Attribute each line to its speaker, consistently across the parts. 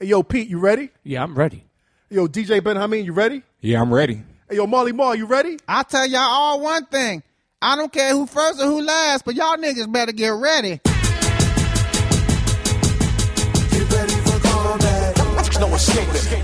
Speaker 1: Hey, yo, Pete, you ready?
Speaker 2: Yeah, I'm ready.
Speaker 1: Yo, DJ Ben Hameen, you ready?
Speaker 2: Yeah, I'm ready.
Speaker 1: Hey, yo, Marley Mar, you ready?
Speaker 3: I tell y'all all one thing. I don't care who first or who last, but y'all niggas better get ready.
Speaker 4: No escaping.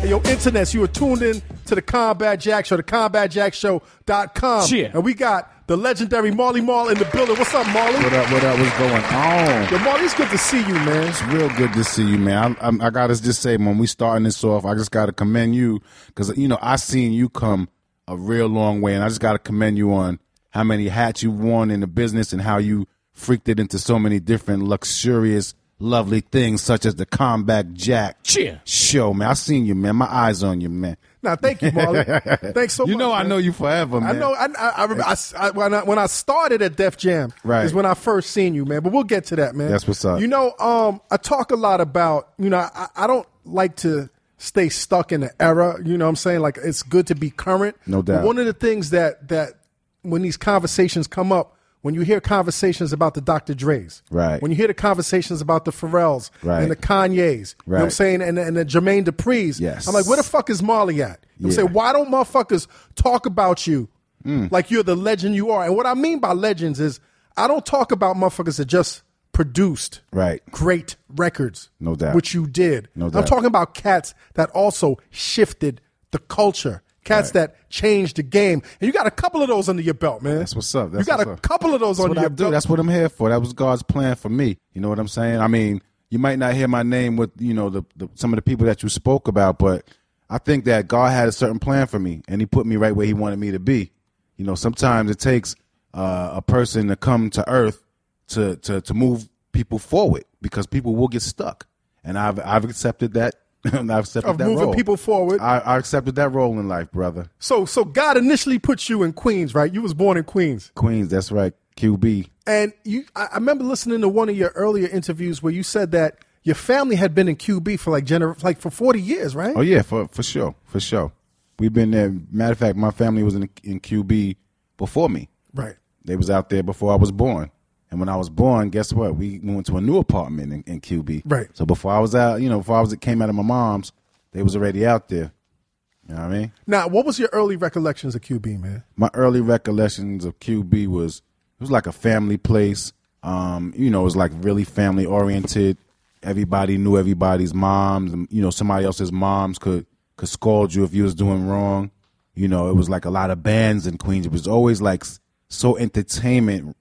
Speaker 1: Hey, yo, internets, you are tuned in to the Combat Jack Show, the combatjackshow.com.
Speaker 2: Yeah.
Speaker 1: And we got the legendary Marley Marl in the building. What's up, Marley?
Speaker 5: What up? What up? What's going on?
Speaker 1: Yo, Marley, it's good to see you, man.
Speaker 5: It's real good to see you, man. I, I, I gotta just say, when we starting this off, I just gotta commend you because you know I seen you come a real long way, and I just gotta commend you on how many hats you worn in the business and how you freaked it into so many different luxurious, lovely things such as the Combat Jack
Speaker 2: Cheer.
Speaker 5: show, man. I seen you, man. My eyes on you, man.
Speaker 1: Now, thank you, Marley. Thanks so much.
Speaker 5: You know I
Speaker 1: man.
Speaker 5: know you forever,
Speaker 1: I
Speaker 5: man.
Speaker 1: know. I, I, I, remember, I, I- when I when I started at Def Jam
Speaker 5: Right.
Speaker 1: is when I first seen you, man. But we'll get to that, man.
Speaker 5: That's what's up.
Speaker 1: You know, um, I talk a lot about you know I, I don't like to stay stuck in the era. You know, what I'm saying like it's good to be current.
Speaker 5: No doubt.
Speaker 1: But one of the things that that when these conversations come up. When you hear conversations about the Dr. Dre's,
Speaker 5: Right.
Speaker 1: When you hear the conversations about the Pharrells
Speaker 5: Right.
Speaker 1: and the Kanyes, you know what I'm
Speaker 5: Right.
Speaker 1: saying, and, and the Jermaine Dupri's,
Speaker 5: Yes.
Speaker 1: I'm like, where the fuck is Marley at? You know what I'm
Speaker 5: Yeah.
Speaker 1: saying, why don't motherfuckers talk about you
Speaker 5: Hmm.
Speaker 1: like you're the legend you are? And what I mean by legends is I don't talk about motherfuckers that just produced
Speaker 5: Right.
Speaker 1: great records.
Speaker 5: No doubt.
Speaker 1: Which you did.
Speaker 5: No
Speaker 1: I'm
Speaker 5: doubt.
Speaker 1: talking about cats that also shifted the culture. Cats that changed the game. And you got a couple of those under your belt, man.
Speaker 5: That's what's up. That's
Speaker 1: you got
Speaker 5: what's
Speaker 1: a
Speaker 5: up.
Speaker 1: couple of those
Speaker 5: That's
Speaker 1: under
Speaker 5: what I
Speaker 1: your
Speaker 5: do.
Speaker 1: belt.
Speaker 5: That's what I'm here for. That was God's plan for me. You know what I'm saying? I mean, you might not hear my name with you know the, the some of the people that you spoke about, but I think that God had a certain plan for me, and He put me right where He wanted me to be. You know, sometimes it takes uh, a person to come to Earth to to to move people forward because people will get stuck, and I've I've accepted that. and I've accepted
Speaker 1: Of
Speaker 5: that
Speaker 1: moving
Speaker 5: role.
Speaker 1: people forward.
Speaker 5: I, I accepted that role in life, brother.
Speaker 1: so so God initially put you in Queens, right? You was born in Queens.
Speaker 5: Queens, that's right. QB.
Speaker 1: And you, I, I remember listening to one of your earlier interviews where you said that your family had been in QB for like gener- like for forty years, right?
Speaker 5: Oh yeah, for for sure, for sure. We've been there. Matter of fact, my family was in in QB before me.
Speaker 1: Right.
Speaker 5: They was out there before I was born. And when I was born, guess what? We went to a new apartment in, in QB.
Speaker 1: Right.
Speaker 5: So before I was out, you know, before I was came out of my mom's, they was already out there. You know what I mean?
Speaker 1: Now, what was your early recollections of QB, man?
Speaker 5: my early recollections of QB was it was like a family place. Um, you know, it was like really family oriented. Everybody knew everybody's moms. and, You know, somebody else's moms could could scold you if you was doing wrong. You know, it was like a lot of bands in Queens. It was always like s- so entertainment.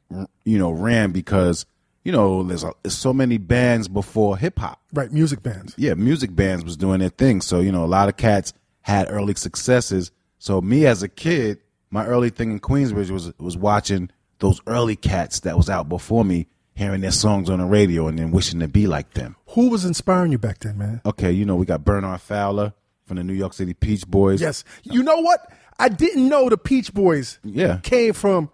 Speaker 5: You know, ran because you know there's, a, there's so many bands before hip hop
Speaker 1: Right, music bands.
Speaker 5: yeah, music bands was doing their thing. So, you know, a lot of cats had early successes. So me as a kid, my early thing in Queensbridge was was watching those early cats that was out before me, hearing their songs on the radio and then wishing to be like them.
Speaker 1: Who was inspiring you back then, man?
Speaker 5: Okay, you know, we got Bernard Fowler from the New York City Peach Boys.
Speaker 1: Yes, you know what? I didn't know the Peach Boys.
Speaker 5: Yeah.
Speaker 1: came from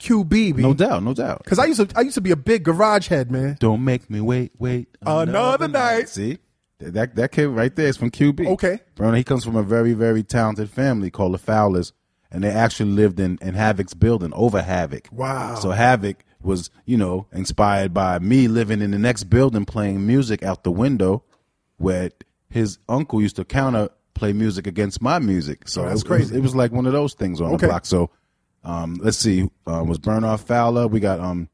Speaker 1: QB.
Speaker 5: No doubt, no doubt.
Speaker 1: Because I used to, I used to be a big garage head, man.
Speaker 5: Don't make me wait, wait
Speaker 1: Another night.
Speaker 5: See, Th- that that kid right there is from QB.
Speaker 1: Okay.
Speaker 5: Bruno, he comes from a very very talented family called the Fowlers, and they actually lived in in Havoc's building over Havoc.
Speaker 1: Wow.
Speaker 5: So Havoc was you know inspired by me living in the next building playing music out the window, where his uncle used to counter play music against my music. So
Speaker 1: that's
Speaker 5: it, was-
Speaker 1: crazy.
Speaker 5: It was like one of those things on
Speaker 1: Okay.
Speaker 5: the block. So. Um, let's see. Uh, was Bernard Fowler? We got um,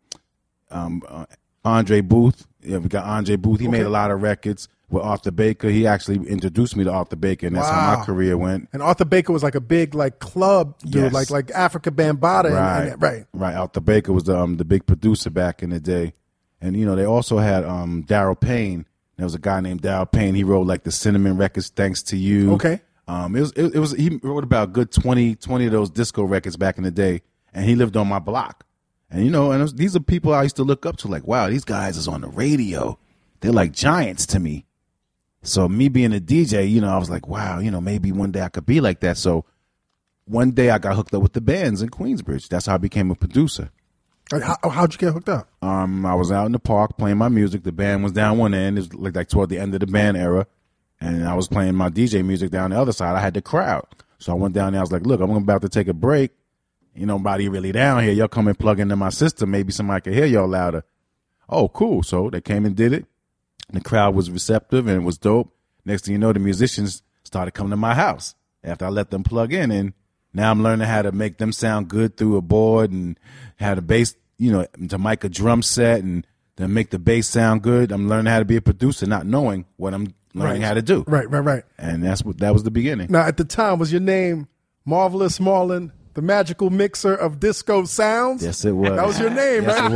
Speaker 5: Andre Booth. Yeah, we got Andre Booth. He made a lot of records with Arthur Baker. He actually introduced me to Arthur Baker, and that's how
Speaker 1: Wow.
Speaker 5: my career went.
Speaker 1: And Arthur Baker was like a big like club dude,
Speaker 5: Yes.
Speaker 1: like like Africa Bambata, and- and, right.
Speaker 5: Right. Arthur Baker was the um, the big producer back in the day, and you know they also had um, Daryl Payne. There was a guy named Daryl Payne. He wrote like the Cinnamon Records, Thanks to You.
Speaker 1: Okay.
Speaker 5: Um, it was it, it was he wrote about a good 20, 20 of those disco records back in the day, and he lived on my block. And you know, and it was, these are people I used to look up to. Like, wow, these guys is on the radio. They're like giants to me. So me being a DJ, you know, I was like, wow, you know, maybe one day I could be like that. So one day I got hooked up with the bands in Queensbridge. That's how I became a producer.
Speaker 1: Like, how, oh, how'd you get hooked up?
Speaker 5: Um, I was out in the park playing my music. The band was down one end. It was like, like toward the end of the band era. And I was playing my DJ music down the other side. I had the crowd. So I went down there. I was like, look, I'm about to take a break. You know, nobody really down here. Y'all come and plug into my system. Maybe somebody can hear y'all louder. Oh, cool. So they came and did it. The crowd was receptive and it was dope. Next thing you know, the musicians started coming to my house after I let them plug in. And now I'm learning how to make them sound good through a board and how to bass, you know, to mic a drum set and then make the bass sound good. I'm learning how to be a producer, not knowing what I'm learning
Speaker 1: Right.
Speaker 5: how to do.
Speaker 1: Right, right, right.
Speaker 5: And that's what, that was the beginning.
Speaker 1: Now, at the time, was your name Marvelous Marlin, the magical mixer of disco sounds?
Speaker 5: Yes, it was.
Speaker 1: That was your name,
Speaker 5: yes,
Speaker 1: right?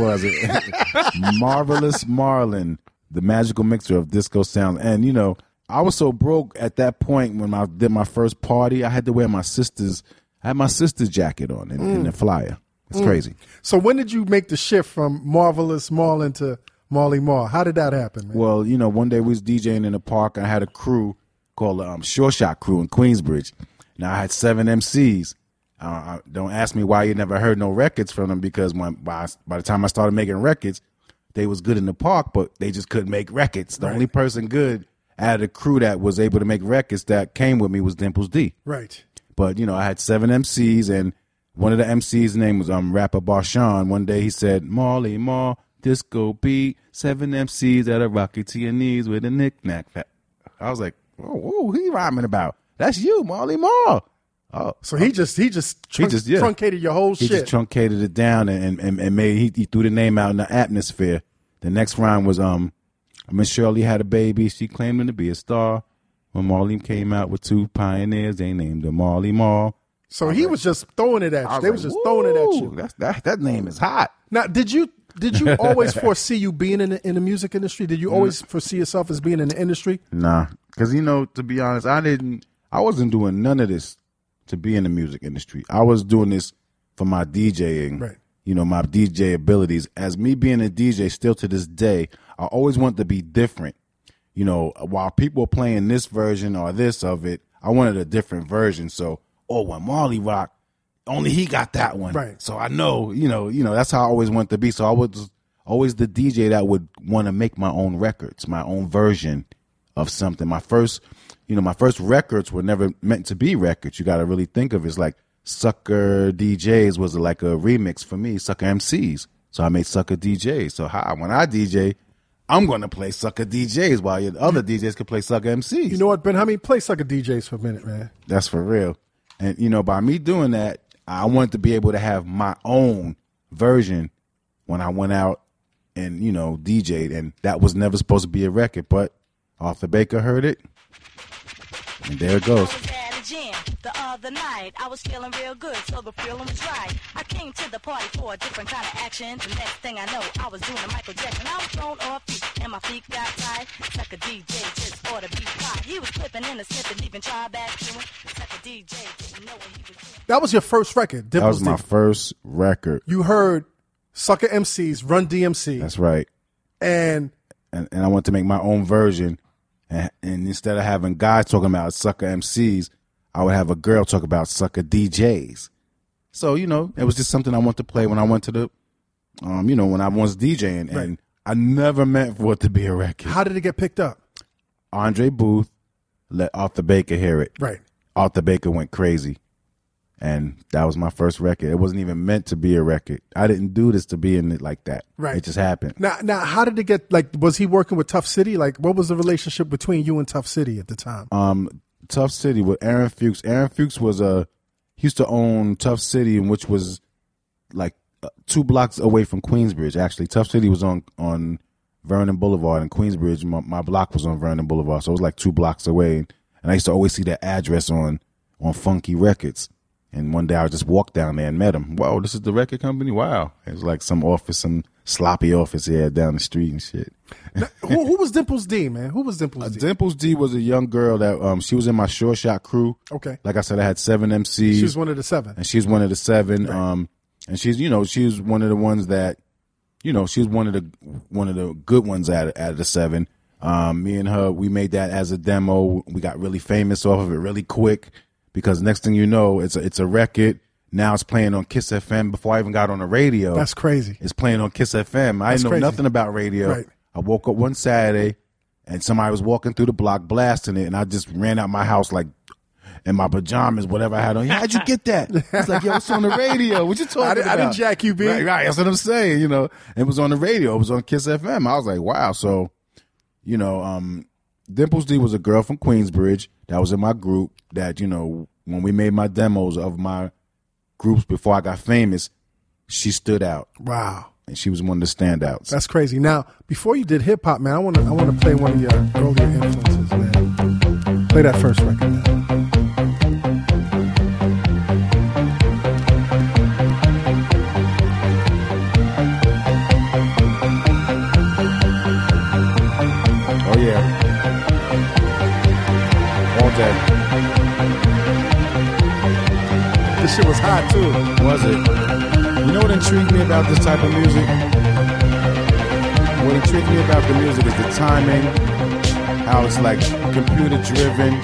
Speaker 5: it was. Marvelous Marlin, the magical mixer of disco sounds. And you know, I was so broke at that point when I did my first party. I had to wear my sister's. I had my sister's jacket on in, in the flyer. It's crazy.
Speaker 1: So, when did you make the shift from Marvelous Marlin to Marley Mar? How did that happen, man?
Speaker 5: Well, you know, one day we was DJing in the park. I had a crew called the um, Sure Shot Crew in Queensbridge. Now I had seven MCs. Uh, I- don't ask me why you never heard no records from them because when by, by the time I started making records, they was good in the park, but they just couldn't make records. The only person good out of the crew that was able to make records that came with me was Dimples D.
Speaker 1: right.
Speaker 5: But you know, I had seven MCs, and one of the MCs' name was um rapper Barshan. One day he said, "Marley Mar, disco beat, seven MCs that are rocky to your knees with a knick-knack." fa-" I was like, "Oh, who he rhyming about? That's you, Marley Mar." Oh,
Speaker 1: So he just he just, trun-
Speaker 5: just- yeah.
Speaker 1: truncated your whole
Speaker 5: he
Speaker 1: shit.
Speaker 5: just truncated it down and and, and made he, he threw the name out in the atmosphere. The next rhyme was um, Miss Shirley had a baby. She claiming to be a star. When Marley came out with two pioneers, they named her Marley Mar.
Speaker 1: so he was just throwing it at
Speaker 5: I
Speaker 1: you. They was just throwing it at
Speaker 5: "Woo,
Speaker 1: you.
Speaker 5: That's, that that name is hot.
Speaker 1: Now, did you did you always foresee you being in the, in the music industry? Did you
Speaker 5: Mm.
Speaker 1: always foresee yourself as being in the industry?
Speaker 5: Nah, because you know, to be honest, I didn't. I wasn't doing none of this to be in the music industry. I was doing this for my DJing.
Speaker 1: Right.
Speaker 5: You know, my DJ abilities. As me being a DJ, still to this day, I always want to be different. You know, while people are playing this version or this of it, I wanted a different version. So, oh, when Marley rock, only he got that one.
Speaker 1: Right.
Speaker 5: So I know, you know, you know, that's how I always want to be. So I was always the DJ that would want to make my own records, my own version of something. My first, you know, my first records were never meant to be records. You got to really think of it. It's like Sucker DJs was like a remix for me, Sucker MCs. So I made Sucker DJs. So hi, when I DJ, I'm going to play Sucker DJs while your other DJs can play Sucker MCs.
Speaker 1: You know what, Ben? How many play sucker DJs for a minute, man?
Speaker 5: That's for real. And you know, by me doing that, I wanted to be able to have my own version when I went out and you know DJ'd, and that was never supposed to be a record. But Arthur Baker heard it, and there it goes.
Speaker 2: I was at a jam the other night. I was feeling real good, so the feeling was right. I came to the party for a different kind of action. The next thing I know, I was doing a Michael Jackson. I was thrown off feet, and my feet got tied. Sucker DJ just ordered beat pie. He was flipping and a snipping, even try back to him. Sucker DJ didn't know what he was doing.
Speaker 1: That was your first record.
Speaker 5: That was
Speaker 1: Dimples
Speaker 5: my
Speaker 1: Did.
Speaker 5: first record.
Speaker 1: You heard sucker MCs, Run DMC,
Speaker 5: That's right.
Speaker 1: and
Speaker 5: and, and I want to make my own version. And, and instead of having guys talking about sucker MCs, I would have a girl talk about sucker DJs. So you know, it was just something I wanted to play when I went to the, um, you know, when I was DJing, and
Speaker 1: Right.
Speaker 5: I never meant for it to be a record.
Speaker 1: how did it get picked up?
Speaker 5: Andre Booth let Arthur Baker hear it.
Speaker 1: Right.
Speaker 5: Arthur Baker went crazy. And that was my first record. It wasn't even meant to be a record. I didn't do this to be in it like that.
Speaker 1: Right.
Speaker 5: It just happened.
Speaker 1: Now, now, how did it get? Like, was he working with Tough City? Like, what was the relationship between you and Tough City at the time?
Speaker 5: um Tough City with Aaron Fuchs. Aaron Fuchs was a he used to own Tough City, which was like uh, two blocks away from Queensbridge. Actually, Tough City was on on Vernon Boulevard, and Queensbridge, my, my block was on Vernon Boulevard, so it was like two blocks away. And I used to always see that address on on Funky Records. And one day I just walked down there and met him. Whoa, this is the record company. Wow, it was like some office, some sloppy office he had down the street and shit.
Speaker 1: who, who was Dimples D, man? Who was Dimples D?
Speaker 5: Dimples D was a young girl that um she was in my short shot crew.
Speaker 1: Okay.
Speaker 5: Like I said, I had seven MCs.
Speaker 1: Uh, She was one of the seven.
Speaker 5: and she's one of the seven. Um and she's you know, she's one of the ones that you know, she's one of the one of the good ones out out of the seven. Um, me and her, we made that as a demo. We got really famous off of it really quick because next thing you know, it's a, it's a record. Now it's playing on Kiss FM before I even got on the radio.
Speaker 1: That's crazy.
Speaker 5: It's playing on Kiss FM. I
Speaker 1: That's
Speaker 5: didn't know
Speaker 1: crazy.
Speaker 5: nothing about radio.
Speaker 1: Right.
Speaker 5: I woke up one Saturday and somebody was walking through the block blasting it, and I just ran out my house like and my pajamas, whatever I had on. How'd you get that? It's like, yo, it's on the radio. What you talking
Speaker 1: I didn't- I
Speaker 5: about?
Speaker 1: didn't jack you, B.
Speaker 5: Right, right. That's what I'm saying. You know, it was on the radio. It was on Kiss FM. I was like, wow. So, you know, um, Dimples D was a girl from Queensbridge that was in my group that, you know, when we made my demos of my groups before I got famous, she stood out
Speaker 1: Wow.
Speaker 5: and she was one of the standouts.
Speaker 1: That's crazy. Now, before you did hip hop, man, I want to I want to play one of your earlier influences, man. Play that first record. man.
Speaker 5: oh, yeah. All day.
Speaker 1: This shit was hot too.
Speaker 5: Was it? You know what intrigued me about this type of music? What intrigued me about the music is the timing, how it's like computer driven.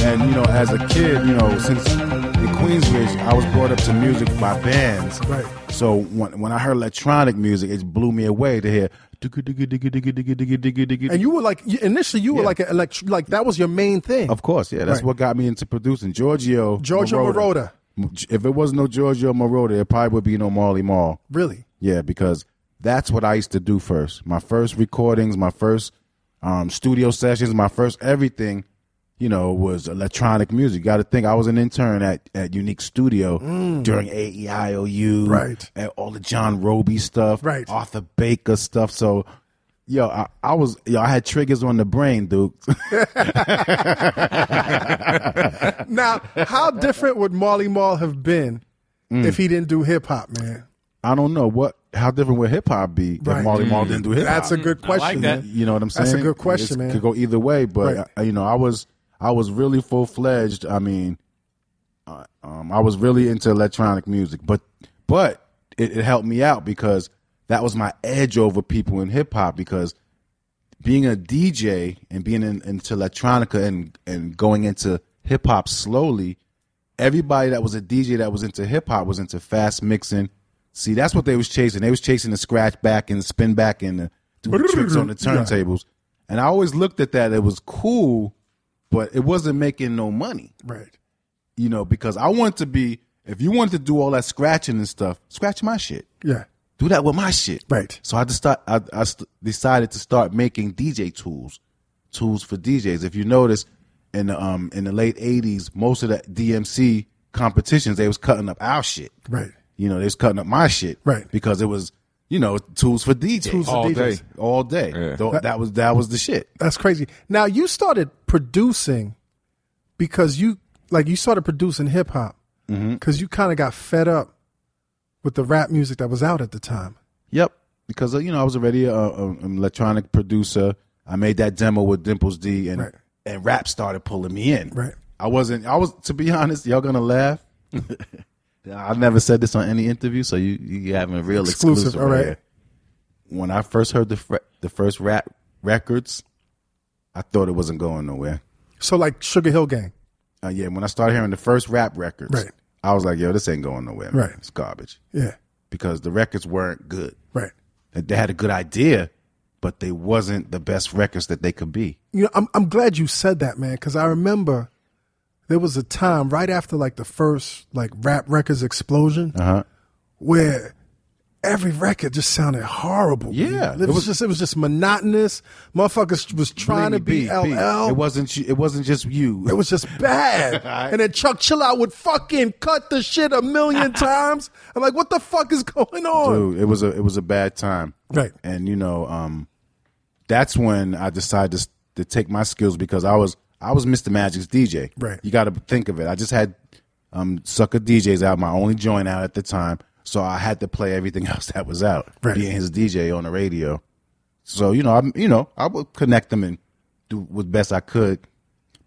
Speaker 5: And, you know, as a kid, you know, since in Queensbridge, I was brought up to music by bands.
Speaker 1: Right.
Speaker 5: So when, when I heard electronic music, it blew me away to hear. And
Speaker 1: And you were like you- initially you were
Speaker 5: Yeah.
Speaker 1: like an elect like that was your main thing.
Speaker 5: Of course, yeah. That's
Speaker 1: Right.
Speaker 5: what got me into producing. Giorgio.
Speaker 1: Giorgio Moroder.
Speaker 5: Moroder. If it was no Giorgio Moroder, it probably would be no Marley Marl.
Speaker 1: Really?
Speaker 5: Yeah, because that's what I used to do first. My first recordings, my first um, studio sessions, my first everything, you know, was electronic music. You got to think I was an intern at, at Unique Studio during E AEIOU.
Speaker 1: Mm. Right.
Speaker 5: And all the John Roby stuff.
Speaker 1: Right.
Speaker 5: Arthur Baker stuff. So. Yo, I, I was yo, I had triggers on the brain, Duke.
Speaker 1: Now, how different would Marley Marl have been
Speaker 6: Mm.
Speaker 1: if he didn't do hip hop, man?
Speaker 5: I don't know what how different would hip hop be
Speaker 1: Right.
Speaker 5: if Marley Marl didn't do hip hop. Mm-hmm.
Speaker 1: That's a good
Speaker 6: I like
Speaker 1: question.
Speaker 6: that.
Speaker 1: man.
Speaker 5: you know what I'm saying.
Speaker 1: That's a good question,
Speaker 5: It's-
Speaker 1: man.
Speaker 5: Could go either way, but
Speaker 1: Right.
Speaker 5: uh, you know, I was I was really full fledged. I mean, uh, um, I was really into electronic music, but but it, it helped me out because that was my edge over people in hip hop because being a DJ and being in, into electronica and and going into hip hop slowly, everybody that was a DJ that was into hip hop was into fast mixing. See, that's what they was chasing. They was chasing the scratch back and the spin back and the, do the tricks on the turntables. And I always looked at that. It was cool, but it wasn't making no money
Speaker 1: Right.
Speaker 5: you know, because I want to be. If you want to do all that scratching and stuff, scratch my shit.
Speaker 1: Yeah.
Speaker 5: Do that with my shit.
Speaker 1: Right.
Speaker 5: So I just start. I, I st- decided to start making DJ tools, tools for DJs. If you notice, in the, um in the late '80s, most of the DMC competitions they was cutting up our shit.
Speaker 1: Right.
Speaker 5: You know, they was cutting up my shit.
Speaker 1: Right.
Speaker 5: Because it was you know tools for DJs
Speaker 1: Tools for
Speaker 5: all
Speaker 1: All
Speaker 5: day,
Speaker 1: DJs.
Speaker 5: all day.
Speaker 6: Yeah.
Speaker 5: Tho- that was that was the shit.
Speaker 1: That's crazy. Now you started producing because you like you started producing hip hop because
Speaker 6: Mm-hmm.
Speaker 1: you kind of got fed up with the rap music that was out at the time.
Speaker 5: Yep, because uh, you know I was already a, a- an electronic producer. I made that demo with Dimples D, and
Speaker 1: Right.
Speaker 5: and rap started pulling me in.
Speaker 1: Right.
Speaker 5: I wasn't. I was to be honest. Y'all gonna laugh. I never said this on any interview, so you you having a real exclusive.
Speaker 1: Exclusive, all right.
Speaker 5: here. When I first heard the fr- the first rap records, I thought it wasn't going nowhere.
Speaker 1: So like Sugar Hill Gang.
Speaker 5: Uh, yeah, when I started hearing the first rap records,
Speaker 1: Right.
Speaker 5: I was like, "Yo, this ain't going nowhere. man.
Speaker 1: Right.
Speaker 5: It's garbage."
Speaker 1: Yeah.
Speaker 5: Because the records weren't good
Speaker 1: Right.
Speaker 5: that they had a good idea, but they wasn't the best records that they could be.
Speaker 1: You know, I'm I'm glad you said that, man, because I remember there was a time right after like the first like rap records explosion
Speaker 5: Uh-huh.
Speaker 1: where every record just sounded horrible. man.
Speaker 5: Yeah,
Speaker 1: it,
Speaker 5: it
Speaker 1: was,
Speaker 5: was-
Speaker 1: just it was just monotonous. Motherfuckers was trying to be
Speaker 5: Believe me,
Speaker 1: LL.
Speaker 5: B, B, It wasn't. you- It wasn't just you.
Speaker 1: It was just bad.
Speaker 5: Alright.
Speaker 1: And then Chuck Chillout would fucking cut the shit a million times. I'm like, what the fuck is going on?
Speaker 5: Dude, it was a. It was a bad time.
Speaker 1: Right.
Speaker 5: And you know, um, that's when I decided to, s- to take my skills because I was I was Mr. Magic's DJ.
Speaker 1: Right.
Speaker 5: You got to think of it. I just had um sucker DJs out, my only joint out at the time, so I had to play everything else that was out.
Speaker 1: Right.
Speaker 5: Being his DJ on the radio. So you know, I am you know I would connect them and do what best I could,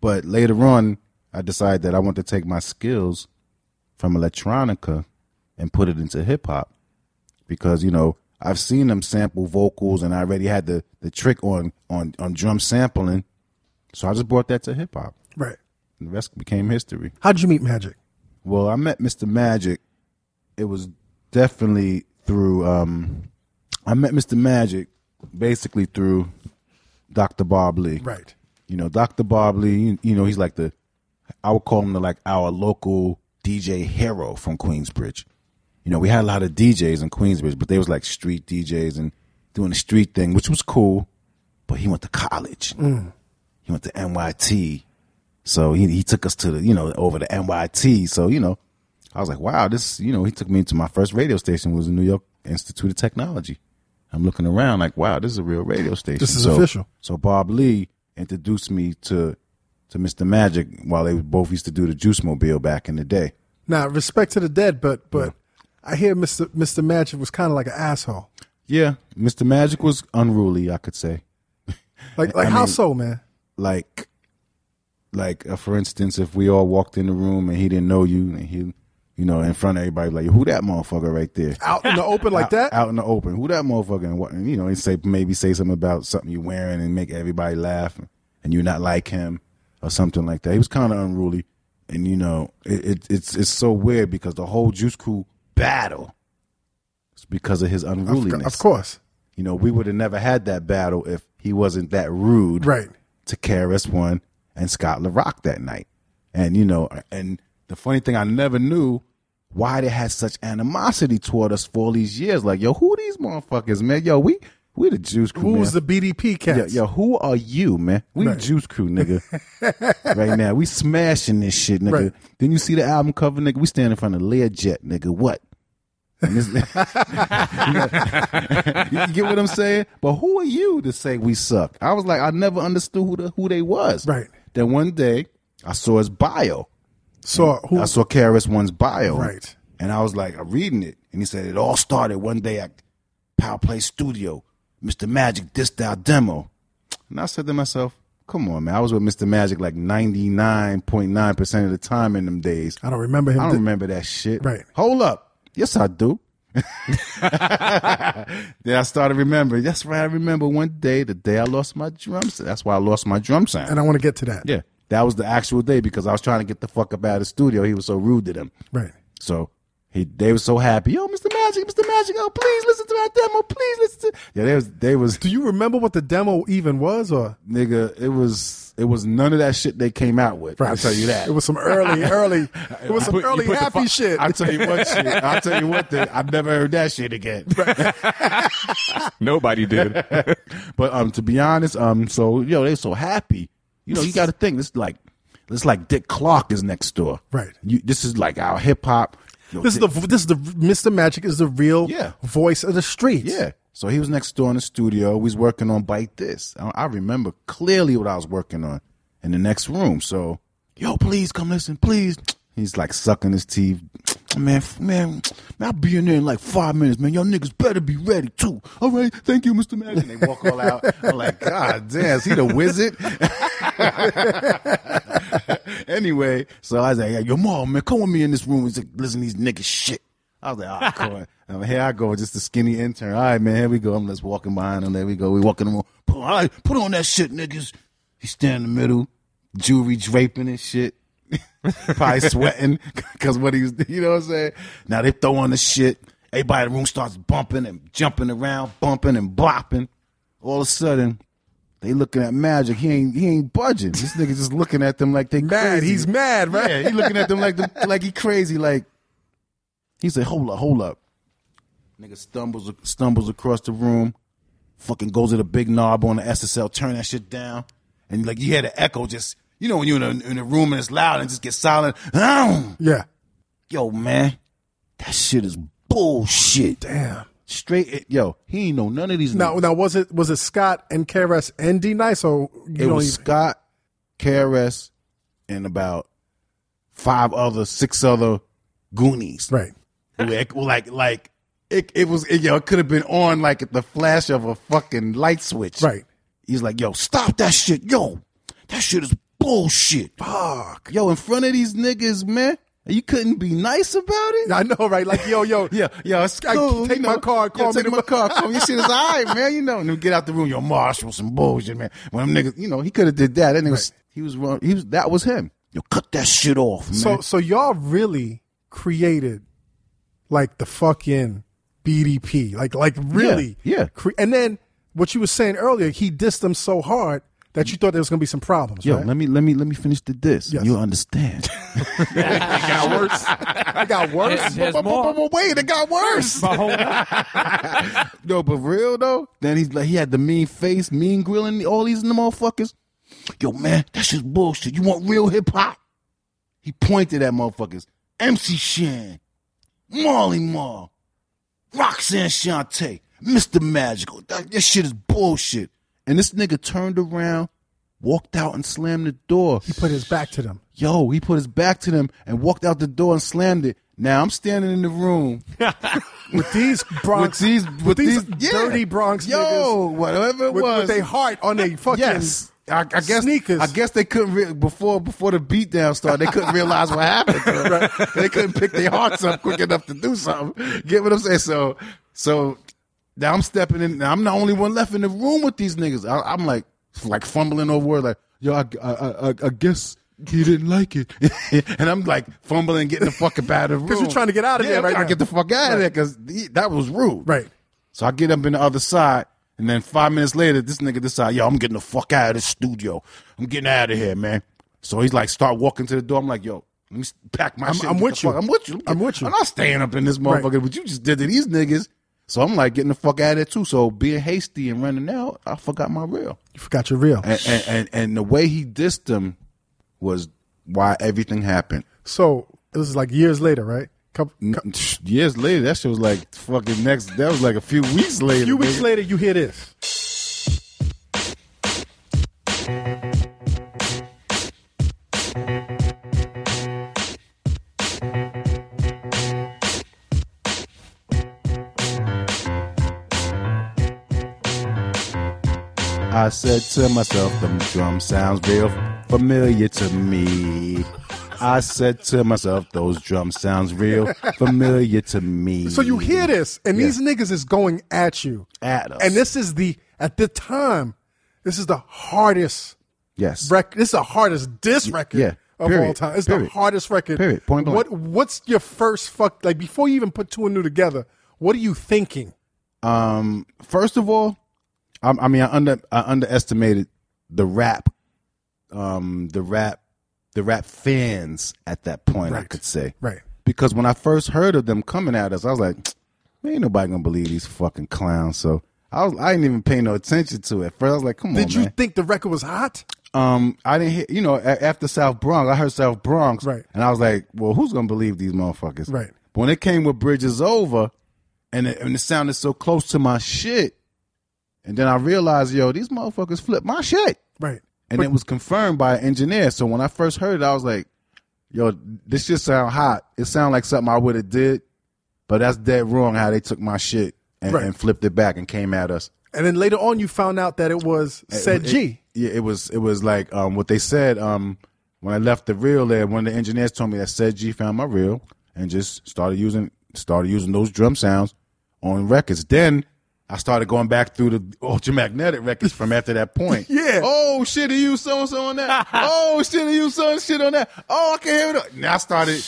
Speaker 5: but later on I decided that I want to take my skills from electronica and put it into hip hop because you know I've seen them sample vocals and I already had the the trick on on on drum sampling, so I just brought that to hip hop.
Speaker 1: Right.
Speaker 5: And the rest became history.
Speaker 1: How'd you meet Magic?
Speaker 5: Well, I met Mr. Magic. It was definitely through um I met Mr. Magic basically through Dr. Bob Lee.
Speaker 1: Right.
Speaker 5: You know, Dr. Bob Lee, you, you know, he's like the I would call him the, like our local DJ hero from Queensbridge. You know, we had a lot of DJs in Queensbridge, but they was like street DJs and doing the street thing, which was cool. But he went to college. He went to NYT. So he, he took us to the, you know, over to NYT. So, you know, I was like, wow, this, you know, he took me to my first radio station was the New York Institute of Technology. I'm looking around like, wow, this is a real radio station.
Speaker 1: This is
Speaker 5: So-
Speaker 1: official.
Speaker 5: So Bob Lee introduced me to, to Mr. Magic while they both used to do the Juice Mobile back in the day.
Speaker 1: Now, respect to the dead, but but I hear Mr. Mr. Magic was kind of like an asshole.
Speaker 5: Yeah. Mr. Magic was unruly, I could say.
Speaker 1: Like like
Speaker 5: I
Speaker 1: how
Speaker 5: mean-
Speaker 1: so, man?
Speaker 5: like like uh, for instance if we all walked in the room and he didn't know you and he you know in front of everybody like who that motherfucker right there
Speaker 1: Out in the open like that?
Speaker 5: out in the open who that motherfucker and what and, you know he say maybe say something about something you're wearing and make everybody laugh and you not like him or something like that he was kind of unruly and you know it, it it's it's so weird because the whole juice crew battle is because of his unruliness
Speaker 1: Of course.
Speaker 5: you know, we would have never had that battle if he wasn't that rude
Speaker 1: Right.
Speaker 5: to KRS One and Scott LaRock that night. And, you know, and the funny thing, I never knew why they had such animosity toward us for all these years. Like, yo, who these motherfuckers, man? Yo, we we the juice crew.
Speaker 1: Who was
Speaker 5: man.
Speaker 1: the BDP cat?
Speaker 5: Yo, yo, who are you, man? We the Juice Crew, nigga. right now, we smashing this shit, nigga.
Speaker 1: Right.
Speaker 5: Then you see the album cover, nigga. We stand in front of Learjet, nigga. What? And this- you get what I'm saying? But who are you to say we suck? I was like, I never understood who the, who they was.
Speaker 1: Right.
Speaker 5: Then one day, I saw his bio.
Speaker 1: So who
Speaker 5: I saw KRS One's bio.
Speaker 1: Right.
Speaker 5: And I was like, I'm reading it. And he said, it all started one day at Power Play Studio. Mr. Magic dissed our demo. And I said to myself, come on, man. I was with Mr. Magic like 99.9% of the time in them days.
Speaker 1: I don't remember him.
Speaker 5: I don't
Speaker 1: Did-
Speaker 5: remember that shit.
Speaker 1: Right.
Speaker 5: Hold up. Yes, I do. then I started remembering. That's right. I remember one day, the day I lost my drum set. That's why I lost my drum sound.
Speaker 1: and I want to get to that.
Speaker 5: Yeah. That was the actual day because I was trying to get the fuck up out of the studio. He was so rude to them.
Speaker 1: Right.
Speaker 5: So he they were so happy. Yo, Mr. Magic, Mr. Magic, oh please listen to my demo. Please listen to Yeah, they was they was
Speaker 1: Do you remember what the demo even was or
Speaker 5: nigga, it was it was none of that shit they came out with. I'll tell you that.
Speaker 1: It was some early, early it was some
Speaker 5: You put- you
Speaker 1: early
Speaker 5: put the
Speaker 1: happy
Speaker 5: fi-
Speaker 1: shit.
Speaker 5: I'll tell you what shit. I'll tell you what thing. I've never heard that shit again.
Speaker 6: Nobody did.
Speaker 5: But um, to be honest, um, so yo, they so happy. You know, you got to think this is like this is like Dick Clark is next door.
Speaker 1: Right.
Speaker 5: You, this is like our hip hop. Yo,
Speaker 1: this is the this is the Mr. Magic is the real
Speaker 5: Yeah.
Speaker 1: voice of the streets.
Speaker 5: Yeah. So he was next door in the studio. We was working on Bite This. I, I remember clearly what I was working on in the next room. So, yo, please come listen, please. He's like sucking his teeth. Man, f- man, man, I'll be in there in like five minutes, man. Y'all niggas better be ready too. All right, thank you, Mr. Magic. And they walk all out. I'm like, God damn, is he the wizard? anyway, so I was like, yo, mom, man, come with me in this room. He's like, listen to these niggas shit. I was like, all right, cool. I'm like, here I go, just a skinny intern. All right, man, here we go. I'm just walking behind him. There we go. We walking him on. Put, all right, put on that shit, niggas. He stand in the middle, jewelry draping and shit. Probably sweating because what he's, you know what I'm saying? Now they throw on the shit. Everybody in the room starts bumping and jumping around, bumping and bopping. All of a sudden, they looking at Magic. He ain't he ain't budging. This nigga just looking at them like they
Speaker 1: Mad,
Speaker 5: crazy.
Speaker 1: he's mad, right?
Speaker 5: Yeah, he looking at them like the, like he crazy. Like he said, "Hold up, hold up." Nigga stumbles stumbles across the room, fucking goes to the big knob on the SSL, turn that shit down, and like you hear the echo. Just you know when you're in a, in a room and it's loud and just get silent. um,
Speaker 1: Yeah.
Speaker 5: Yo, man, that shit is bullshit.
Speaker 1: Damn.
Speaker 5: Straight, eh, yo, he ain't know none of these.
Speaker 1: Now,
Speaker 5: niggas.
Speaker 1: now was it was it Scott and KRS and D Nice or you
Speaker 5: it
Speaker 1: don't
Speaker 5: was
Speaker 1: even,
Speaker 5: Scott, KRS, and about five other, six other Goonies.
Speaker 1: right?
Speaker 5: Like, like, like it, it was, it, yo, it could have been on like at the flash of a fucking light switch.
Speaker 1: Right.
Speaker 5: He's like, yo, stop that shit. Yo, that shit is bullshit. Fuck. Yo, in front of these niggas, man, you couldn't be nice about it?
Speaker 1: I know, right? Like yo, yo,
Speaker 5: Yeah, yeah, it's
Speaker 1: I-
Speaker 5: cool.
Speaker 1: take
Speaker 5: you
Speaker 1: my
Speaker 5: know.
Speaker 1: car,
Speaker 5: Yeah,
Speaker 1: call me
Speaker 5: take
Speaker 1: the-
Speaker 5: my car, call me. Your shit is all right, man. You know, and then get out the room. Yo, Marshall, some bullshit, man. When them niggas, you know, he could have did that. That nigga, was, he was wrong. He was that was him. Yo, cut that shit off, man.
Speaker 1: So, so y'all really created like the fucking BDP, like, like really,
Speaker 5: yeah.
Speaker 1: Cre- and then what you were saying earlier, he dissed them so hard that you thought there was going to be some problems,
Speaker 5: Yo,
Speaker 1: right?
Speaker 5: let me let me let me finish the this.
Speaker 1: Yes.
Speaker 5: You'll understand.
Speaker 1: it got worse.
Speaker 6: There's- there's
Speaker 1: But- but-
Speaker 6: more.
Speaker 1: but- but wait, it got worse.
Speaker 6: My whole
Speaker 5: no, but real though. Then he's like, he had the mean face, mean grilling, all these motherfuckers. Yo, man, that's just bullshit. You want real hip hop? He pointed at motherfuckers. MC Shan, Marley Marl, Roxanne Shante, Mr. Magical. That, this shit is bullshit. And this nigga turned around, walked out, and slammed the door.
Speaker 1: He put his back to them.
Speaker 5: Yo, he put his back to them and walked out the door and slammed it. Now I'm standing in the room
Speaker 1: With these Bronx,
Speaker 5: with these with
Speaker 1: these
Speaker 5: these, yeah.
Speaker 1: dirty Bronx
Speaker 5: Yo, whatever it
Speaker 1: niggas with,
Speaker 5: was.
Speaker 1: with their heart on their fucking
Speaker 5: yes. I, I guess
Speaker 1: sneakers.
Speaker 5: I guess they couldn't re- before before the beatdown started. They couldn't realize what happened. To them, right? They couldn't pick their hearts up quick enough to do something. Get what I'm saying? So so now I'm stepping in. Now I'm the only one left in the room with these niggas. I, I'm like like fumbling over words. Like yo, I I, I, I guess. He didn't like it, and I'm like fumbling, getting the fuck up out of the room
Speaker 1: 'Cause you're trying to get out of
Speaker 5: Yeah,
Speaker 1: there
Speaker 5: I'm
Speaker 1: right
Speaker 5: trying to
Speaker 1: now.
Speaker 5: get the fuck out of there because that was rude.
Speaker 1: Right.
Speaker 5: So I get up in the other side, and then five minutes later, this nigga decide, yo, I'm getting the fuck out of this studio. I'm getting out of here, man. So he's like, start walking to the door. I'm like, yo, let me s- pack my
Speaker 1: I'm-
Speaker 5: shit.
Speaker 1: I'm
Speaker 5: and get
Speaker 1: with
Speaker 5: the
Speaker 1: you.
Speaker 5: fuck- I'm with you.
Speaker 1: I'm with you.
Speaker 5: I'm not staying up in this motherfucker,
Speaker 1: Right.
Speaker 5: but you just did to these niggas. So I'm like getting the fuck out of there too. So being hasty and running out, I forgot my reel.
Speaker 1: You forgot your real.
Speaker 5: And and, and, and the way he dissed them was why everything happened.
Speaker 1: So it was like years later, right? Couple, cou-
Speaker 5: Years later, that shit was like fucking next. That was like a few weeks later.
Speaker 1: few weeks
Speaker 5: nigga.
Speaker 1: later, you hear this.
Speaker 5: I said to myself, the drum sounds real familiar to me. I said to myself, those drum sounds real familiar to me.
Speaker 1: So you hear this, and these niggas is going at you.
Speaker 5: At us.
Speaker 1: And this is the at the time, this is the hardest
Speaker 5: yes,
Speaker 1: record. This is the hardest disc record
Speaker 5: yeah.
Speaker 1: of all
Speaker 5: Period.
Speaker 1: time. It's
Speaker 5: Period.
Speaker 1: the hardest record.
Speaker 5: Period. Point blank.
Speaker 1: What What's your first fuck? Like before you even put two and two together, what are you thinking?
Speaker 5: Um, first of all, I, I mean, I under I underestimated the rap, um, the rap, the rap fans at that point. I
Speaker 1: Right.
Speaker 5: could say
Speaker 1: Right.
Speaker 5: because when I first heard of them coming at us, I was like, "Man, ain't nobody gonna believe these fucking clowns." So I was, I didn't even pay no attention to it. First, I was like, "Come
Speaker 1: Did
Speaker 5: on,
Speaker 1: you
Speaker 5: man."
Speaker 1: think the record was hot?
Speaker 5: Um, I didn't hear, you know, a- after South Bronx, I heard South Bronx,
Speaker 1: Right.
Speaker 5: And I was like, "Well, who's gonna believe these motherfuckers?"
Speaker 1: Right.
Speaker 5: But when it came with Bridges Over, and it, and it sounded so close to my shit, and then I realized, yo, these motherfuckers flipped my shit
Speaker 1: Right.
Speaker 5: and it was confirmed by an engineer. So when I first heard it, I was like, "Yo, this shit sound hot. It sound like something I would have did, but that's dead wrong how they took my shit and,
Speaker 1: Right.
Speaker 5: and flipped it back and came at us."
Speaker 1: And then later on, you found out that it was said
Speaker 5: it,
Speaker 1: G.
Speaker 5: Yeah, it was it was like um, what they said um, when I left the reel there. One of the engineers told me that said G found my reel and just started using started using those drum sounds on records. Then I started going back through the ultramagnetic records from after that point.
Speaker 1: Yeah.
Speaker 5: Oh shit, he used so and so on that. oh shit, he used so and shit on that. Oh, I can hear it. Now I started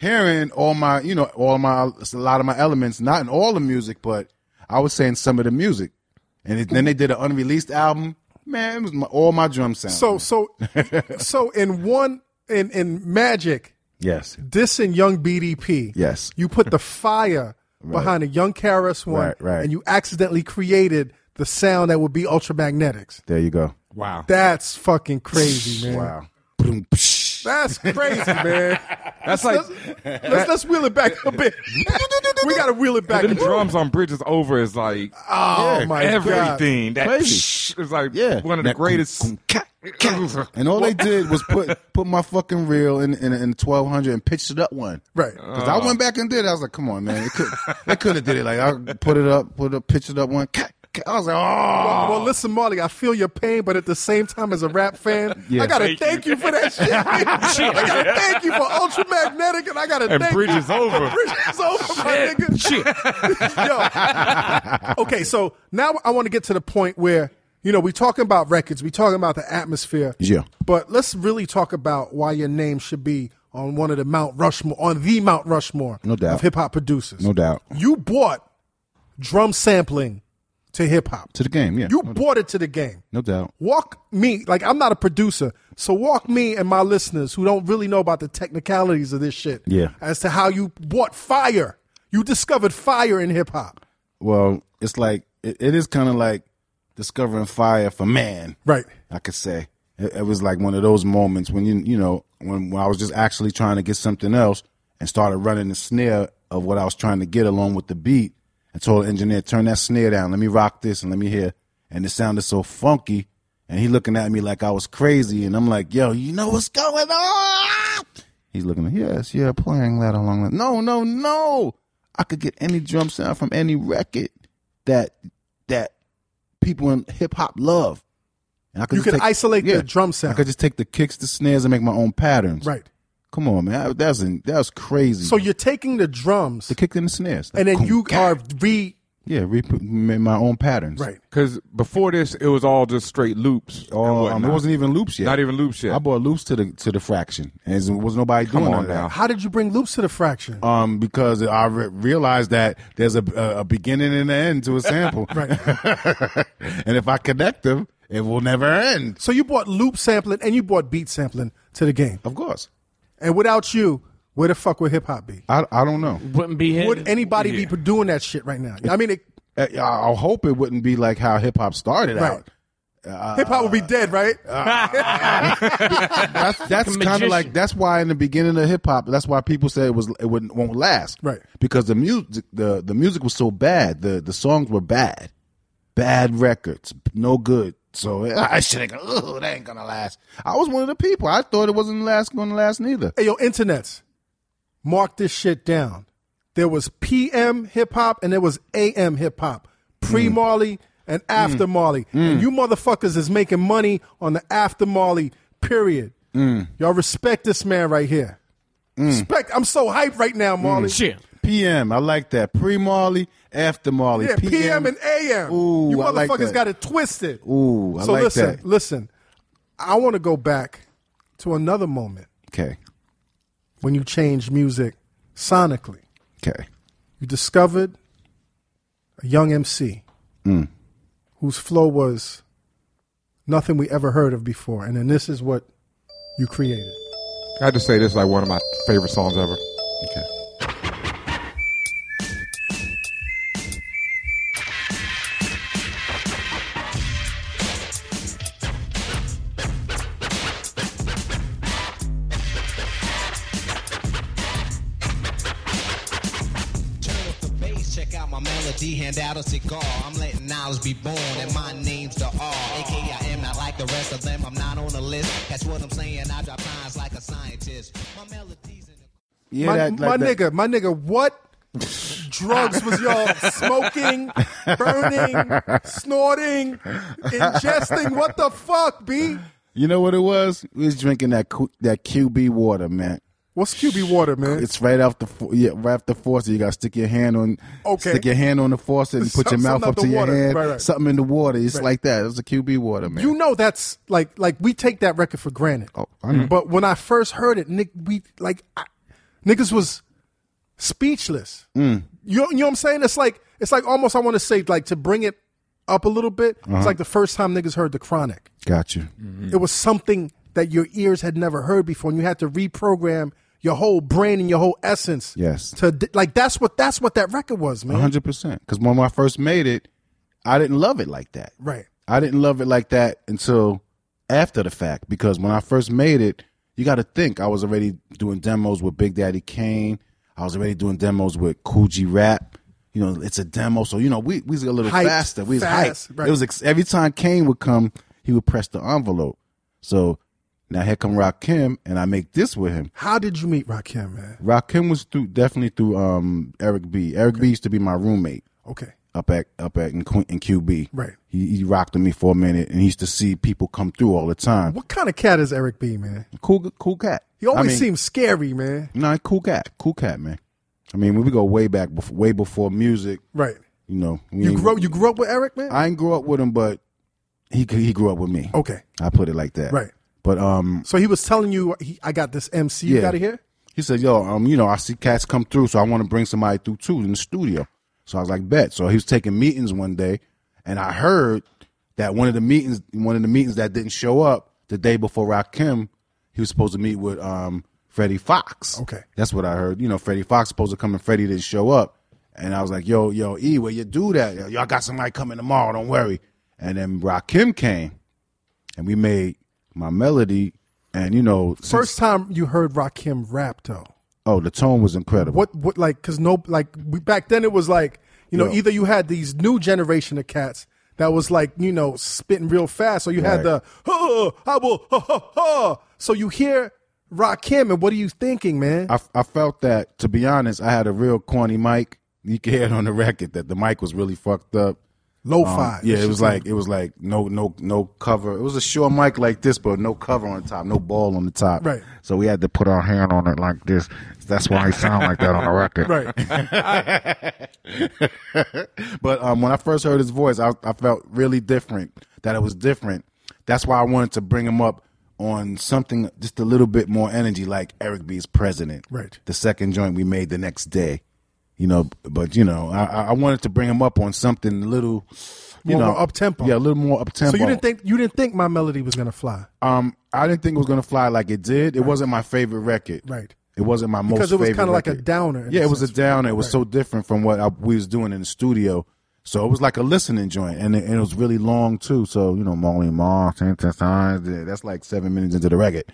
Speaker 5: hearing all my you know all my a lot of my elements, not in all the music, but I was saying some of the music. And it, then they did an unreleased album. Man, it was my, all my drum sound.
Speaker 1: So so so in one in in Magic
Speaker 5: yes,
Speaker 1: dissing Young BDP.
Speaker 5: Yes.
Speaker 1: you put the fire behind a Young Karis one,
Speaker 5: Right, right.
Speaker 1: and you accidentally created the sound that would be Ultramagnetics.
Speaker 5: there you go.
Speaker 6: wow.
Speaker 1: That's fucking crazy, man.
Speaker 5: Wow. Boom, psh.
Speaker 1: That's crazy, man.
Speaker 6: That's like
Speaker 1: Let's let's wheel it back a bit. we gotta wheel it back.
Speaker 6: them
Speaker 1: a bit.
Speaker 6: drums on bridges over is like
Speaker 1: Oh
Speaker 5: Yeah,
Speaker 1: my god!
Speaker 6: everything. That
Speaker 5: Crazy.
Speaker 6: psh is like
Speaker 5: Yeah.
Speaker 6: one of the
Speaker 5: That-
Speaker 6: greatest.
Speaker 5: And all they did was put put my fucking reel in in, in twelve hundred and pitched it up one.
Speaker 1: Right.
Speaker 5: Because I went back and did it. I was like, come on, man. It could, they could have did it. Like, I put it up, put it up, pitched it up one. ca- ca- I was like, oh.
Speaker 1: Well, listen, Marley, I feel your pain, but at the same time, as a rap fan,
Speaker 5: Yeah.
Speaker 1: I gotta thank, you. for that shit. man. I gotta thank you for Ultramagnetic, and I gotta
Speaker 6: And
Speaker 1: thank
Speaker 6: Bridges Over.
Speaker 1: Bridges over, my nigga. Yo. Okay, so now I want to get to the point where you know we talking about records, we talking about the atmosphere.
Speaker 5: Yeah.
Speaker 1: But let's really talk about why your name should be on one of the Mount Rushmore, on the Mount Rushmore
Speaker 5: No doubt.
Speaker 1: of hip hop producers.
Speaker 5: No doubt.
Speaker 1: You bought drum sampling to hip hop.
Speaker 5: to the game. Yeah,
Speaker 1: You brought it to the game.
Speaker 5: no doubt.
Speaker 1: Walk me, like I'm not a producer, so walk me and my listeners who don't really know about the technicalities of this shit.
Speaker 5: Yeah.
Speaker 1: As to how you brought fire. You discovered fire in hip hop.
Speaker 5: Well, it's like it, it is kind of like discovering fire for man.
Speaker 1: Right.
Speaker 5: I could say it, it was like one of those moments when you you know when, when I was just actually trying to get something else and started running the snare of what I was trying to get along with the beat and told the engineer turn that snare down let me rock this and let me hear and it sounded so funky and he looking at me like I was crazy and I'm like yo you know what's going on he's looking like yes yeah playing that along the no no no I could get any drum sound from any record that that people in hip hop love. And I could
Speaker 1: You
Speaker 5: just
Speaker 1: can isolate the drum
Speaker 5: I
Speaker 1: sound.
Speaker 5: could just take the kicks, the snares, and make my own patterns.
Speaker 1: Right.
Speaker 5: Come on, man. I- That's in- that's crazy.
Speaker 1: So you're taking the drums
Speaker 5: the kick and the snares,
Speaker 1: and then
Speaker 5: Boom,
Speaker 1: you
Speaker 5: gah.
Speaker 1: are re
Speaker 5: yeah, re- made my own patterns.
Speaker 1: right.
Speaker 6: Because before this, it was all just straight loops. and
Speaker 5: Oh, um, it
Speaker 6: whatnot.
Speaker 5: wasn't even loops yet.
Speaker 6: Not even loops yet.
Speaker 5: I brought loops to the to the fraction, and it was nobody
Speaker 6: Come
Speaker 5: doing
Speaker 6: on
Speaker 5: none of that.
Speaker 6: now.
Speaker 1: How did you bring loops to the fraction?
Speaker 5: Um, because I re- realized that there's a, a a beginning and an end to a sample,
Speaker 1: Right.
Speaker 5: and if I connect them, it will never end.
Speaker 1: so you brought loop sampling and you brought beat sampling to the game.
Speaker 5: Of course,
Speaker 1: And without you, where the fuck would hip hop be?
Speaker 5: I I don't know.
Speaker 7: Wouldn't be hit.
Speaker 1: Would anybody be doing that shit right now? I mean, it,
Speaker 5: Uh, I I hope it wouldn't be like how hip hop started
Speaker 1: Right.
Speaker 5: out.
Speaker 1: hip hop would be
Speaker 5: Uh,
Speaker 1: dead, right?
Speaker 5: That's that's kind of
Speaker 7: magician.
Speaker 5: like that's why in the beginning of hip hop, that's why people said it was it wouldn't won't last,
Speaker 1: Right.
Speaker 5: Because the music the the music was so bad, the the songs were bad, bad records, no good. So I should have gone. Oh, that ain't gonna last. I was one of the people. I thought it wasn't last gonna last neither.
Speaker 1: hey, yo, internets, mark this shit down. There was PM hip hop and there was AM hip hop.
Speaker 5: Mm.
Speaker 1: Pre Marley and after Marley. And you motherfuckers is making money on the after Marley, period.
Speaker 5: Mm.
Speaker 1: Y'all respect this man right here. Respect. I'm so hyped right
Speaker 5: Mm.
Speaker 1: now, Marley.
Speaker 7: Shit.
Speaker 5: PM, I like that. Pre Marley, after Marley.
Speaker 1: Yeah, PM and AM.
Speaker 5: Ooh,
Speaker 1: you
Speaker 5: I like
Speaker 1: motherfuckers
Speaker 5: that.
Speaker 1: got it twisted.
Speaker 5: Ooh, I
Speaker 1: so
Speaker 5: like
Speaker 1: listen,
Speaker 5: that.
Speaker 1: listen. I want to go back to another moment
Speaker 5: Okay,
Speaker 1: when you changed music sonically.
Speaker 5: okay,
Speaker 1: you discovered a young MC whose flow was nothing we ever heard of before, and then this is what you created.
Speaker 6: I just say this is like one of my favorite songs ever.
Speaker 5: okay.
Speaker 8: Turn up the bass, check out my melody, hand out a cigar. I'm letting knowledge be born, and my name's the R. AKA, I am not like the rest of them, I'm not on the list. That's what I'm saying, I drop lines like a scientist. My melody's in the
Speaker 5: Yeah,
Speaker 1: my
Speaker 5: that- like
Speaker 1: my
Speaker 5: that-
Speaker 1: nigga, my nigga, what drugs was y'all smoking, burning, snorting, ingesting? What the fuck, B?
Speaker 5: You know what it was? We was drinking that Q- that QB water, man.
Speaker 1: What's QB water, man?
Speaker 5: It's right off the fo- yeah, right off the faucet. You gotta stick your hand on,
Speaker 1: Okay.
Speaker 5: stick your hand on the faucet and put your
Speaker 1: Some-
Speaker 5: mouth
Speaker 1: something
Speaker 5: up
Speaker 1: out
Speaker 5: to
Speaker 1: the
Speaker 5: your
Speaker 1: water.
Speaker 5: hand.
Speaker 1: Right, right.
Speaker 5: Something in the water. It's
Speaker 1: Right.
Speaker 5: like that. It was a QB water, man.
Speaker 1: You know that's like like we take that record for granted.
Speaker 5: Oh, I know.
Speaker 1: But when I first heard it, Nick, we like I, niggas was speechless.
Speaker 5: Mm.
Speaker 1: You know- you know what I'm saying? It's like it's like almost I want to say like to bring it up a little bit.
Speaker 5: Uh-huh.
Speaker 1: It's like the first time niggas heard the Chronic.
Speaker 5: Got you.
Speaker 1: It was something that your ears had never heard before, and you had to reprogram your whole brain and your whole essence.
Speaker 5: Yes.
Speaker 1: To di- like that's what that's what that record was, man.
Speaker 5: hundred percent. Because when I first made it, I didn't love it like that.
Speaker 1: Right.
Speaker 5: I didn't love it like that until after the fact because when I first made it, you got to think I was already doing demos with Big Daddy Kane. I was already doing demos with Cool G Rap. You know, it's a demo, so you know we we was a little
Speaker 1: Hyped,
Speaker 5: faster. We was
Speaker 1: fast,
Speaker 5: hyped.
Speaker 1: right.
Speaker 5: It was ex- every time Kane would come, he would press the envelope. So now here come Rakim, and I make this with him.
Speaker 1: How did you meet Rakim, man?
Speaker 5: Rakim was through definitely through um Eric B. Eric B. used to be my roommate
Speaker 1: Okay.
Speaker 5: up at up at in, Qu- in QB.
Speaker 1: Right.
Speaker 5: He, he rocked with me for a minute, and he used to see people come through all the time.
Speaker 1: What kind of cat is Eric B, man?
Speaker 5: Cool, cool cat.
Speaker 1: He always
Speaker 5: I mean,
Speaker 1: seems scary, man.
Speaker 5: nah, cool cat, cool cat, man. I mean, we go way back, before, way before music.
Speaker 1: Right.
Speaker 5: You know, we
Speaker 1: You
Speaker 5: ain't-
Speaker 1: grew up, you grew up with Eric, man.
Speaker 5: I ain't grew up with him, but he he grew up with me.
Speaker 1: okay,
Speaker 5: I put it like that.
Speaker 1: Oh. Right.
Speaker 5: But um,
Speaker 1: so he was telling you, he, I got this MC. You
Speaker 5: Yeah.
Speaker 1: got to hear.
Speaker 5: He said, "Yo, um, you know, I see cats come through, so I want to bring somebody through too in the studio." So I was like, "Bet." So he was taking meetings one day, And I heard that one of the meetings, one of the meetings that didn't show up the day before Rakim, he was supposed to meet with um, Freddie Fox.
Speaker 1: Okay.
Speaker 5: that's what I heard. You know, Freddie Fox supposed to come, and Freddie didn't show up. And I was like, "Yo, yo, E, where you do that? Y'all got somebody coming tomorrow. Don't worry." And then Rakim came, and we made my melody. And you know, since-
Speaker 1: First time you heard Rakim rap though.
Speaker 5: oh, the tone was incredible.
Speaker 1: What what like cuz no like we, back then it was like, you know,
Speaker 5: Yeah.
Speaker 1: either you had these new generation of cats that was like, you know, spitting real fast or you had the
Speaker 5: Right.
Speaker 1: huh, I will, huh, huh, huh. So you hear Rakim and what are you thinking, man?
Speaker 5: I, I felt that to be honest, I had a real corny mic. You can hear it on the record that the mic was really fucked up. Um,
Speaker 1: Lo-fi.
Speaker 5: yeah, it was like it was like no no no cover. It was a short mic like this, but no cover on top, no ball on the top.
Speaker 1: Right.
Speaker 5: So we had to put our hand on it like this. That's why I sound like that on the record.
Speaker 1: right.
Speaker 5: But um, when I first heard his voice, I, I felt really different. That it was different. That's why I wanted to bring him up on something just a little bit more energy, like Eric B's President.
Speaker 1: Right.
Speaker 5: The second joint we made the next day. You know, but you know, I, I- I wanted to bring him up on something a little, you
Speaker 1: More-
Speaker 5: know,
Speaker 1: more up-tempo.
Speaker 5: Yeah, a little more up tempo.
Speaker 1: So you didn't think you didn't think my melody was going to fly.
Speaker 5: Um, I didn't think it was gonna fly like it did. It wasn't my favorite record.
Speaker 1: Right.
Speaker 5: It wasn't my most
Speaker 1: Because it was
Speaker 5: favorite
Speaker 1: kinda like a
Speaker 5: record.
Speaker 1: downer in
Speaker 5: Yeah,
Speaker 1: a
Speaker 5: it was a
Speaker 1: sense.
Speaker 5: downer. It was
Speaker 1: Right.
Speaker 5: so different from what I, we was doing in the studio. So it was like a listening joint, and it, and it was really long too. So you know, Molly Ma, synthesizer, that's like seven minutes into the record.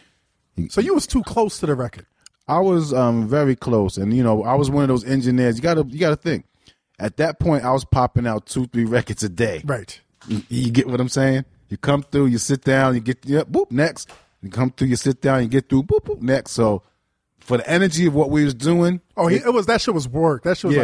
Speaker 1: So you was too close to the record.
Speaker 5: I was um, very close, and you know, I was one of those engineers. You gotta, you gotta think. At that point, I was popping out two, three records a day.
Speaker 1: Right.
Speaker 5: You, you get what I'm saying? You come through, you sit down, you get yeah, boop next. You come through, you sit down, you get through, boop boop next. So for the energy of what we was doing,
Speaker 1: Oh, he, it was that shit was work. That shit was
Speaker 5: Yeah.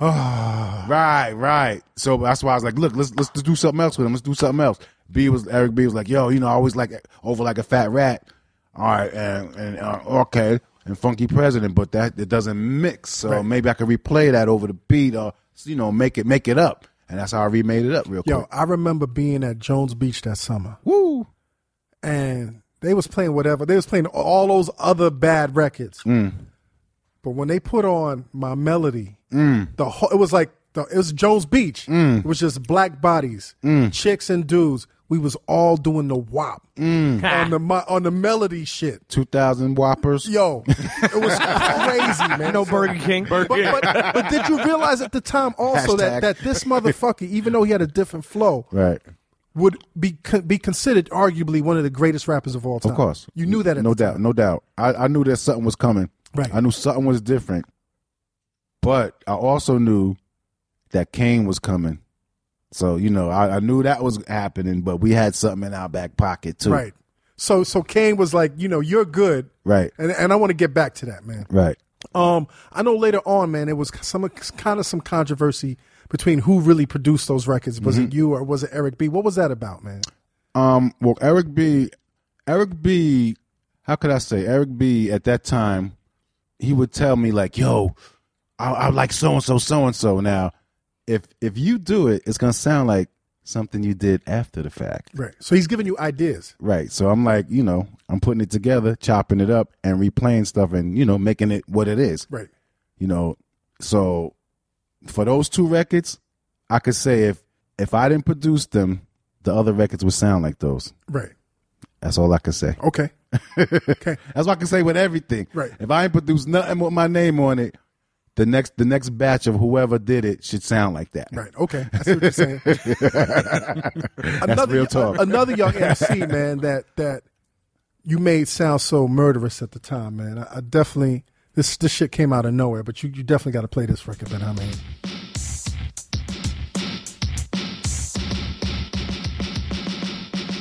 Speaker 1: like
Speaker 5: right, right. So that's why I was like, look, let's let's do something else with him. Let's do something else. B was Eric B was like, yo, you know, I always like over like a fat rat. All right, and, and uh, okay, and funky president, but that it doesn't mix. So maybe I could replay that over the beat, or you know, make it make it up. And that's how I remade it up real quick.
Speaker 1: Yo, I remember being at Jones Beach that summer,
Speaker 5: Woo!
Speaker 1: and they was playing whatever. They was playing all those other bad records. But when they put on my melody, the whole, it was like the, it was Jones Beach. It was just black bodies, chicks and dudes. We was all doing the wop on the mo- on the melody shit.
Speaker 5: Two thousand whoppers.
Speaker 1: Yo, it was crazy, man.
Speaker 7: No Burger King.
Speaker 1: But, but, but did you realize at the time also that,
Speaker 5: Hashtag.
Speaker 1: that this motherfucker, even though he had a different flow,
Speaker 5: Right.
Speaker 1: would be con- be considered arguably one of the greatest rappers of all time?
Speaker 5: Of course.
Speaker 1: you knew that. At
Speaker 5: no
Speaker 1: the
Speaker 5: doubt,
Speaker 1: time.
Speaker 5: no doubt. I, I knew that something was coming.
Speaker 1: Right.
Speaker 5: I knew something was different. But I also knew that Kane was coming. So, you know, I, I knew that was happening, but we had something in our back pocket too.
Speaker 1: right? So so Kane was like, you know, you're good,
Speaker 5: Right.
Speaker 1: and and I want to get back to that, man.
Speaker 5: Right.
Speaker 1: Um, I know later on, man, there was some kind of some controversy between who really produced those records. Was
Speaker 5: Mm-hmm.
Speaker 1: it you or was it Eric B? What was that about, man?
Speaker 5: Um, well, Eric B, Eric B, how could I say? Eric B at that time, he would tell me like, "Yo, I, I like so and so, so and so." Now, if if you do it, it's gonna sound like something you did after the fact,
Speaker 1: Right. So he's giving you ideas.
Speaker 5: right? So I'm like, you know, I'm putting it together, chopping it up, and replaying stuff, and you know, making it what it is
Speaker 1: Right.
Speaker 5: you know so for those two records i could say if if i didn't produce them the other records would sound like those
Speaker 1: Right.
Speaker 5: that's all i could say
Speaker 1: Okay.
Speaker 5: that's what i can say with everything
Speaker 1: Right.
Speaker 5: if i ain't produced nothing with my name on it the next the next batch of whoever did it should sound like that
Speaker 1: Right. Okay. I see what you're saying. another,
Speaker 5: real talk.
Speaker 1: Another young MC man that that you made sound so murderous at the time, man. I, I definitely this this shit came out of nowhere, but you, you definitely got to play this record. That I mean,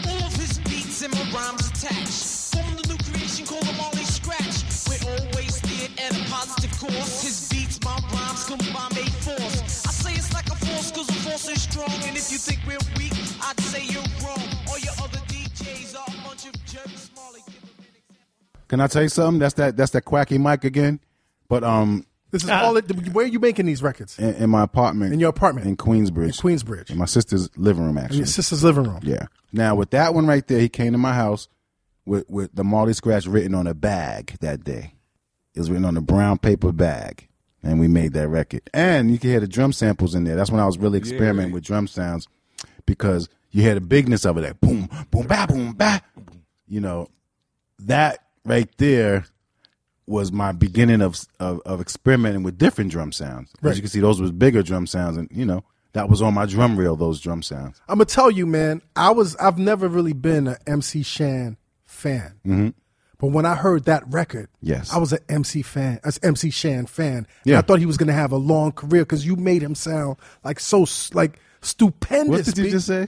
Speaker 8: All of his beats and my rhymes attached. From the new creation called the Molly Scratch. We're always steered at a positive course. His beats, my rhymes combine a force. I say it's like a force cause a force is strong. And if you think we're weak, I'd say you're wrong. All your other DJs are a bunch of jerks. Molly, give them an example.
Speaker 5: can i tell you something that's that that's that quacky mic again but um
Speaker 1: this is all. It, where are you making these records?
Speaker 5: in, in my apartment
Speaker 1: In your apartment.
Speaker 5: in queensbridge
Speaker 1: In Queensbridge,
Speaker 5: in my sister's living room actually
Speaker 1: your sister's living room.
Speaker 5: Yeah. Now with that one right there, he came to my house with with the Marley scratch written on a bag that day. It was written on a brown paper bag, and we made that record. And you can hear the drum samples in there. That's when I was really experimenting with drum sounds. because you hear the bigness of it, like boom, boom, ba, boom, ba. You know, that right there was my beginning of of, of experimenting with different drum sounds. As you can see, those was bigger drum sounds, and you know that was on my drum reel. Those drum sounds.
Speaker 1: I'm gonna tell you, man. I was I've never really been an MC Shan fan, but when I heard that record,
Speaker 5: Mm-hmm. Yes.
Speaker 1: I was an MC fan, as MC Shan fan.
Speaker 5: Yeah.
Speaker 1: I thought he was gonna have a long career because you made him sound like so s- like stupendous.
Speaker 5: What did you
Speaker 1: B.
Speaker 5: just say?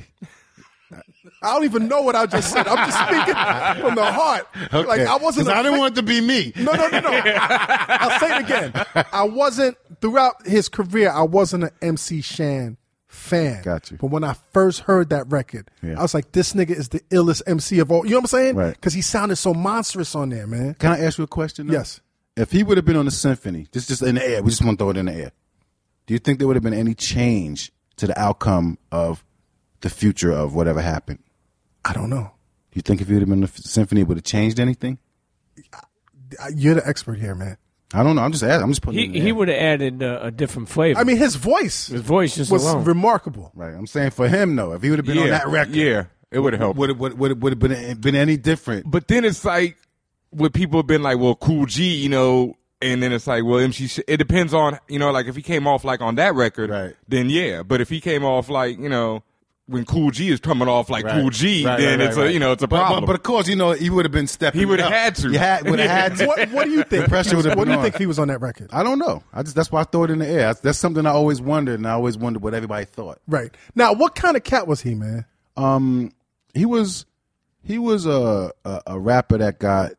Speaker 1: I don't even know what I just said. I'm just speaking from the heart. Like I wasn't.
Speaker 5: 'Cause
Speaker 1: a
Speaker 5: I didn't
Speaker 1: fan-
Speaker 5: want it to be me.
Speaker 1: No, no, no, no. I'll say it again. I wasn't throughout his career. I wasn't an MC Shan fan.
Speaker 5: Got you.
Speaker 1: But when I first heard that record,
Speaker 5: Yeah.
Speaker 1: I was like, "This nigga is the illest MC of all." You know what I'm saying?
Speaker 5: Right.
Speaker 1: Because he sounded so monstrous on there, man.
Speaker 5: Can I ask you a question? though?
Speaker 1: Yes.
Speaker 5: If he would have been on the symphony, just just in the air, we just want to throw it in the air. Do you think there would have been any change to the outcome of the future of whatever happened?
Speaker 1: I don't know.
Speaker 5: Do you think if he would have been in the f- symphony, it would have changed anything?
Speaker 1: I- You're the expert here, man.
Speaker 5: I don't know. I'm just asking. I'm just putting. it
Speaker 7: He
Speaker 5: in the
Speaker 7: he
Speaker 5: air.
Speaker 7: would have added uh, a different flavor.
Speaker 1: I mean, his voice.
Speaker 7: His voice just
Speaker 1: was
Speaker 7: alone.
Speaker 1: remarkable.
Speaker 5: Right. I'm saying for him though, if he would have been on that record,
Speaker 6: Yeah, it would have helped.
Speaker 5: would would would would have been been any different?
Speaker 6: But then it's like, what people have been like, well, Cool G, you know, and then it's like, well, MC. Sh- It depends on, you know, like if he came off like on that record,
Speaker 5: Right.
Speaker 6: Then yeah, but if he came off like, you know, when Cool G is coming off like Cool G,
Speaker 5: Right,
Speaker 6: then
Speaker 5: right, right,
Speaker 6: it's
Speaker 5: right.
Speaker 6: a, you know, it's a
Speaker 5: But-
Speaker 6: problem.
Speaker 5: But, but of course, you know, he would have been stepping.
Speaker 6: He would have
Speaker 5: up.
Speaker 6: had to.
Speaker 5: You had would have had to.
Speaker 1: What, what do you think?
Speaker 5: The pressure would've
Speaker 1: what do
Speaker 5: been
Speaker 1: you
Speaker 5: on.
Speaker 1: think if he was on that record?
Speaker 5: I don't know. I just that's why I throw it in the air. That's, that's something I always wondered, and I always wondered what everybody thought.
Speaker 1: Right now, what kind of cat was he, man?
Speaker 5: Um, he was he was a a, a rapper that got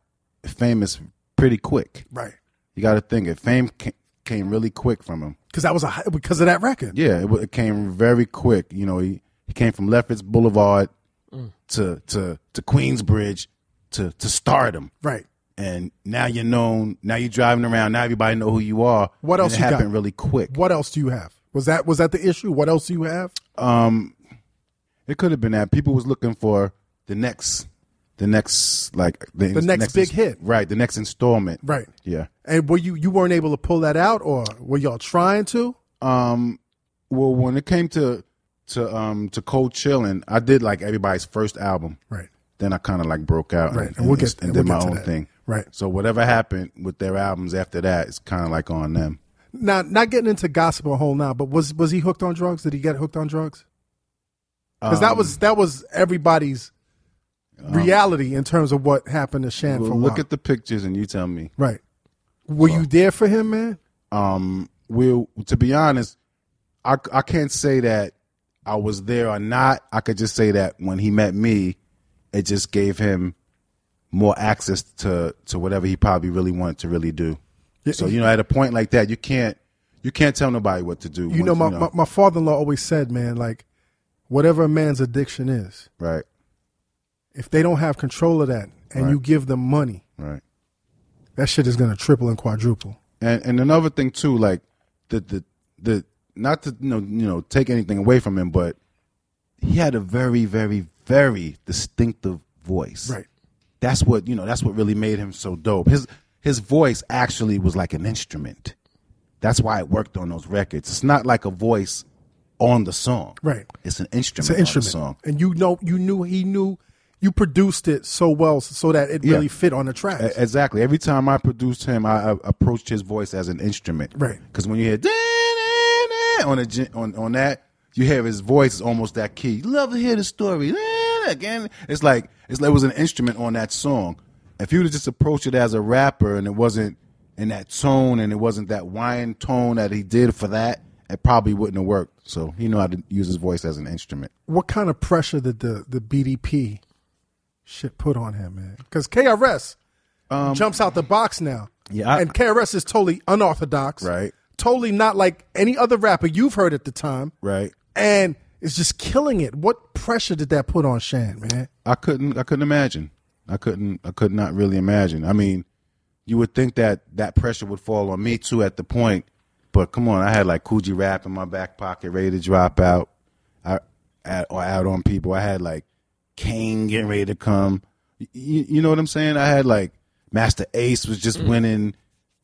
Speaker 5: famous pretty quick.
Speaker 1: Right,
Speaker 5: You got to think it. Fame ca- came really quick from him.
Speaker 1: because that was a hi- because of that record.
Speaker 5: Yeah, it, wa- it came very quick. You know, he, he came from Lefferts Boulevard
Speaker 1: Mm.
Speaker 5: to to to Queensbridge to to stardom.
Speaker 1: Right.
Speaker 5: And now you're known. Now you're driving around. Now everybody know who you are.
Speaker 1: What
Speaker 5: And
Speaker 1: else
Speaker 5: It
Speaker 1: you got?
Speaker 5: happened really quick.
Speaker 1: What else do you have? Was that was that the issue? What else do you have?
Speaker 5: um it could have been that people was looking for the next the next like the,
Speaker 1: next big
Speaker 5: ins-
Speaker 1: hit.
Speaker 5: right the next installment
Speaker 1: Right.
Speaker 5: yeah
Speaker 1: And were you you weren't able to pull that out, or were y'all trying to?
Speaker 5: um well when it came to to um to cold chillin i did like everybody's first album
Speaker 1: Right.
Speaker 5: then i kind of like broke out
Speaker 1: Right,
Speaker 5: and,
Speaker 1: and we'll
Speaker 5: and-
Speaker 1: get-
Speaker 5: and
Speaker 1: we'll
Speaker 5: did my
Speaker 1: get to
Speaker 5: own
Speaker 1: that.
Speaker 5: thing
Speaker 1: Right.
Speaker 5: so whatever happened with their albums after that it's kind of like on them
Speaker 1: Now, not getting into gossip a whole now, but was was he hooked on drugs? Did he get hooked on drugs? Because that was
Speaker 5: Um,
Speaker 1: that was everybody's reality in terms of what happened to Shan. for
Speaker 5: well,
Speaker 1: a
Speaker 5: look
Speaker 1: while.
Speaker 5: at the pictures and you tell me
Speaker 1: right. Were you there for him, man?
Speaker 5: um we to be honest i i can't say that i was there or not i could just say that when he met me it just gave him more access to to whatever he probably really wanted to really do so you know at a point like that you can't you can't tell nobody what to do
Speaker 1: You
Speaker 5: once,
Speaker 1: know, my, my my father-in-law always said, man, like whatever a man's addiction is,
Speaker 5: right
Speaker 1: if they don't have control of that, and you give them money,
Speaker 5: right
Speaker 1: that shit is gonna triple and quadruple.
Speaker 5: and and another thing too, like the the the not to you know you know take anything away from him, but he had a very very very distinctive voice.
Speaker 1: Right.
Speaker 5: That's what you know. That's what really made him so dope. His his voice actually was like an instrument. That's why it worked on those records. It's not like a voice on the song.
Speaker 1: Right.
Speaker 5: It's an instrument.
Speaker 1: It's an instrument,
Speaker 5: on the song.
Speaker 1: and you know, you knew he knew you produced it so well, so that it really
Speaker 5: Yeah.
Speaker 1: fit on the track.
Speaker 5: E- Exactly. Every time I produced him, I, I approached his voice as an instrument.
Speaker 1: Right.
Speaker 5: Because when you hear "Da-na-na" on a gen- on on that, you hear his voice is almost that key. You love to hear the story "Da-na-na" again. It's like it's like it was an instrument on that song. If you would have just approached it as a rapper and it wasn't in that tone and it wasn't that whine tone that he did for that, it probably wouldn't have worked. So he knew how to use his voice as an instrument.
Speaker 1: what kind of pressure did the the BDP shit put on him, man? Because KRS jumps out the box now.
Speaker 5: Um, Yeah, I-
Speaker 1: and KRS is totally unorthodox,
Speaker 5: Right.
Speaker 1: Totally not like any other rapper you've heard at the time,
Speaker 5: Right.
Speaker 1: And it's just killing it. What pressure did that put on Shan, man?
Speaker 5: I couldn't I couldn't imagine. I couldn't I could not really imagine. I mean, you would think that that pressure would fall on me too at the point, but come on, I had like Coogee Rap in my back pocket ready to drop out. I at, or out on people. I had like Kane getting ready to come. Y- y- you know what I'm saying? I had like Master Ace was just winning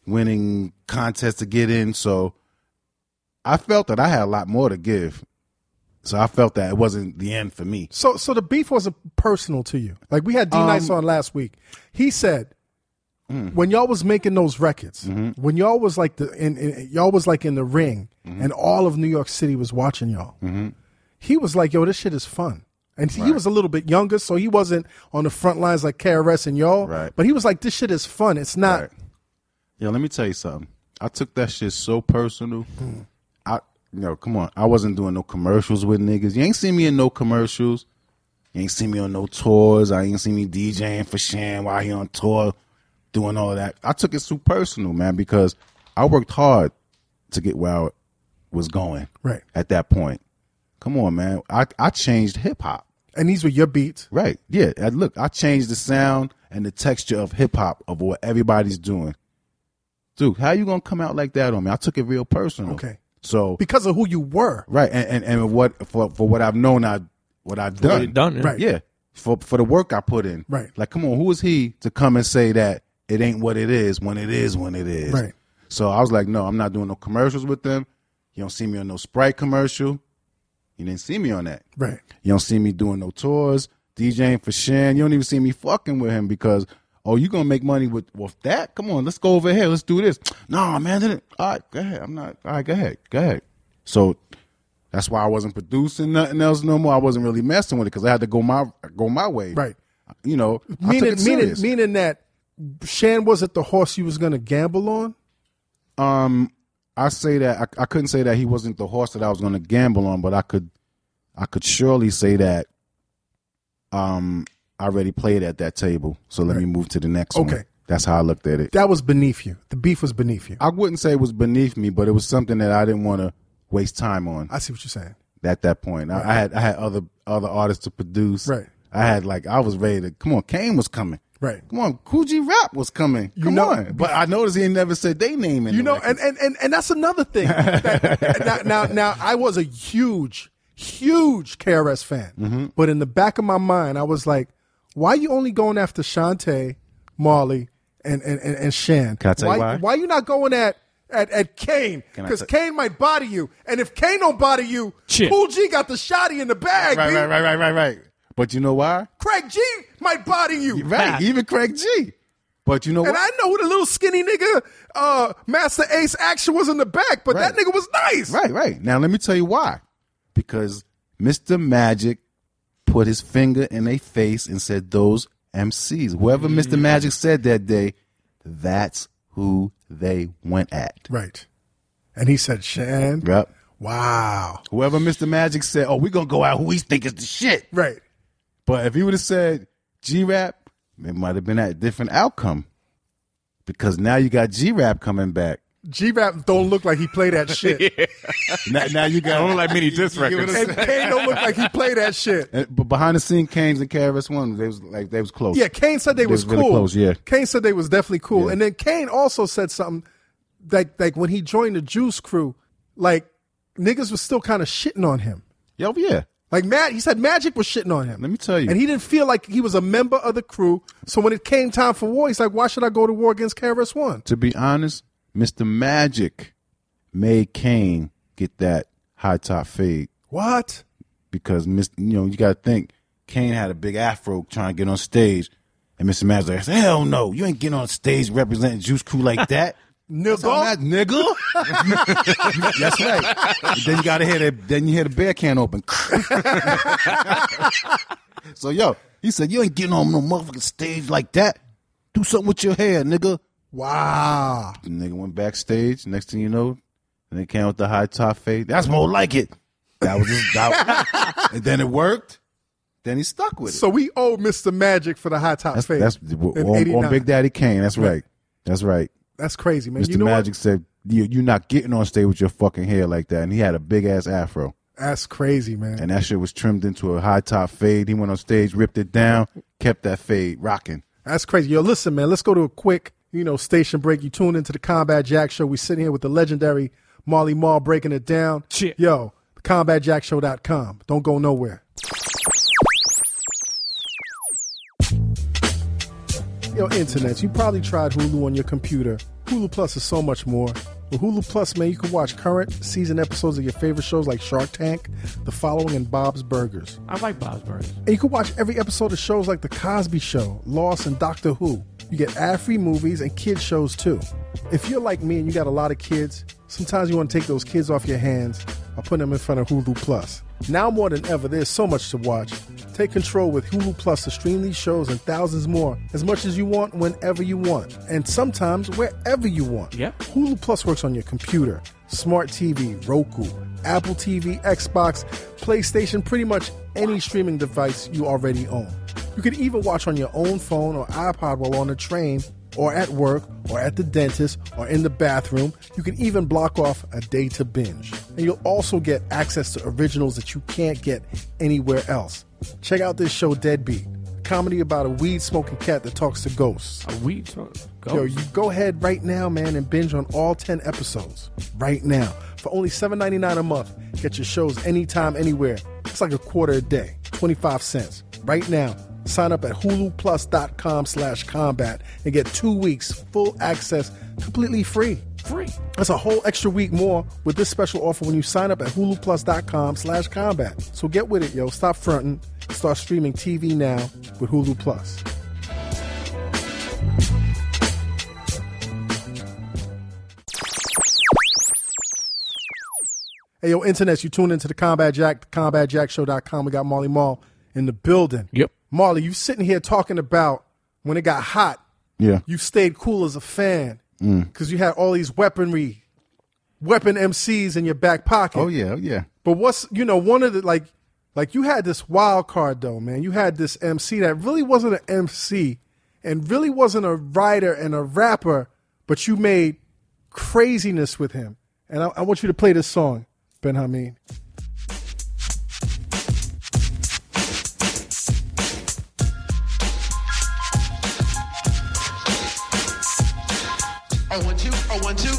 Speaker 5: winning contests to get in, so I felt that I had a lot more to give So I felt that it wasn't the end for me.
Speaker 1: So, so the beef wasn't personal to you. Like we had D Nice
Speaker 5: Um,
Speaker 1: on last week. He said
Speaker 5: mm.
Speaker 1: when y'all was making those records,
Speaker 5: Mm-hmm.
Speaker 1: when y'all was like the in, in y'all was like in the ring, and all of New York City was watching y'all.
Speaker 5: Mm-hmm.
Speaker 1: He was like, "Yo, this shit is fun." And he was a little bit younger, so he wasn't on the front lines like KRS and y'all.
Speaker 5: Right.
Speaker 1: But he was like, "This shit is fun. It's not."
Speaker 5: Right. Yeah, let me tell you something. I took that shit so personal. I no, come on. I wasn't doing no commercials with niggas. You ain't seen me in no commercials. You ain't seen me on no tours. I ain't seen me DJing for Shan while he on tour doing all that. I took it so personal, man, because I worked hard to get where I was going.
Speaker 1: Right.
Speaker 5: At that point. Come on, man. I, I changed hip hop.
Speaker 1: And these were your beats.
Speaker 5: Right. Yeah. And look, I changed the sound and the texture of hip hop of what everybody's doing. Dude, how you gonna come out like that on me? I took it real personal.
Speaker 1: Okay.
Speaker 5: So
Speaker 1: because of who you were.
Speaker 5: right, and, and, and what for for what I've known I what I've
Speaker 7: What
Speaker 5: done.
Speaker 7: it done, yeah.
Speaker 1: Right.
Speaker 5: Yeah. For for the work I put in.
Speaker 1: Right.
Speaker 5: Like come on, who is he to come and say that it ain't what it is when it is when it is.
Speaker 1: Right.
Speaker 5: So I was like, no, I'm not doing no commercials with them. You don't see me on no Sprite commercial. You didn't see me on that.
Speaker 1: Right.
Speaker 5: You don't see me doing no tours, DJing for Shan. You don't even see me fucking with him because oh, you gonna make money with with that? Come on, let's go over here. Let's do this. Nah, man. Then it, all right, go ahead. I'm not. All right, go ahead. Go ahead. So that's why I wasn't producing nothing else no more. I wasn't really messing with it because I had to go my go my way.
Speaker 1: Right.
Speaker 5: You know. I took
Speaker 1: Meaning,
Speaker 5: it
Speaker 1: meaning,
Speaker 5: serious.
Speaker 1: meaning that Shan wasn't the horse you was gonna gamble on.
Speaker 5: Um, I say that I, I couldn't say that he wasn't the horse that I was going to gamble on, but I could, I could surely say that. Um, I already played at that table, so let me move to the next one.
Speaker 1: Okay.
Speaker 5: that's how I looked at it.
Speaker 1: That was beneath you. The beef was beneath you.
Speaker 5: I wouldn't say it was beneath me, but it was something that I didn't want to waste time on
Speaker 1: I see what you're saying.
Speaker 5: at that point. I, I had I had other other artists to produce.
Speaker 1: Right.
Speaker 5: I had like I was ready to come on. Kane was coming.
Speaker 1: Right.
Speaker 5: Come on, Coogee Rap was coming.
Speaker 1: You
Speaker 5: come
Speaker 1: know-
Speaker 5: on, but I noticed he never said they name. In
Speaker 1: You
Speaker 5: the
Speaker 1: know,
Speaker 5: record.
Speaker 1: and, and, and, and that's another thing. That- now, now, now, I was a huge, huge KRS fan.
Speaker 5: Mm-hmm.
Speaker 1: But in the back of my mind, I was like, why you only going after Shantae, Marley, and, and, and, and Shan?
Speaker 5: Can I tell you why?
Speaker 1: Why you not going at, at, at Kane?
Speaker 5: Can I
Speaker 1: Because
Speaker 5: tell-
Speaker 1: Kane might body you. And if Kane don't body you,
Speaker 7: Shit.
Speaker 1: Cool G got the shotty in the bag,
Speaker 5: right,
Speaker 1: B.
Speaker 5: right, right, right, right, right. But you know why?
Speaker 1: Craig G might body you.
Speaker 5: Right, even Craig G. But you know
Speaker 1: And
Speaker 5: what?
Speaker 1: I know who the little skinny nigga, uh, Master Ace Action was in the back, but that
Speaker 5: Right.
Speaker 1: nigga was nice.
Speaker 5: right, right. Now let me tell you why. Because Mr. Magic put his finger in a face and said, "Those MCs, whoever Mr. Magic said that day, that's who they went at."
Speaker 1: Right. And he said, Shan.
Speaker 5: Yep.
Speaker 1: Wow.
Speaker 5: Whoever Mr. Magic said, "Oh, we gonna go out who we think is the shit,"
Speaker 1: Right.
Speaker 5: But if he would have said G Rap, it might have been a different outcome. Because now you got G Rap coming back.
Speaker 1: G Rap don't look like he play that shit.
Speaker 5: Now, now you got
Speaker 6: I don't like many diss
Speaker 5: You get what I'm
Speaker 6: records.
Speaker 1: And Kane don't look like he play that shit.
Speaker 5: And, but behind the scene, Kames and KRS One, they was like they was close.
Speaker 1: Yeah, Kane said they,
Speaker 5: They
Speaker 1: was
Speaker 5: was really
Speaker 1: cool.
Speaker 5: close, yeah.
Speaker 1: Kane said they was definitely cool.
Speaker 5: Yeah.
Speaker 1: And then Kane also said something like like when he joined the Juice crew, like niggas was still kind of shitting on him.
Speaker 5: Yo, yeah.
Speaker 1: Like Matt, he said Magic was shitting on him.
Speaker 5: Let me tell you.
Speaker 1: and he didn't feel like he was a member of the crew. So when it came time for war, he's like, "Why should I go to war against KRS One?"
Speaker 5: To be honest, Mr. Magic made Kane get that high top fade
Speaker 1: What?
Speaker 5: because Mr. You know you got to think Kane had a big afro trying to get on stage, and Mr. Magic like, hell no, you ain't getting on stage representing Juice Crew like that.
Speaker 1: Nigga,
Speaker 5: nigga. That's right. then you gotta hear the then you hear the beer can open. so yo, he said you ain't getting on no motherfucking stage like that. Do something with your hair, nigga.
Speaker 1: wow.
Speaker 5: The nigga went backstage. Next thing you know, and they came with the high top fade. That's more like it. That was his doubt. and then it worked. Then he stuck with it.
Speaker 1: So we owe Mr. Magic for the high top
Speaker 5: that's
Speaker 1: fade.
Speaker 5: that's
Speaker 1: in
Speaker 5: on,
Speaker 1: 89.
Speaker 5: on Big Daddy Kane. That's right. That's right.
Speaker 1: That's crazy, man.
Speaker 5: Mr.
Speaker 1: You know
Speaker 5: Magic
Speaker 1: What?
Speaker 5: said, you, You're not getting on stage with your fucking hair like that. And he had a big ass afro.
Speaker 1: That's crazy, man.
Speaker 5: And that shit was trimmed into a high top fade. He went on stage, ripped it down, kept that fade rocking.
Speaker 1: That's crazy. Yo, listen, man, let's go to a quick, you know, station break. You tune into the Combat Jack Show. We sitting here with the legendary Marley Marl breaking it down.
Speaker 7: Shit.
Speaker 1: Yo, combatjackshow.com. Don't go nowhere. Yo, internet, you probably tried Hulu on your computer. Hulu Plus is so much more. With Hulu Plus, man, you can watch current season episodes of your favorite shows like Shark Tank, The Following, and Bob's Burgers.
Speaker 7: I like Bob's Burgers.
Speaker 1: And you can watch every episode of shows like The Cosby Show, Lost, and Doctor Who. You get ad-free movies and kid shows too. If you're like me and you got a lot of kids, sometimes you want to take those kids off your hands by putting them in front of Hulu Plus. Now more than ever, there's so much to watch. Take control with Hulu Plus to stream these shows and thousands more as much as you want, whenever you want, and sometimes wherever you want.
Speaker 7: Yep.
Speaker 1: Hulu Plus works on your computer, smart TV, Roku, Apple TV, Xbox, PlayStation, pretty much any streaming device you already own. You can even watch on your own phone or iPod while on the train or at work or at the dentist or in the bathroom. You can even block off a day to binge. And you'll also get access to originals that you can't get anywhere else. Check out this show, Deadbeat, a comedy about a weed smoking cat that talks to ghosts.
Speaker 7: A wheat go.
Speaker 1: Yo, you go ahead right now, man, and binge on all 10 episodes right now for only $7.99 a month. Get your shows anytime, anywhere. It's like a quarter a day, 25 cents. Right now, sign up at huluplus.com slash combat and get two weeks full access completely free.
Speaker 7: free.
Speaker 1: That's a whole extra week more with this special offer when you sign up at huluplus.com slash combat. So get with it, yo. Stop fronting. Start streaming TV now with Hulu Plus. Hey, yo, internets, you tune into the Combat Jack, combatjackshow.com. We got Marley Marl in the building.
Speaker 7: Yep.
Speaker 1: Marley, you sitting here talking about when it got hot,
Speaker 5: Yeah.
Speaker 1: you stayed cool as a fan
Speaker 5: Mm.
Speaker 1: because you had all these weaponry, weapon MCs in your back pocket.
Speaker 5: Oh yeah. Oh yeah.
Speaker 1: But what's you know one of the like like you had this wild card though, man. You had this MC that really wasn't an MC and really wasn't a writer and a rapper, but you made craziness with him. And I, I want you to play this song, Ben Hameen.
Speaker 9: I want to, I want to.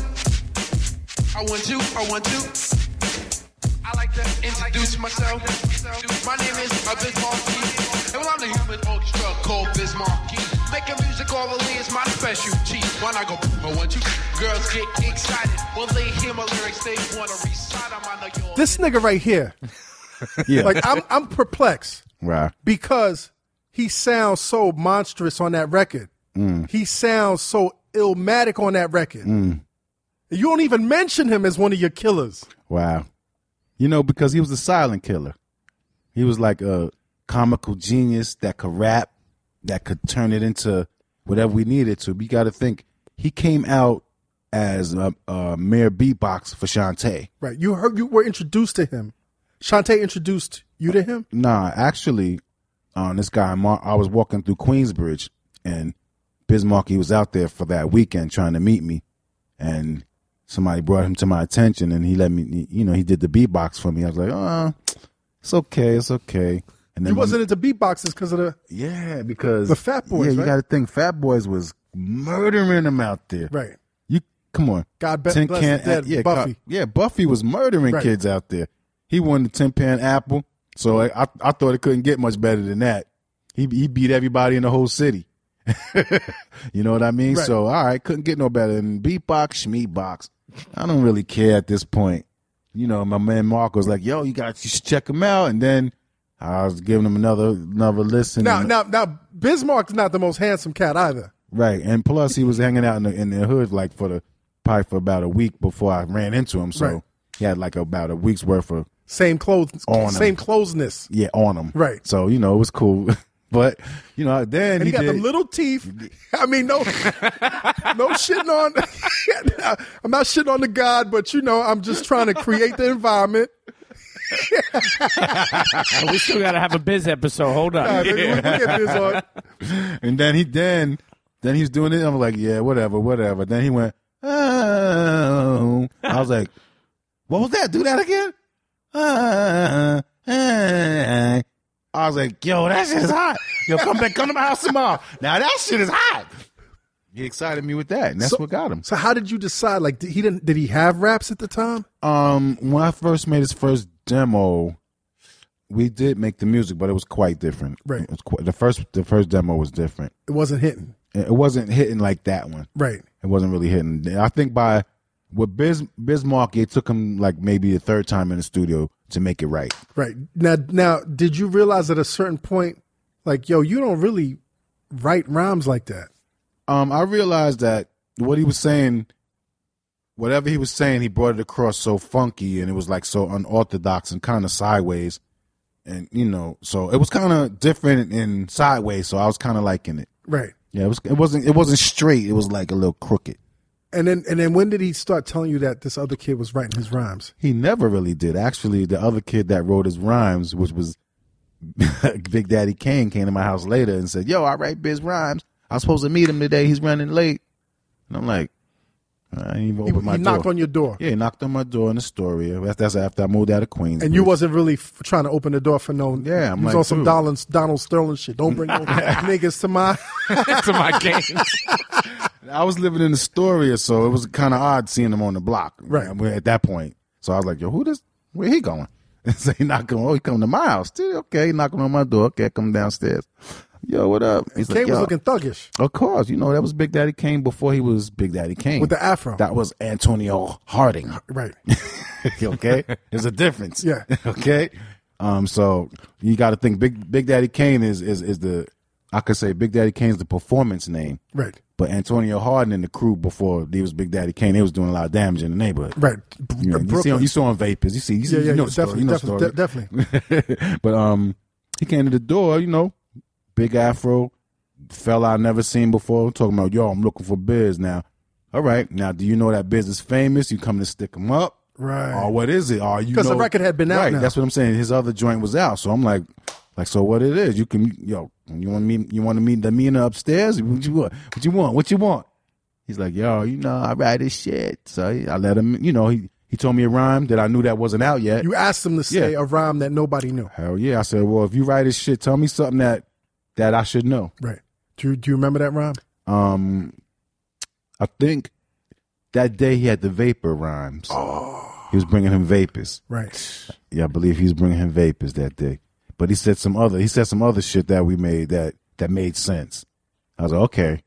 Speaker 9: I want to, I want to. I like to introduce myself. My name is Abyss Marquis. And well, I'm the human orchestra called Biz Marquis. Making music all the way is my specialty. When I go, I want you. Girls get excited. When they hear my lyrics, they want to recite 'em. I know you're
Speaker 1: This nigga right here,
Speaker 5: Yeah.
Speaker 1: like I'm I'm perplexed
Speaker 5: right.
Speaker 1: because he sounds so monstrous on that record.
Speaker 5: Mm.
Speaker 1: He sounds so illmatic on that record. You don't even mention him as one of your killers.
Speaker 5: Wow. You know, because he was a silent killer. He was like a comical genius that could rap, that could turn it into whatever we needed to. We got to think he came out as a, a mere beatbox for Shantae.
Speaker 1: Right. You heard you were introduced to him. Shantae introduced you to him.
Speaker 5: Nah, actually, um, this guy, Mar- I was walking through Queensbridge and Bismarck, he was out there for that weekend trying to meet me. And somebody brought him to my attention and he let me, you know, he did the beatbox for me. I was like, oh, it's okay, it's okay. And then
Speaker 1: You wasn't into beatboxes because of the
Speaker 5: yeah, because
Speaker 1: The Fat Boys,
Speaker 5: Yeah, you
Speaker 1: right?
Speaker 5: got to think Fat Boys was murdering them out there.
Speaker 1: right.
Speaker 5: You come on.
Speaker 1: God be- bless the dead,
Speaker 5: yeah,
Speaker 1: Buffy.
Speaker 5: Cop- yeah, Buffy was murdering
Speaker 1: Right.
Speaker 5: kids out there. He won the ten pan apple, so I, I I thought it couldn't get much better than that. He he beat everybody in the whole city. you know what I mean?
Speaker 1: Right.
Speaker 5: So all right, couldn't get no better than beatbox, schmeatbox. I don't really care at this point. You know, my man Mark was like, "Yo, you got you should check him out," and then I was giving him another another listen.
Speaker 1: Now,
Speaker 5: and-
Speaker 1: now, now, Bismarck's not the most handsome cat either.
Speaker 5: Right, and plus he was hanging out in the in the hood like for the probably for about a week before I ran into him. So
Speaker 1: Right.
Speaker 5: he had like about a week's worth of
Speaker 1: Same clothes,
Speaker 5: On him.
Speaker 1: same closeness,
Speaker 5: yeah on him.
Speaker 1: Right.
Speaker 5: So you know it was cool, but you know then
Speaker 1: and he, got
Speaker 5: did,
Speaker 1: the little teeth. I mean, no, no shitting on. I'm not shitting on the god, but you know, I'm just trying to create the environment.
Speaker 7: Oh, we still gotta have a biz episode. Hold
Speaker 1: All right,
Speaker 7: up.
Speaker 1: baby, we- we get this on.
Speaker 5: and then he then then he's doing it. I'm like yeah whatever whatever. Then he went oh I was like what was that? Do that again? Uh, uh. I was like yo that shit is hot. Yo come back come to my house tomorrow. Now that shit is hot. He excited me with that, and that's what got him.
Speaker 1: So, how did you decide? Like, did, he didn't. Did he have raps at the time?
Speaker 5: Um, when I first made his first demo, we did make the music, but it was quite different.
Speaker 1: Right.
Speaker 5: It was quite, the first the first demo was different.
Speaker 1: It wasn't hitting.
Speaker 5: It it wasn't hitting like that one.
Speaker 1: Right.
Speaker 5: It wasn't really hitting. I think by With Biz Bismarck, it took him like maybe the third time in the studio to make it right.
Speaker 1: Right. Now now did you realize at a certain point like yo, you don't really write rhymes like that.
Speaker 5: um, I realized that what he was saying, whatever he was saying, he brought it across so funky and it was like so unorthodox and kind of sideways. And, you know, so it was kind of different and sideways. So I was kind of liking it.
Speaker 1: Right.
Speaker 5: Yeah, it was. It wasn't. It wasn't straight. It was like a little crooked.
Speaker 1: And then and then when did he start telling you that this other kid was writing his rhymes?
Speaker 5: He never really did. Actually, the other kid that wrote his rhymes, which was Big Daddy Kane, came to my house later and said, "Yo, I write Biz rhymes. I was supposed to meet him today. He's running late." And I'm like, I didn't even
Speaker 1: He,
Speaker 5: open my
Speaker 1: he
Speaker 5: door.
Speaker 1: knocked on your door.
Speaker 5: Yeah, he knocked on my door in Astoria. That's, that's after I moved out of Queens.
Speaker 1: And you wasn't really f- trying to open the door for no.
Speaker 5: Yeah, I'm
Speaker 1: you was
Speaker 5: like,
Speaker 1: on some
Speaker 5: dude.
Speaker 1: Donald, Donald Sterling shit. Don't bring no niggas to my.
Speaker 6: to my game.
Speaker 5: I was living in Astoria, so it was kind of odd seeing him on the block.
Speaker 1: Right.
Speaker 5: And we're at that point. So I was like, yo, who this? Where he going? so he knocking. Oh, he come to my house. Dude, okay, he knocking on my door. Okay, I come downstairs. Yo, what up? He's
Speaker 1: Kane was
Speaker 5: "Yo."
Speaker 1: looking thuggish.
Speaker 5: Of course, you know that was Big Daddy Kane before he was Big Daddy Kane
Speaker 1: With the afro.
Speaker 5: That was Antonio Harding.
Speaker 1: Right.
Speaker 5: okay, there's a difference.
Speaker 1: Yeah.
Speaker 5: Okay. Um. So you got to think Big Big Daddy Kane is is is the I could say Big Daddy Kane's the performance name,
Speaker 1: Right.
Speaker 5: but Antonio Harden and the crew before he was Big Daddy Kane, they was doing a lot of damage in the neighborhood.
Speaker 1: Right.
Speaker 5: You, know, you, see,
Speaker 1: Brooklyn.
Speaker 5: you saw on vapors. You see. You, see,
Speaker 1: yeah, yeah,
Speaker 5: you know
Speaker 1: yeah,
Speaker 5: the story,
Speaker 1: definitely,
Speaker 5: you know the
Speaker 1: definitely,
Speaker 5: story.
Speaker 1: de- definitely.
Speaker 5: but um, he came to the door, you know, big afro, fella I never seen before. Talking about, yo, I'm looking for Biz now. All right, now do you know that Biz is famous? You come to stick him up,
Speaker 1: Right.
Speaker 5: Or what is it? Or you
Speaker 1: 'Cause the
Speaker 5: know-
Speaker 1: record had been out
Speaker 5: Right,
Speaker 1: now.
Speaker 5: that's what I'm saying. His other joint was out, so I'm like, like, so what it is? You can, yo, you want me? You want to meet Damina upstairs? What you want? What you want? What you want? He's like, yo, you know, I write this shit. So I let him, you know, he he told me a rhyme that I knew that wasn't out yet.
Speaker 1: You asked him to say
Speaker 5: Yeah.
Speaker 1: a rhyme that nobody knew.
Speaker 5: Hell yeah. I said, well, if you write this shit, tell me something that that I should know.
Speaker 1: Right. Do you, do you remember that rhyme?
Speaker 5: Um I think that day he had the vapor rhymes. He was bringing him vapors.
Speaker 1: Right.
Speaker 5: Yeah, I believe he was bringing him vapors that day. But he said some other he said some other shit that we made that that made sense. I was like, okay.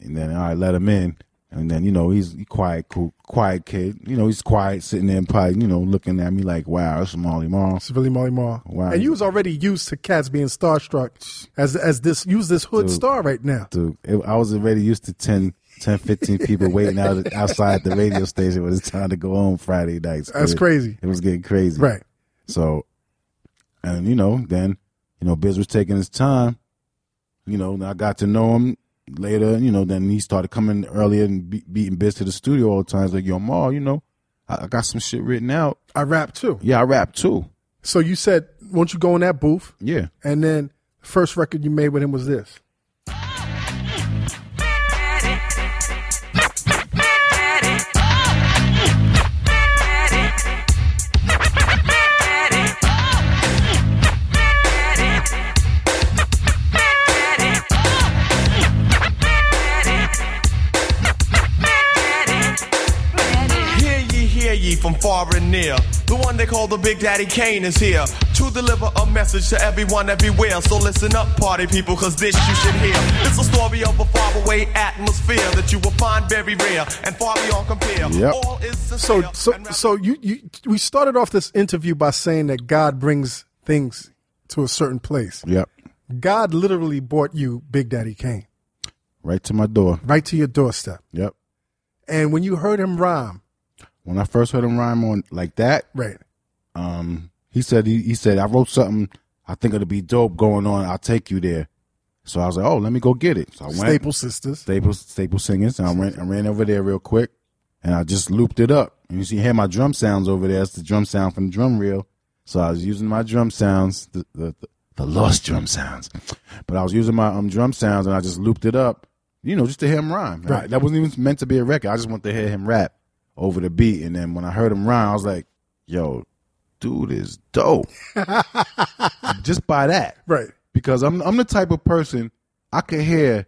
Speaker 5: And then all right, let him in. And then you know he's he quiet, cool, quiet kid. You know he's quiet, sitting there, and probably you know looking at me like, "Wow, that's Molly Marl."
Speaker 1: It's Billy Molly Mall.
Speaker 5: Wow.
Speaker 1: And you was already used to cats being starstruck as as this use this hood
Speaker 5: Dude.
Speaker 1: star right now.
Speaker 5: dude. It, I was already used to 10, 10 15 people waiting out outside the radio station when it's time to go home Friday nights.
Speaker 1: That's
Speaker 5: dude.
Speaker 1: crazy.
Speaker 5: It was getting crazy.
Speaker 1: Right.
Speaker 5: So, and you know, then you know, Biz was taking his time. You know, and I got to know him later. You know, then he started coming earlier and be- beating Biz to the studio all the time. He's like, "Yo, Ma, you know, I, I got some shit written out.
Speaker 1: I rap too.
Speaker 5: Yeah, I rap too.
Speaker 1: So you said once you go in that booth,
Speaker 5: Yeah,
Speaker 1: and then first record you made with him was this.
Speaker 9: Hear ye, hear ye from far and near. The one they call the Big Daddy Kane is here to deliver a message to everyone everywhere. So listen up, party people, cause this you should hear. It's a story of a faraway atmosphere that you will find very rare and far beyond compare.
Speaker 5: Yep.
Speaker 9: All is
Speaker 1: So
Speaker 9: sincere
Speaker 1: so
Speaker 9: and
Speaker 1: so you, you we started off this interview by saying that God brings things to a certain place.
Speaker 5: yep.
Speaker 1: God literally brought you Big Daddy Kane
Speaker 5: Right to my door.
Speaker 1: right to your doorstep.
Speaker 5: Yep.
Speaker 1: And when you heard him rhyme,
Speaker 5: When I first heard him rhyme on like that,
Speaker 1: right,
Speaker 5: um, he said he, he said I wrote something I think it'll be dope going on. I'll take you there. So I was like, oh, let me go get it. So I went
Speaker 1: Staple Sisters,
Speaker 5: Staple Staple Singers, and I ran I ran over there real quick, and I just looped it up. And you see, hear my drum sounds over there. That's the drum sound from the drum reel. So I was using my drum sounds, the the, the, the lost drum sounds, but I was using my um drum sounds, and I just looped it up. You know, just to hear him rhyme.
Speaker 1: Right.
Speaker 5: I- that wasn't even meant to be a record. I just wanted to hear him rap over the beat. And then when I heard him rhyme, I was like, "Yo, dude is dope." just by that,
Speaker 1: right,
Speaker 5: because I'm I'm the type of person I could hear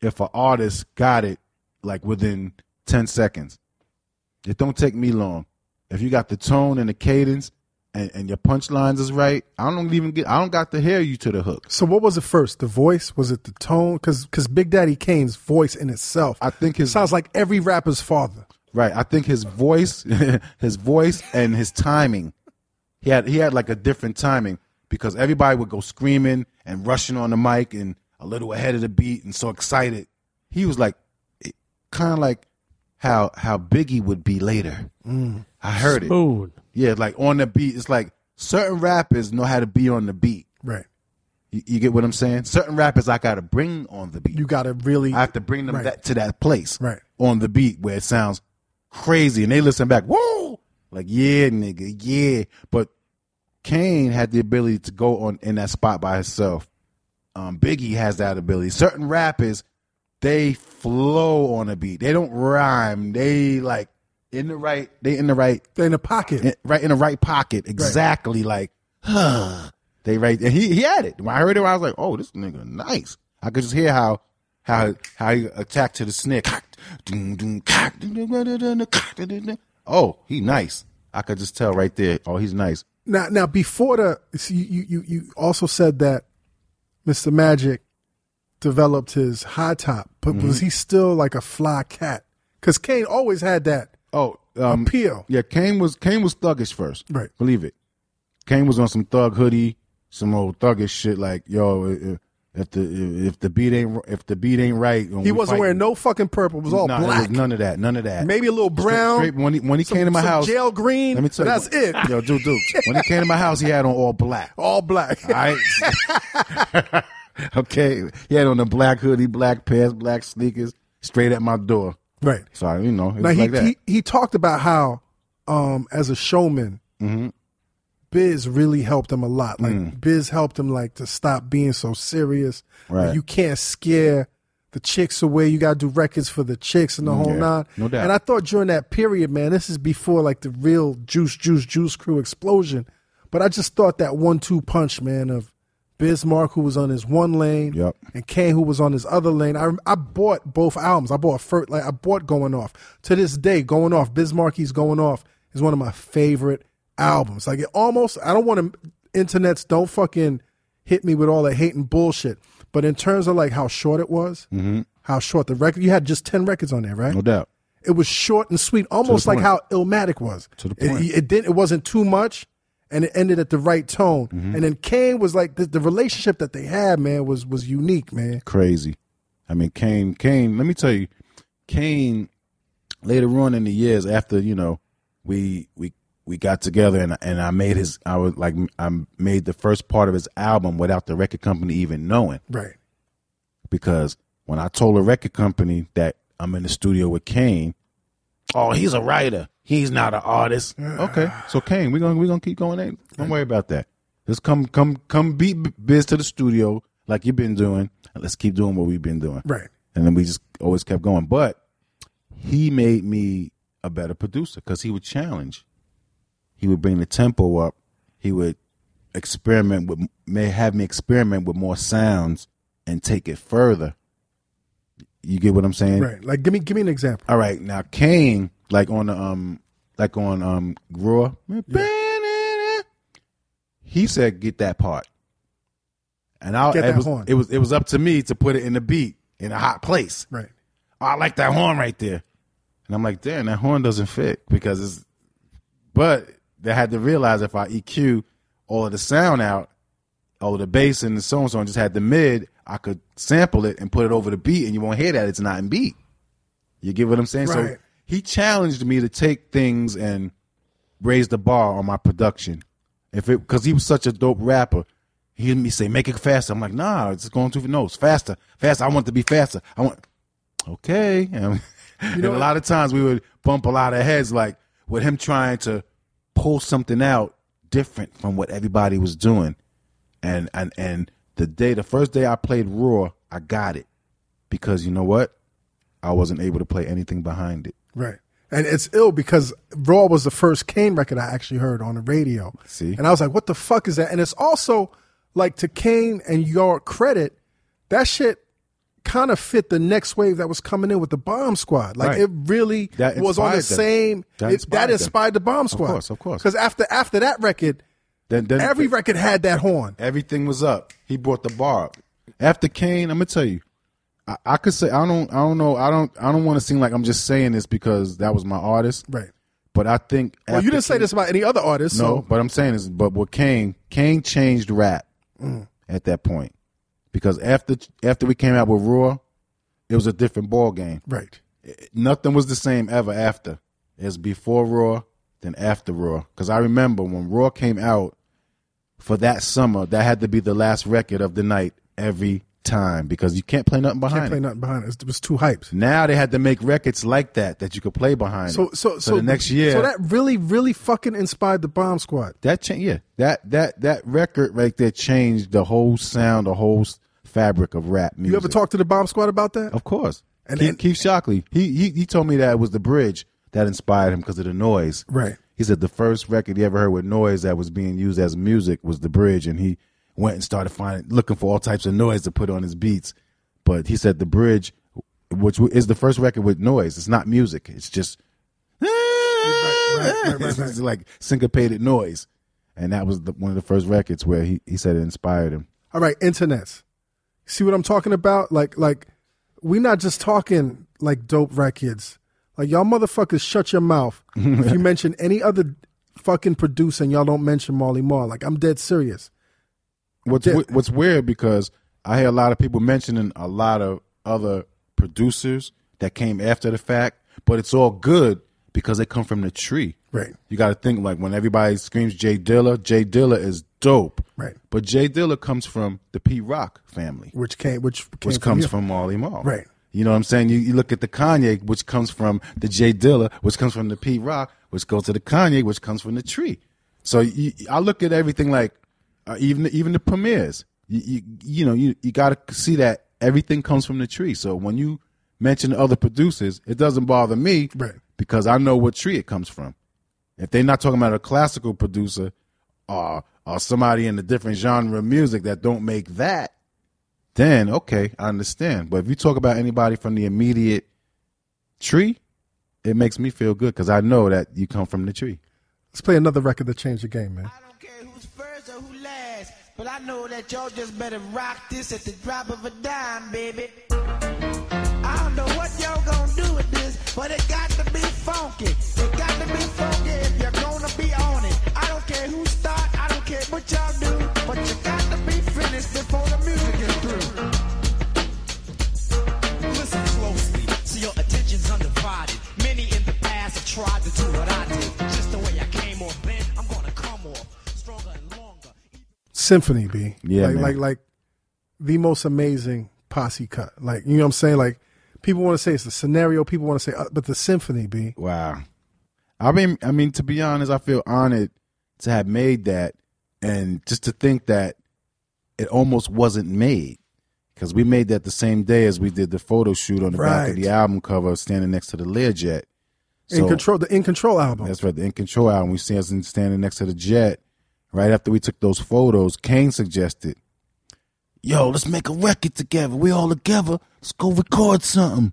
Speaker 5: if an artist got it like within ten seconds. It don't take me long. If you got the tone and the cadence and, and your punchlines is right, I don't even get I don't got to hear you to the hook.
Speaker 1: So what was it first? The voice? Was it the tone? Because Big Daddy Kane's voice in itself
Speaker 5: I think his
Speaker 1: sounds like every rapper's father.
Speaker 5: Right. I think his voice, his voice, and his timing. He had he had like a different timing because everybody would go screaming and rushing on the mic and a little ahead of the beat and so excited. He was like, kind of like how how Biggie would be later. I heard it.
Speaker 7: Boone.
Speaker 5: Yeah, like on the beat. It's like certain rappers know how to be on the beat.
Speaker 1: Right.
Speaker 5: You, you get what I'm saying? Certain rappers I gotta bring on the beat.
Speaker 1: You got to really.
Speaker 5: I have to bring them
Speaker 1: Right.
Speaker 5: that to that place
Speaker 1: Right.
Speaker 5: on the beat where it sounds crazy, and they listen back. Whoa, like yeah, nigga, yeah. But Kane had the ability to go on in that spot by himself. Um, Biggie has that ability. Certain rappers, they flow on a beat. They don't rhyme. They like in the right. They in the right
Speaker 1: in the pocket.
Speaker 5: in- right in the right pocket, exactly like huh. they right. And he he had it. When I heard it, I was like, oh, this nigga nice. I could just hear how how how he attacked to the snare. Cock, doom, doom, cock, doom, doom, doom, doom, doom, cock, doom, doom, doom. Oh, he nice. I could just tell right there. Oh, he's nice.
Speaker 1: Now, now before the see, you, you you also said that Mr. Magic developed his high top, but
Speaker 5: Mm-hmm.
Speaker 1: was he still like a fly cat? Because Kane always had that
Speaker 5: Oh, um,
Speaker 1: appeal.
Speaker 5: Yeah, Kane was Kane was thuggish first.
Speaker 1: Right.
Speaker 5: Believe it. Kane was on some thug hoodie, some old thuggish shit. Like yo, if- if the if the beat ain't if the beat ain't right,
Speaker 1: He wasn't wearing no fucking purple. It was all
Speaker 5: Nah, it
Speaker 1: black.
Speaker 5: was none of that. None of that.
Speaker 1: Maybe a little
Speaker 5: Straight-
Speaker 1: brown.
Speaker 5: straight- when he, when he
Speaker 1: some-
Speaker 5: came to my
Speaker 1: some
Speaker 5: house,
Speaker 1: Jail green.
Speaker 5: Let me tell you,
Speaker 1: but that's it.
Speaker 5: Yo, Duke Duke. When he came to my house, he had on all black. All
Speaker 1: All black.
Speaker 5: right. okay. He had on a black hoodie, black pants, black sneakers, straight at my door.
Speaker 1: right.
Speaker 5: So I, you know, it was
Speaker 1: Now he,
Speaker 5: like that.
Speaker 1: he he talked about how um as a showman
Speaker 5: Mm-hmm.
Speaker 1: Biz really helped him a lot. Like
Speaker 5: Mm.
Speaker 1: Biz helped him like to stop being so serious. Like,
Speaker 5: Right.
Speaker 1: you can't scare the chicks away. You gotta do records for the chicks and the whole
Speaker 5: Mm, yeah.
Speaker 1: nine.
Speaker 5: No doubt.
Speaker 1: And I thought during that period, man, this is before like the real juice, juice, juice crew explosion. But I just thought that one two punch, man, of Bismarck, who was on his one lane,
Speaker 5: Yep.
Speaker 1: and Kane, who was on his other lane. I, I bought both albums. I bought first, like I bought Going Off. To this day, Going Off, Bismarcky's Going Off is one of my favorite albums. Like it almost, I don't want to. Internets don't fucking hit me with all that hate and bullshit. But in terms of like how short it was, how short the record, you had just ten records on there, right?
Speaker 5: Mm-hmm. no doubt.
Speaker 1: It was short and sweet, almost like
Speaker 5: point.
Speaker 1: how Illmatic was. To
Speaker 5: the point.
Speaker 1: It, it didn't. It wasn't too much, and it ended at the right tone.
Speaker 5: Mm-hmm.
Speaker 1: And then Kane was like the, the relationship that they had, man, was was unique, man.
Speaker 5: Crazy. I mean, Kane, Kane, let me tell you, Kane later on in the years after, you know, we, we, we got together and, and I made his, I was like, I made the first part of his album without the record company even knowing.
Speaker 1: Right.
Speaker 5: because when I told a record company that I'm in the studio with Kane, oh, he's a writer. He's not an artist. okay, so Kane, we're gonna we're gonna keep going. In. Don't worry about that. Just come come come beat B- Biz to the studio like you've been doing, and let's keep doing what we've been doing.
Speaker 1: Right.
Speaker 5: And then we just always kept going. But he made me a better producer because he would challenge. He would bring the tempo up. He would experiment with may have me experiment with more sounds and take it further. You get what I'm saying?
Speaker 1: Right. Like, give me give me an example.
Speaker 5: All right. Now Kane, like on the um, like on um, Raw, he said, "Get that part," and I
Speaker 1: Get
Speaker 5: it
Speaker 1: that
Speaker 5: was,
Speaker 1: horn.
Speaker 5: It was it was up to me to put it in the beat in a hot place.
Speaker 1: Right.
Speaker 5: Oh, I like that horn right there. And I'm like, damn, that horn doesn't fit because it's. But they had to realize if I EQ all of the sound out, all of the bass and so and so, and just had the mid, I could sample it and put it over the beat, and you won't hear that it's not in beat. You get what I'm saying? So
Speaker 1: Right.
Speaker 5: he challenged me to take things and raise the bar on my production. If it because he was such a dope rapper, he would me say make it faster. I'm like, nah, it's going too no, it's faster, faster. I want it to be faster. I want okay. And, and a lot of times we would bump a lot of heads, like with him trying to pull something out different from what everybody was doing. And and and the day, the first day I played Raw, I got it because you know what, I wasn't able to play anything behind it.
Speaker 1: Right. And it's ill because Raw was the first Kane record I actually heard on the radio.
Speaker 5: See?
Speaker 1: And I was like, what the fuck is that? And it's also like to Kane and your credit, that shit kind of fit the next wave that was coming in with the bomb squad. Like
Speaker 5: Right.
Speaker 1: it really
Speaker 5: That
Speaker 1: was on the
Speaker 5: inspired them.
Speaker 1: same
Speaker 5: That
Speaker 1: it-
Speaker 5: inspired them.
Speaker 1: the bomb squad.
Speaker 5: course, of course.
Speaker 1: Because after after that record,
Speaker 5: Then, then
Speaker 1: every record
Speaker 5: record.
Speaker 1: had that horn.
Speaker 5: Everything was up. He brought the bar up. After Kane, I'm gonna tell you, I, I could say I don't I don't know I don't I don't want to seem like I'm just saying this because that was my artist,
Speaker 1: Right.
Speaker 5: But I think
Speaker 1: Well, you
Speaker 5: after
Speaker 1: didn't say
Speaker 5: King-
Speaker 1: this about any other artist.
Speaker 5: No,
Speaker 1: So.
Speaker 5: but I'm saying is, but with Kane, Kane changed rap
Speaker 1: Mm.
Speaker 5: at that point because after after we came out with Raw, it was a different ball game.
Speaker 1: Right.
Speaker 5: Nothing was the same ever after. It's before Raw, then after Raw. Because I remember when Raw came out for that summer, that had to be the last record of the night every time because you can't play nothing behind
Speaker 1: Can't play
Speaker 5: it.
Speaker 1: nothing behind it. It was two hypes.
Speaker 5: Now they had to make records like that that you could play behind.
Speaker 1: So,
Speaker 5: it.
Speaker 1: so, so,
Speaker 5: the next year,
Speaker 1: So that really, really fucking inspired the Bomb Squad.
Speaker 5: that cha- yeah that that that record right there changed the whole sound the whole s- fabric of rap music
Speaker 1: You ever talk to the Bomb Squad about that?
Speaker 5: of course
Speaker 1: And-
Speaker 5: and,
Speaker 1: and-
Speaker 5: keith, Keith shockley he, he he told me that it was the bridge that inspired him because of the noise
Speaker 1: Right.
Speaker 5: he said the first record he ever heard with noise that was being used as music was the bridge and he went and started finding looking for all types of noise to put on his beats but he said the bridge which w- is the first record with noise it's not music it's just
Speaker 1: right, right, right, right.
Speaker 5: it's like syncopated noise and that was the, one of the first records where he, he said it inspired him
Speaker 1: All right, internets. See what I'm talking about? Like, like we not just talking like dope records. Like y'all motherfuckers, shut your mouth if you mention any other fucking producer and y'all don't mention Marley Marl. Like I'm dead serious.
Speaker 5: what's
Speaker 1: Yeah.
Speaker 5: we- what's weird because I hear a lot of people mentioning a lot of other producers that came after the fact, but it's all good because they come from the tree.
Speaker 1: Right.
Speaker 5: You got to think like when everybody screams Jay Dilla, Jay Dilla is dope.
Speaker 1: Right.
Speaker 5: But Jay Dilla comes from the P Rock family,
Speaker 1: Which came, which came
Speaker 5: which comes
Speaker 1: here.
Speaker 5: from Marley Marl.
Speaker 1: Right.
Speaker 5: You know what I'm saying? You, you look at the Kanye, which comes from the Jay Dilla, which comes from the P Rock, which goes to the Kanye, which comes from the tree. So you, I look at everything like uh, even even the premieres. You, you, you know you you got to see that everything comes from the tree. So when you mention other producers, it doesn't bother me
Speaker 1: Right.
Speaker 5: because I know what tree it comes from. If they're not talking about a classical producer or or somebody in a different genre of music that don't make that, then okay, I understand. But if you talk about anybody from the immediate tree, it makes me feel good because I know that you come from the tree.
Speaker 1: Let's play another record that changed the game, man.
Speaker 8: I don't care who's first or who last, but I know that y'all just better rock this at the drop of a dime, baby. I don't know what y'all gonna do with this, but it got to be funky. It got to be funky if you're gonna be on it. I don't care who start, I don't care what y'all do, but you got to be finished before the music is through. Listen closely, so your attention's undivided. Many in the past have tried to do what I did. Just the way I came off then, I'm gonna come off stronger and longer.
Speaker 1: Symphony B.
Speaker 5: Yeah,
Speaker 1: Like,
Speaker 5: man.
Speaker 1: like, like the most amazing posse cut. Like, you know what I'm saying? Like people want to say it's the scenario. People want to say, uh, but the symphony B.
Speaker 5: Wow. I mean, I mean, to be honest, I feel honored to have made that, and just to think that it almost wasn't made because we made that the same day as we did the photo shoot on the back
Speaker 1: Right.
Speaker 5: of the album cover, standing next to the Learjet.
Speaker 1: In
Speaker 5: So-
Speaker 1: control, the In Control album.
Speaker 5: That's right. The In Control album. We see us in- standing next to the jet. Right after we took those photos, Kane suggested, "Yo, let's make a record together. We all together. Let's go record something."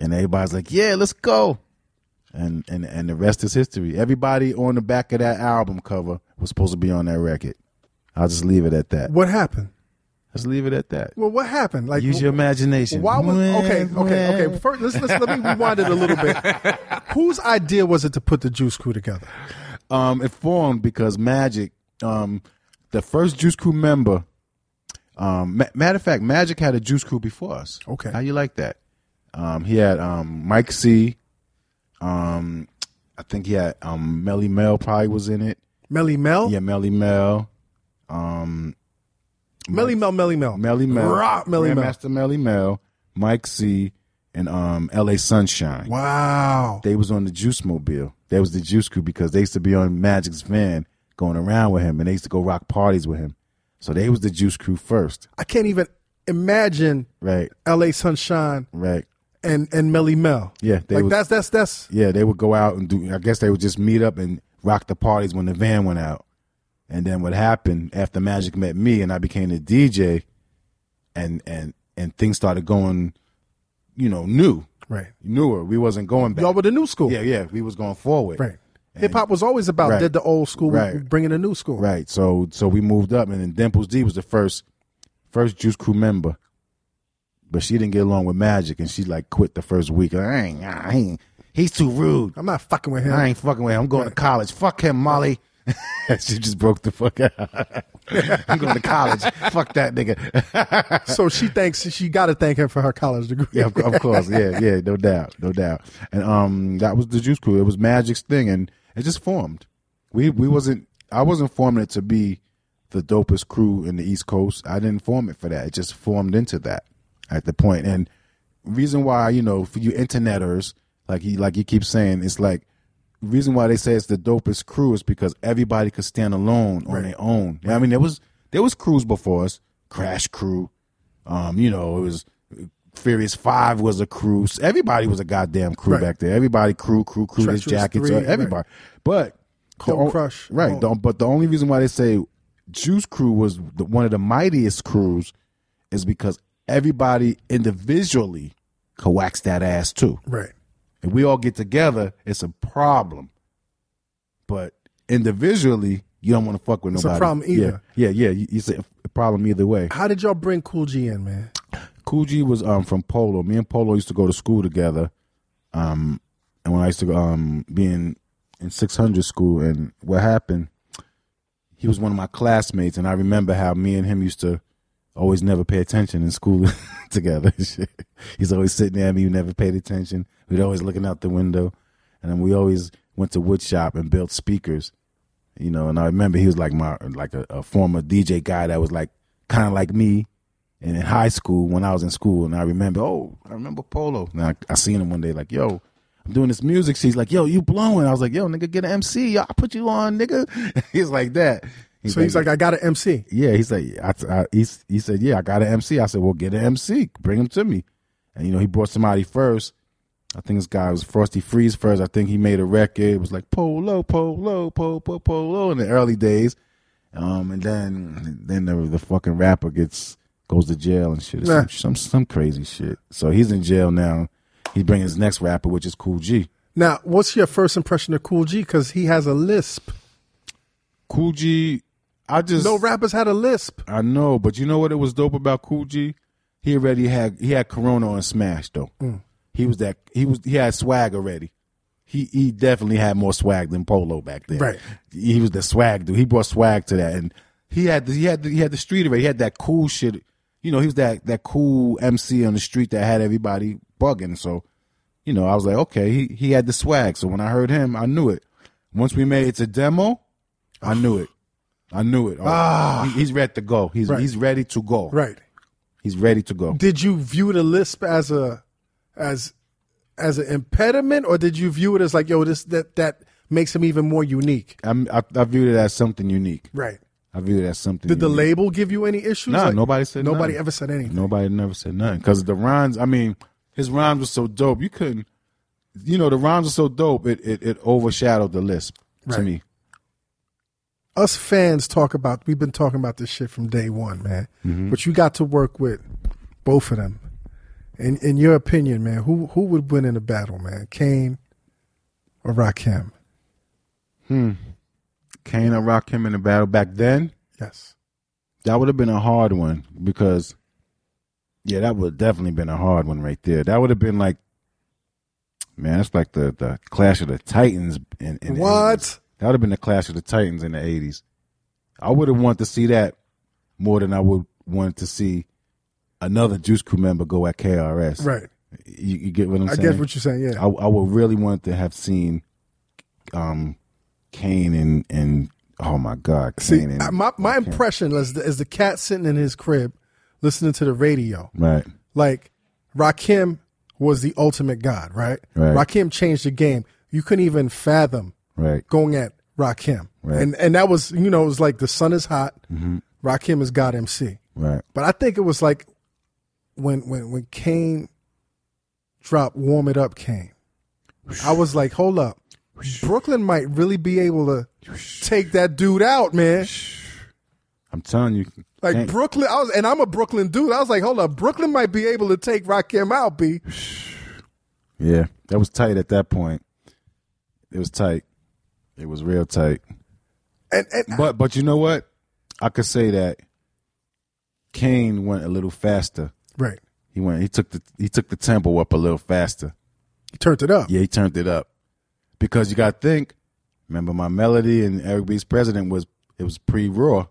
Speaker 5: And everybody's like, "Yeah, let's go." And and and the rest is history. Everybody on the back of that album cover was supposed to be on that record. I'll just leave it at that.
Speaker 1: What happened?
Speaker 5: Let's leave it at that.
Speaker 1: Well, what happened? Like,
Speaker 5: Use your imagination.
Speaker 1: Why was okay? Okay, okay. First, let's, let's let me rewind it a little bit. Whose idea was it to put the Juice Crew together?
Speaker 5: um, it formed because Magic, um, the first Juice Crew member. Um, ma- matter of fact, Magic had a Juice Crew before us.
Speaker 1: Okay.
Speaker 5: how you like that? Um, he had um, Mike C. Um, I think he had um, Melly Mel probably was in it.
Speaker 1: Melly Mel,
Speaker 5: Yeah, Melly Mel,
Speaker 1: Melly Mel, Melly Mel,
Speaker 5: Melly Mel,
Speaker 1: Rah, Melly Mel.
Speaker 5: Grandmaster Melly Mel, Mike C, and um, L.A. Sunshine.
Speaker 1: Wow,
Speaker 5: They was on the Juice Mobile. They was the Juice Crew because they used to be on Magic's van going around with him, and they used to go rock parties with him. So they was the Juice Crew first,
Speaker 1: I can't even imagine
Speaker 5: right?
Speaker 1: L.A. Sunshine
Speaker 5: Right.
Speaker 1: and and Melly Mel.
Speaker 5: Yeah, they
Speaker 1: like
Speaker 5: was-
Speaker 1: that's that's that's
Speaker 5: Yeah, they would go out and do. I guess they would just meet up and rock the parties when the van went out. And then what happened after Magic met me and I became the DJ, and and and things started going, you know, new,
Speaker 1: right.
Speaker 5: newer. We wasn't going back.
Speaker 1: Y'all were the new school,
Speaker 5: yeah, yeah, we was going forward.
Speaker 1: right? Hip hop was always about
Speaker 5: Right.
Speaker 1: did the old school
Speaker 5: Right.
Speaker 1: bringing the new school,
Speaker 5: Right. So so we moved up, and then Dimples D was the first first Juice Crew member. but she didn't get along with Magic, and she like quit the first week. I ain't, I ain't, he's too rude.
Speaker 1: I'm not fucking with him.
Speaker 5: I ain't fucking with him. I'm going to college. Fuck him, Molly. she just broke the fuck out. I'm going to college. Fuck that nigga.
Speaker 1: so she thinks she got to thank him for her college degree.
Speaker 5: yeah, of, of course. Yeah, yeah, no doubt, no doubt. And um, that was the Juice Crew. It was Magic's thing, and it just formed. We we wasn't. I wasn't forming it to be the dopest crew in the East Coast. I didn't form it for that. It just formed into that at the point. And reason why you know for you interneters, like he like you keep saying, it's like reason why they say it's the dopest crew is because everybody could stand alone on their own. I mean, there was there was crews before us, Crash Crew. Um, you know, it was Furious Five was a crew. So Everybody was a goddamn crew
Speaker 1: Right.
Speaker 5: back there. Everybody crew, crew, crew. His
Speaker 1: Treacherous
Speaker 5: jackets,
Speaker 1: Three,
Speaker 5: uh, everybody. But the
Speaker 1: Cold
Speaker 5: on-
Speaker 1: Crush, Oh.
Speaker 5: right?
Speaker 1: Cold.
Speaker 5: the- but the only reason why they say Juice Crew was the, one of the mightiest crews is because everybody individually could wax that ass too.
Speaker 1: Right.
Speaker 5: If we all get together, it's a problem. But individually, you don't want to fuck with
Speaker 1: It's a
Speaker 5: nobody.
Speaker 1: problem either.
Speaker 5: Yeah, yeah. yeah. It's a a problem either way.
Speaker 1: How did y'all bring Cool G in, man?
Speaker 5: Cool G was um from Polo. Me and Polo used to go to school together. Um, and when I used to um be in in six hundred school, and what happened? He was one of my classmates, and I remember how me and him used to always never pay attention in school together. Shit. He's always sitting there at me, who never paid attention. We'd always looking out the window, and then we always went to wood shop and built speakers you know. And I remember he was like my like a, a former DJ guy that was like kind of like me, and in high school when I was in school. And I remember, oh, I remember Polo. And I, I seen him one day, like, yo, I'm doing this music. She's like, yo, you blowing? I was like, yo, nigga, get an MC. Yo, I put you on, nigga. he's like that.
Speaker 1: So he's like, I got an MC.
Speaker 5: yeah. He's like, I, I, he's, he said, yeah, I got an MC. I said, well, get an MC, bring him to me. And you know, he brought somebody first. I think this guy was Frosty Freeze first. I think he made a record. It was like Polo, Polo, Polo, Polo, Polo in the early days. Um, and then then the, the fucking rapper gets goes to jail and shit. It's
Speaker 1: Nah.
Speaker 5: Some, some some crazy shit. So he's in jail now. He's bringing his next rapper, which is Cool G.
Speaker 1: Now, what's your first impression of Cool G? Because he has a lisp.
Speaker 5: Cool G, I just
Speaker 1: No rappers had a lisp.
Speaker 5: I know, but you know what? It was dope about Cool G. He already had he had Corona on Smash though. He was that he was he had swag already. He he definitely had more swag than Polo back then.
Speaker 1: Right.
Speaker 5: He was the swag dude. He brought swag to that, and he had the, he had the, he had the street already. He had that cool shit. You know, he was that that cool MC on the street that had everybody bugging. So, you know, I was like, okay, he he had the swag. So when I heard him, I knew it. Once we made it to demo,
Speaker 1: Ah.
Speaker 5: I knew it. I knew it. Ah. he's ready to go. He's
Speaker 1: Right.
Speaker 5: he's ready to go.
Speaker 1: Right.
Speaker 5: He's ready to go.
Speaker 1: Did you view the lisp as a as as an impediment, or did you view it as like, yo, this that that makes him even more unique?
Speaker 5: I'm, I I viewed it as something unique.
Speaker 1: Right.
Speaker 5: I viewed it as something.
Speaker 1: Did the
Speaker 5: unique.
Speaker 1: label give you any issues?
Speaker 5: Mm-hmm. Nah,
Speaker 1: Like,
Speaker 5: nobody said
Speaker 1: Nobody
Speaker 5: nothing.
Speaker 1: ever said anything.
Speaker 5: Nobody never said nothing because the rhymes. I mean, his rhymes were so dope. You couldn't. You know, the rhymes were so dope. It it, it overshadowed the lisp to
Speaker 1: Right.
Speaker 5: me.
Speaker 1: us fans talk about we've been talking about this shit from day one man
Speaker 5: Mm-hmm.
Speaker 1: but you got to work with both of them in in your opinion man who who would win in a battle man kane or rakim
Speaker 5: Kane and Rock him in the battle back then.
Speaker 1: yes
Speaker 5: That would have been a hard one because, yeah, that would have definitely been a hard one right there. That would have been like, man, that's like the, the Clash of the Titans. In, in the
Speaker 1: What?
Speaker 5: 80s. That would have been the Clash of the Titans in the eighties. I would have wanted to see that more than I would want to see another Juice Crew member go at KRS.
Speaker 1: right
Speaker 5: You, you get what I'm
Speaker 1: i
Speaker 5: saying?
Speaker 1: guess what you're saying yeah
Speaker 5: I, I would really want to have seen, um, Kane and and oh my God, Kane
Speaker 1: see
Speaker 5: and
Speaker 1: I- my, my impression is the, is the cat sitting in his crib listening to the radio
Speaker 5: right.
Speaker 1: like rakim was the ultimate god right,
Speaker 5: Right.
Speaker 1: rakim changed the game you couldn't even fathom
Speaker 5: Right.
Speaker 1: going at Rakim.
Speaker 5: Right. Mm-hmm.
Speaker 1: And and that was, you know, it was like the sun is hot. Rakim is God MC.
Speaker 5: Right.
Speaker 1: But I think it was like when when when Kane dropped Warm It Up Kane. I was like, hold up. Brooklyn might really be able to take that dude out, man.
Speaker 5: I'm telling you.
Speaker 1: Like
Speaker 5: Kane-
Speaker 1: Brooklyn, I was, and I'm a Brooklyn dude. I was like, hold up, Brooklyn might be able to take Rakim out, B.
Speaker 5: yeah, that was tight at that point. It was tight. It was real tight.
Speaker 1: And and
Speaker 5: But but you know what? I could say that Kane went a little faster
Speaker 1: right,
Speaker 5: He went. He took the he took the tempo up a little faster.
Speaker 1: He turned it up.
Speaker 5: Yeah, he turned it up because you got to think. Remember, my melody and Eric B's president was it was pre Raw,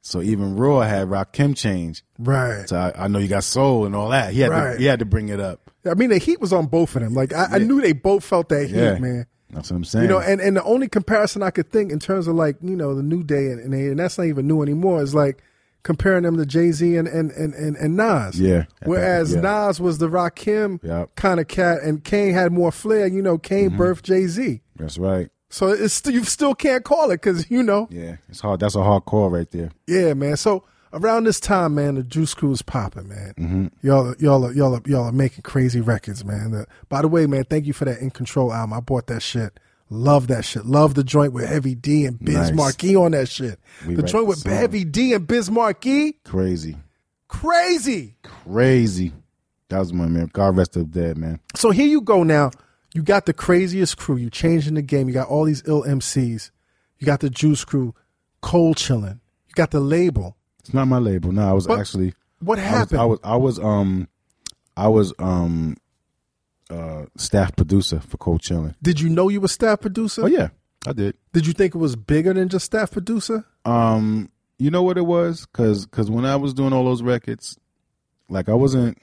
Speaker 5: so even Raw had Rakim change.
Speaker 1: Right.
Speaker 5: So I, I know you got soul and all that. He had
Speaker 1: Right.
Speaker 5: to, he had to bring it up.
Speaker 1: I mean, the heat was on both of them. Like I, I knew they both felt that heat,
Speaker 5: Yeah,
Speaker 1: man.
Speaker 5: That's what I'm saying.
Speaker 1: You know, and, and the only comparison I could think in terms of like, you know, the New Day and and, they, and that's not even new anymore, is like comparing them to Jay Z and, and, and, and, and Nas.
Speaker 5: Yeah.
Speaker 1: Whereas
Speaker 5: Yeah.
Speaker 1: Nas was the Rakim
Speaker 5: Yep.
Speaker 1: kind of cat and Kane had more flair, you know, Kane
Speaker 5: Mm-hmm.
Speaker 1: birthed Jay Z.
Speaker 5: that's right.
Speaker 1: So it's st- you still can't call it because you know,
Speaker 5: Yeah, it's hard. That's a hard call right there.
Speaker 1: yeah, man. So around this time, man, the Juice Crew's popping, man.
Speaker 5: Mm-hmm.
Speaker 1: Y'all, y'all, are, y'all, are, y'all are making crazy records, man. The- by the way, man, thank you for that In Control album. I bought that shit. Love that shit. Love the joint with Heavy D and Biz
Speaker 5: Nice.
Speaker 1: Markie on that shit.
Speaker 5: We
Speaker 1: the
Speaker 5: write
Speaker 1: joint
Speaker 5: the
Speaker 1: with
Speaker 5: song.
Speaker 1: Heavy D and Biz Markie,
Speaker 5: Crazy,
Speaker 1: crazy.
Speaker 5: crazy. That was my man. God rest him dead, man.
Speaker 1: So here you go now. You got the craziest crew. You changing the game. You got all these ill MCs. You got the Juice Crew, cold chilling. You got the label.
Speaker 5: It's not my label. No, I was
Speaker 1: But
Speaker 5: actually.
Speaker 1: What
Speaker 5: I was,
Speaker 1: happened?
Speaker 5: I was. I was. Um. I was. Um. Uh. Staff producer for Cold Chillin.
Speaker 1: Did you know you were staff producer?
Speaker 5: Oh yeah, I did.
Speaker 1: Did you think it was bigger than just staff producer?
Speaker 5: Um, you know what it was? Cause, 'cause when I was doing all those records, like I wasn't,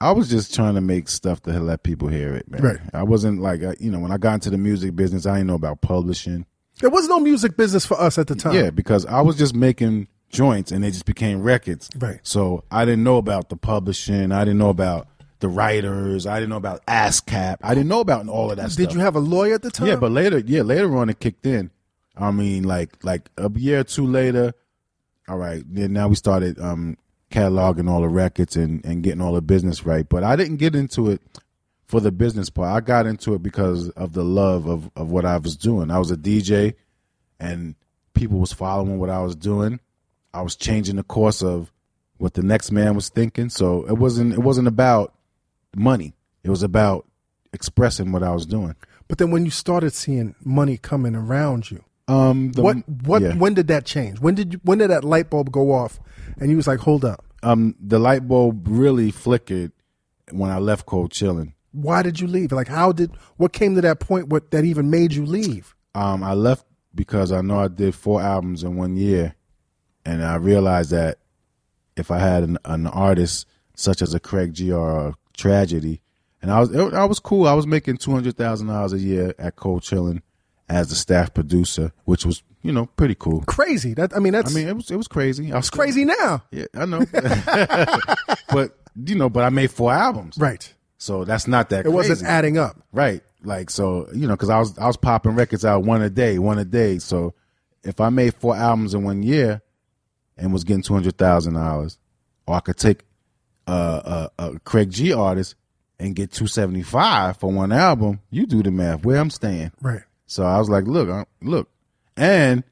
Speaker 5: I was just trying to make stuff to let people hear it, man.
Speaker 1: Right.
Speaker 5: I wasn't like, I, you know, when I got into the music business, I didn't know about publishing.
Speaker 1: There was no music business for us at the time.
Speaker 5: Yeah, because I was just making joints and they just became records.
Speaker 1: Right.
Speaker 5: So I didn't know about the publishing. I didn't know about the writers. I didn't know about ASCAP. I didn't know about all of that stuff.
Speaker 1: Did you have a lawyer at the time?
Speaker 5: Yeah, but later, yeah, later on it kicked in. I mean, like like a year or two later. All right, then now we started um cataloging all the records and and getting all the business right. But I didn't get into it for the business part. I got into it because of the love of of what I was doing. I was a DJ, and people was following what I was doing. I was changing the course of what the next man was thinking. So it wasn't it wasn't about money. It was about expressing what I was doing.
Speaker 1: But then when you started seeing money coming around you,
Speaker 5: Um, the,
Speaker 1: what what
Speaker 5: yeah.
Speaker 1: when did that change? When did you, when did that light bulb go off? And you was like, hold up,
Speaker 5: um the light bulb really flickered when I left Cold Chillin.
Speaker 1: why did you leave? Like, how did what came to that point? What that even made you leave?
Speaker 5: Um, I left because I know I did four albums in one year, and I realized that if I had an, an artist such as a Craig G or a Tragedy, and I was it, I was cool. I was making two hundred thousand dollars a year at Cold Chillin as the staff producer, which was you know pretty cool.
Speaker 1: Crazy. That I mean,
Speaker 5: I
Speaker 1: that's
Speaker 5: mean, it was it was crazy. I was
Speaker 1: crazy now,
Speaker 5: Yeah, I know. but you know, but I made four albums.
Speaker 1: right?
Speaker 5: So that's not that.
Speaker 1: It wasn't
Speaker 5: crazy.
Speaker 1: adding up.
Speaker 5: right. Like so, you know, because I was I was popping records out one a day, one a day. So if I made four albums in one year and was getting two hundred thousand dollars, or I could take uh, a, a Craig G artist and get two seventy five for one album, you do the math. Where I'm staying,
Speaker 1: Right.
Speaker 5: so I was like, look, I, look, and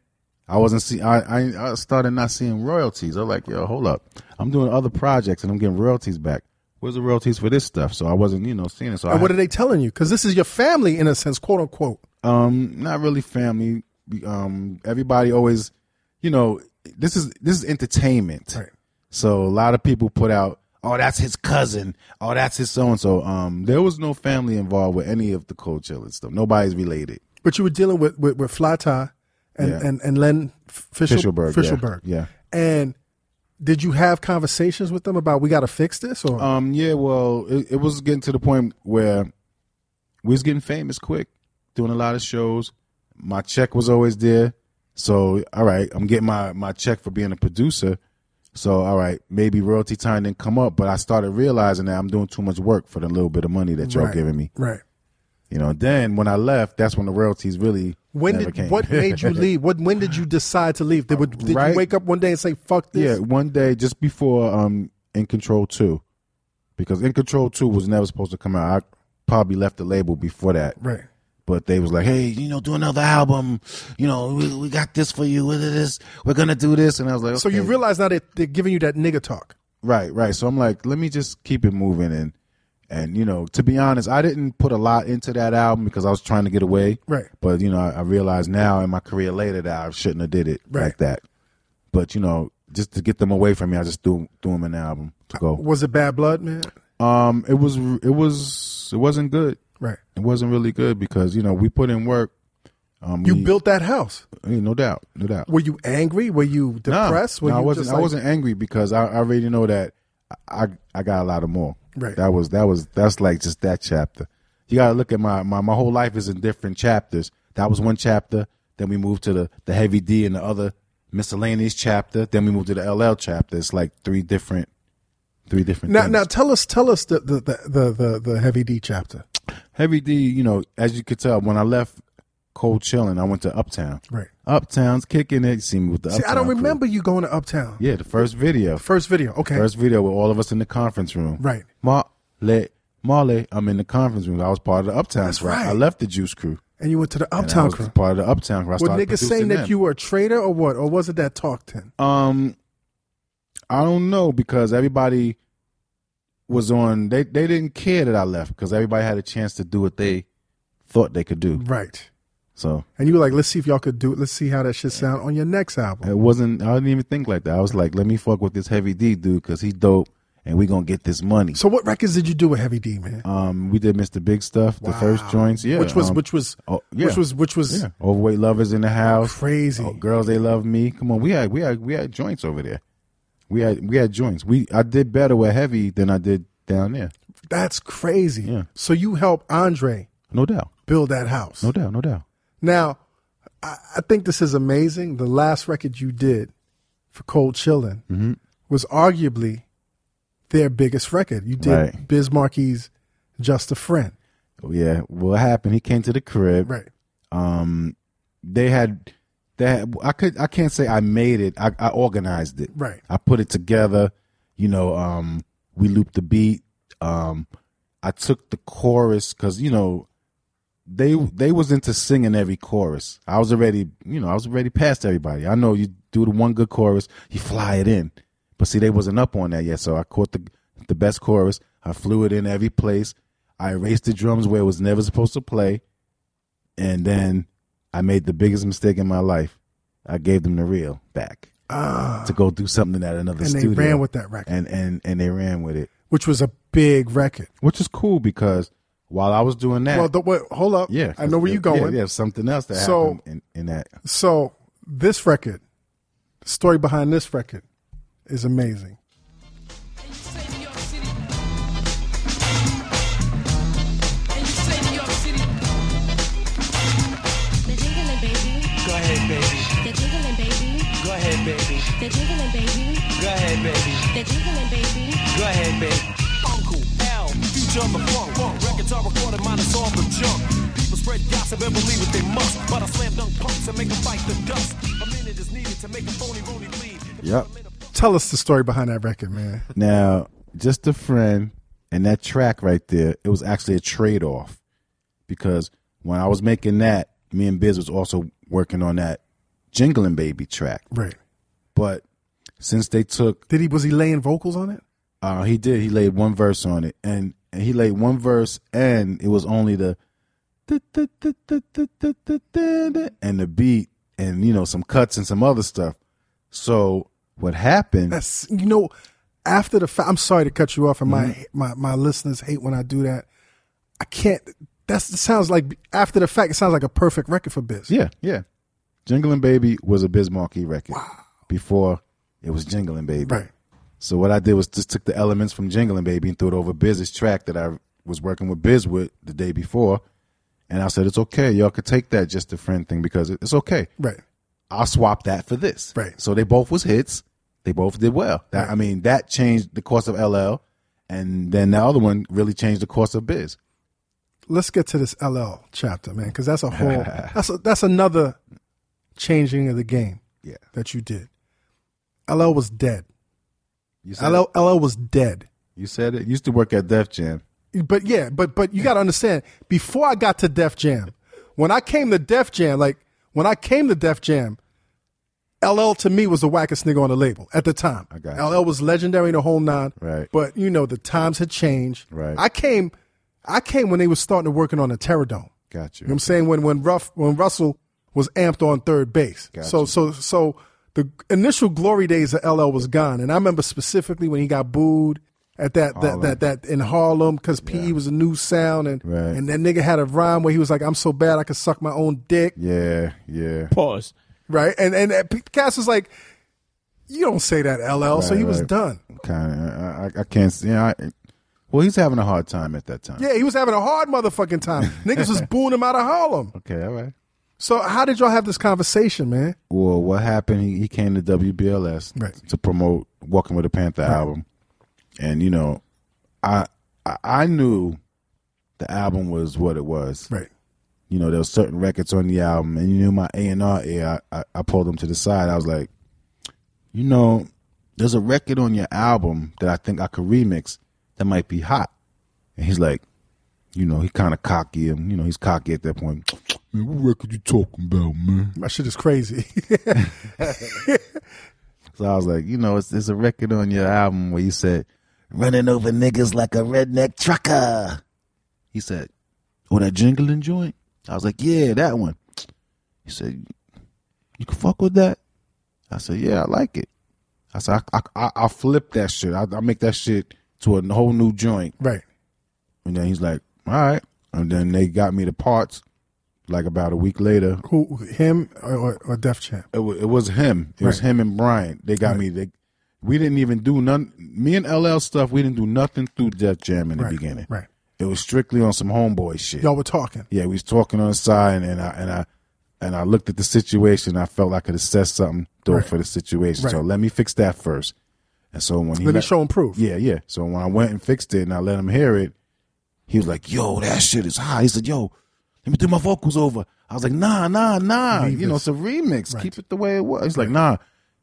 Speaker 5: I wasn't see. I, I I started not seeing royalties. I'm like, yo, hold up, I'm doing other projects and I'm getting royalties back. Where's the royalties for this stuff? So I wasn't, you know, seeing it. So I
Speaker 1: And what are they telling you? Because this is your family, in a sense, quote unquote.
Speaker 5: um, not really family. Um, everybody always, you know, this is this is entertainment.
Speaker 1: Right.
Speaker 5: So a lot of people put out, oh, that's his cousin, oh, that's his so and so. Um, there was no family involved with any of the cold chilling stuff. Nobody's related.
Speaker 1: But you were dealing with with, with Fly Tie and,
Speaker 5: Yeah.
Speaker 1: and and Len F- Fischel,
Speaker 5: Fishelberg, yeah.
Speaker 1: Fishelberg.
Speaker 5: Yeah.
Speaker 1: And did you have conversations with them about we got to fix this or
Speaker 5: Um, yeah, well, it, it was getting to the point where we was getting famous quick, doing a lot of shows. My check was always there, so all right, I'm getting my my check for being a producer. So all right, maybe royalty time didn't come up, but I started realizing that I'm doing too much work for the little bit of money that y'all all
Speaker 1: Right.
Speaker 5: giving me.
Speaker 1: right?
Speaker 5: You know, then when I left, that's when the royalties really
Speaker 1: When
Speaker 5: never
Speaker 1: did
Speaker 5: came.
Speaker 1: what made you leave? What when did you decide to leave? Did, would, did
Speaker 5: Right.
Speaker 1: you wake up one day and say fuck this?
Speaker 5: Yeah, one day just before um In Control Two, because In Control Two was never supposed to come out. I probably left the label before that.
Speaker 1: Right.
Speaker 5: But they was like, hey, you know, do another album. You know, we, we got this for you. What is this? We're gonna do this. And I was like,
Speaker 1: So you
Speaker 5: okay.
Speaker 1: realize now that they're giving you that nigga talk.
Speaker 5: Right, right. So I'm like, let me just keep it moving and and you know, to be honest, I didn't put a lot into that album because I was trying to get away.
Speaker 1: Right.
Speaker 5: But you know, I, I realized now in my career later that I shouldn't have did it
Speaker 1: Right.
Speaker 5: like that. But you know, just to get them away from me, I just threw threw them an album to go.
Speaker 1: Was it Bad Blood, man?
Speaker 5: Um, it was it was it wasn't good.
Speaker 1: Right.
Speaker 5: It wasn't really good because you know we put in work. Um,
Speaker 1: You
Speaker 5: we-
Speaker 1: built that house.
Speaker 5: yeah, no doubt, no doubt.
Speaker 1: Were you angry? Were you
Speaker 5: Nah,
Speaker 1: depressed?
Speaker 5: nah,
Speaker 1: Were
Speaker 5: I
Speaker 1: you
Speaker 5: wasn't.
Speaker 1: just
Speaker 5: I
Speaker 1: like-
Speaker 5: wasn't angry because I, I already know that I I got a lot of more.
Speaker 1: Right.
Speaker 5: That was that was that's like just that chapter. You got to look at my, my my whole life is in different chapters. That was one chapter. Then we moved to the the heavy D and the other miscellaneous chapter. Then we moved to the LL chapter. It's like three different three different.
Speaker 1: Now,
Speaker 5: things.
Speaker 1: now tell us, tell us the the the the, the, the heavy D chapter.
Speaker 5: Heavy D, you know, as you could tell, when I left Cold Chillin', I went to Uptown.
Speaker 1: Right.
Speaker 5: Uptown's kicking it. See me with the
Speaker 1: See,
Speaker 5: Uptown.
Speaker 1: I don't
Speaker 5: crew.
Speaker 1: remember you going to Uptown.
Speaker 5: Yeah, the first video.
Speaker 1: First video. Okay.
Speaker 5: First video with all of us in the conference room.
Speaker 1: Right.
Speaker 5: Marley, Marley, I'm in the conference room. I was part of the Uptown
Speaker 1: That's
Speaker 5: crew. I- I
Speaker 1: right.
Speaker 5: left the Juice crew.
Speaker 1: and you went to the
Speaker 5: and I
Speaker 1: Uptown
Speaker 5: was
Speaker 1: crew.
Speaker 5: part of the Uptown crew. I
Speaker 1: Were
Speaker 5: started
Speaker 1: niggas
Speaker 5: producing
Speaker 1: saying that
Speaker 5: them.
Speaker 1: you were a traitor or what? Or was it that talk ten?
Speaker 5: Um, I don't know because everybody was on. They they didn't care that I left because everybody had a chance to do what they thought they could do.
Speaker 1: Right.
Speaker 5: So
Speaker 1: And you were like, let's see if y'all could do it. Let's see how that shit sound on your next album.
Speaker 5: It wasn't. I didn't even think like that. I was like, let me fuck with this heavy D dude because he dope, and we gonna get this money.
Speaker 1: So what records did you do with Heavy D, man?
Speaker 5: Um, we did Mr. Big Stuff, the first
Speaker 1: Wow.
Speaker 5: joints, yeah.
Speaker 1: Which was
Speaker 5: um,
Speaker 1: which was
Speaker 5: oh, yeah.
Speaker 1: which was which was
Speaker 5: yeah. Overweight lovers in the house,
Speaker 1: crazy.
Speaker 5: Oh, girls they love me. Come on, we had we had we had joints over there. We had we had joints. We I did better with heavy than I did down there,
Speaker 1: That's crazy.
Speaker 5: Yeah.
Speaker 1: So you helped Andre
Speaker 5: no doubt,
Speaker 1: build that house.
Speaker 5: no doubt, no doubt.
Speaker 1: Now, I, I think this is amazing. The last record you did for Cold Chillin'
Speaker 5: Mm-hmm.
Speaker 1: was arguably their biggest record. You did
Speaker 5: Right.
Speaker 1: Biz Markie's Just a Friend.
Speaker 5: Oh, Yeah, what happened? He came to the crib.
Speaker 1: Right.
Speaker 5: Um, they had they had, I could I can't say I made it. I, I organized it.
Speaker 1: Right.
Speaker 5: I put it together. You know, um, we looped the beat. Um, I took the chorus because you know they they was into singing every chorus. I was already you know I was already past everybody. I know you do the one good chorus, you fly it in, but see they wasn't up on that yet. So I caught the the best chorus. I flew it in every place. I erased the drums where it was never supposed to play, and then I made the biggest mistake in my life. I gave them the reel back to go do something at another
Speaker 1: And they
Speaker 5: studio.
Speaker 1: ran with that record.
Speaker 5: and and and they ran with it,
Speaker 1: Which was a big record.
Speaker 5: which is cool because while I was doing that,
Speaker 1: Well, the, wait, hold up.
Speaker 5: yeah,
Speaker 1: I know where
Speaker 5: yeah,
Speaker 1: you're going.
Speaker 5: Yeah, yeah, something else that
Speaker 1: So-
Speaker 5: happened in, in that.
Speaker 1: So this record, the story behind this record is amazing.
Speaker 2: They're jiggling, baby. Go ahead, baby. They're jiggling, baby. Go ahead, baby. They're jiggling, baby. Go ahead, baby. They're jiggling, baby.
Speaker 4: Uncle L, future the funk. Records are recorded, mine is all the junk. People spread gossip and believe what they must. But I slam dunk punks and make them fight the dust. A minute is needed to make a phony rooney leave.
Speaker 5: Yep.
Speaker 1: Tell us the story behind that record, man.
Speaker 5: Now, just a friend and that track right there, it was actually a trade off because when I was making that, me and Biz was also working on that Jingling Baby track.
Speaker 1: Right.
Speaker 5: But since they took
Speaker 1: Did he was he laying vocals on it?
Speaker 5: Uh, he did. He laid one verse on it, and, and he laid one verse, and it was only the and the beat, and you know some cuts and some other stuff. So what happened?
Speaker 1: That's you know, after the fact. I'm sorry to cut you off, and
Speaker 5: Mm-hmm.
Speaker 1: my, my my listeners hate when I do that. I can't. That's it sounds like after the fact. It sounds like a perfect record for Biz.
Speaker 5: yeah, yeah. Jingling Baby was a Biz Markie record. Before it was Jingling Baby.
Speaker 1: Right.
Speaker 5: So what I did was just took the elements from Jingling Baby and threw it over Biz's track that I was working with Biz with the day before, and I said it's okay. Y'all could take that just a friend thing because it- it's okay.
Speaker 1: Right.
Speaker 5: I'll swap that for this.
Speaker 1: Right.
Speaker 5: So they both was hits. They both did well. That, I mean, that changed the course of LL, and then the other one really changed the course of Biz.
Speaker 1: Let's get to this LL chapter, man, because that's a whole. that's a, that's another changing of the game
Speaker 5: Yeah.
Speaker 1: that you did. LL was dead.
Speaker 5: You said
Speaker 1: LL, LL was dead.
Speaker 5: it. You said it. You used to work at Def Jam.
Speaker 1: but yeah, but but you got to understand. Before I got to Def Jam, when I came to Def Jam, like when I came to Def Jam, LL to me was the wackest nigga on the label at the time. I
Speaker 5: got you.
Speaker 1: LL was legendary in the whole nine.
Speaker 5: Right.
Speaker 1: But you know the times had changed.
Speaker 5: Right.
Speaker 1: I came, I came when they was starting to working on the Terradome.
Speaker 5: Got you.
Speaker 1: You know what I'm saying when when Ruff when Russell was amped on third base. So so so the initial glory days of LL was gone, and I remember specifically when he got booed at that that, that that in Harlem because PE was a new sound, and
Speaker 5: Right.
Speaker 1: and that nigga had a rhyme where he was like, "I'm so bad I could suck my own dick,"
Speaker 5: Yeah, yeah.
Speaker 7: Pause.
Speaker 1: right? And and uh, P- Cass was like, "You don't say that, LL." so
Speaker 5: Right,
Speaker 1: he was
Speaker 5: right.
Speaker 1: done.
Speaker 5: Kind of. I, I, I can't see. Yeah, I, well, he's having a hard time at that time.
Speaker 1: Yeah, he was having a hard motherfucking time. Niggas was booing him out of Harlem.
Speaker 5: Okay, all right.
Speaker 1: So how did y'all have this conversation, man?
Speaker 5: Well, what happened? He, he came to WBLS
Speaker 1: Right.
Speaker 5: to promote "Walking with a Panther" album, and you know, I, I I knew the album was what it was.
Speaker 1: Right.
Speaker 5: You know, there were certain records on the album, and you knew my A and R. I, I I pulled him to the side. I was like, you know, there's a record on your album that I think I could remix that might be hot. And he's like, you know, he kind of cocky. And, you know, he's cocky at that point. Man, what record you talking about, man?
Speaker 1: My shit is crazy.
Speaker 5: So I was like, you know, it's, it's a record on your album where you said, running over niggas like a redneck trucker. He said, oh, that jingling joint? I was like, yeah, that one. He said, you can fuck with that? I said, yeah, I like it. I said, I, I, I, I flip that shit. I, I make that shit to a whole new joint.
Speaker 1: right.
Speaker 5: And then he's like, all right. And then they got me the parts like about a week later
Speaker 1: Who him or, or, or Def Champ?
Speaker 5: it, w- it was him. It was
Speaker 1: Right.
Speaker 5: him and Brian. They got me. They, we didn't even do none. Me and LL stuff. We didn't do nothing through Def Jam in the
Speaker 1: Right,
Speaker 5: beginning.
Speaker 1: right.
Speaker 5: It was strictly on some homeboy shit.
Speaker 1: Y'all were talking.
Speaker 5: Yeah, we was talking on the side, and, and I and I and I looked at the situation. I felt I could assess something do
Speaker 1: Right.
Speaker 5: for the situation. So
Speaker 1: Right.
Speaker 5: let me fix that first. And so when he
Speaker 1: Let me show him proof.
Speaker 5: Yeah, yeah. So when I went and fixed it, and I let him hear it, he was like, "Yo, that shit is high." He said, "Yo, let me do my vocals over." I was like, "Nah, nah, nah."
Speaker 1: Leave
Speaker 5: you know,
Speaker 1: this.
Speaker 5: it's a remix.
Speaker 1: Right.
Speaker 5: Keep it the way it was. He's like, "Nah."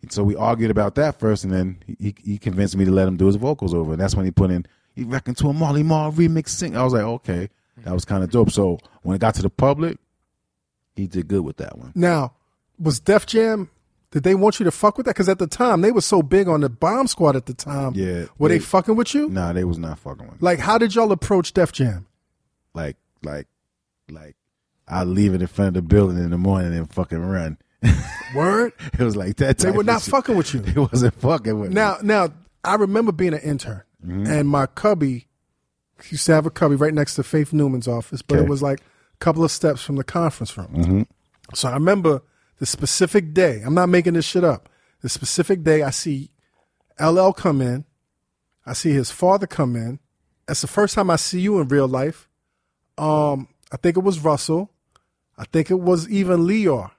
Speaker 5: So we argued about that first, and then he- he, he convinced me to let him do his vocals over, and that's when he put in he reckoned to a Marley Marl remix sing. I was like, "Okay, that was kind of dope." So when it got to the public, he did good with that one.
Speaker 1: Now, was Def Jam? Did they want you to fuck with that? Because at the time they were so big on the Bomb Squad. At the time,
Speaker 5: Yeah,
Speaker 1: were they,
Speaker 5: they-
Speaker 1: fucking with you?
Speaker 5: Nah, they was not fucking with. me.
Speaker 1: Like, how did y'all approach Def Jam?
Speaker 5: like like like I leave it in front of the building in the morning and fucking run.
Speaker 1: Word.
Speaker 5: It was like that.
Speaker 1: They
Speaker 5: type
Speaker 1: were
Speaker 5: of
Speaker 1: not
Speaker 5: shit.
Speaker 1: fucking with you.
Speaker 5: They wasn't fucking with Mm-hmm.
Speaker 1: Now, now I remember being an intern, and my cubby she used to have a cubby right next to Faith Newman's office, but it
Speaker 5: Okay. Mm-hmm.
Speaker 1: was like a couple of steps from the conference room. So I remember the specific day. I'm not making this shit up. The specific day I see LL come in, I see his father come in. That's the first time I see you in real life. Um, I think it was Russell. I think it was even Leor.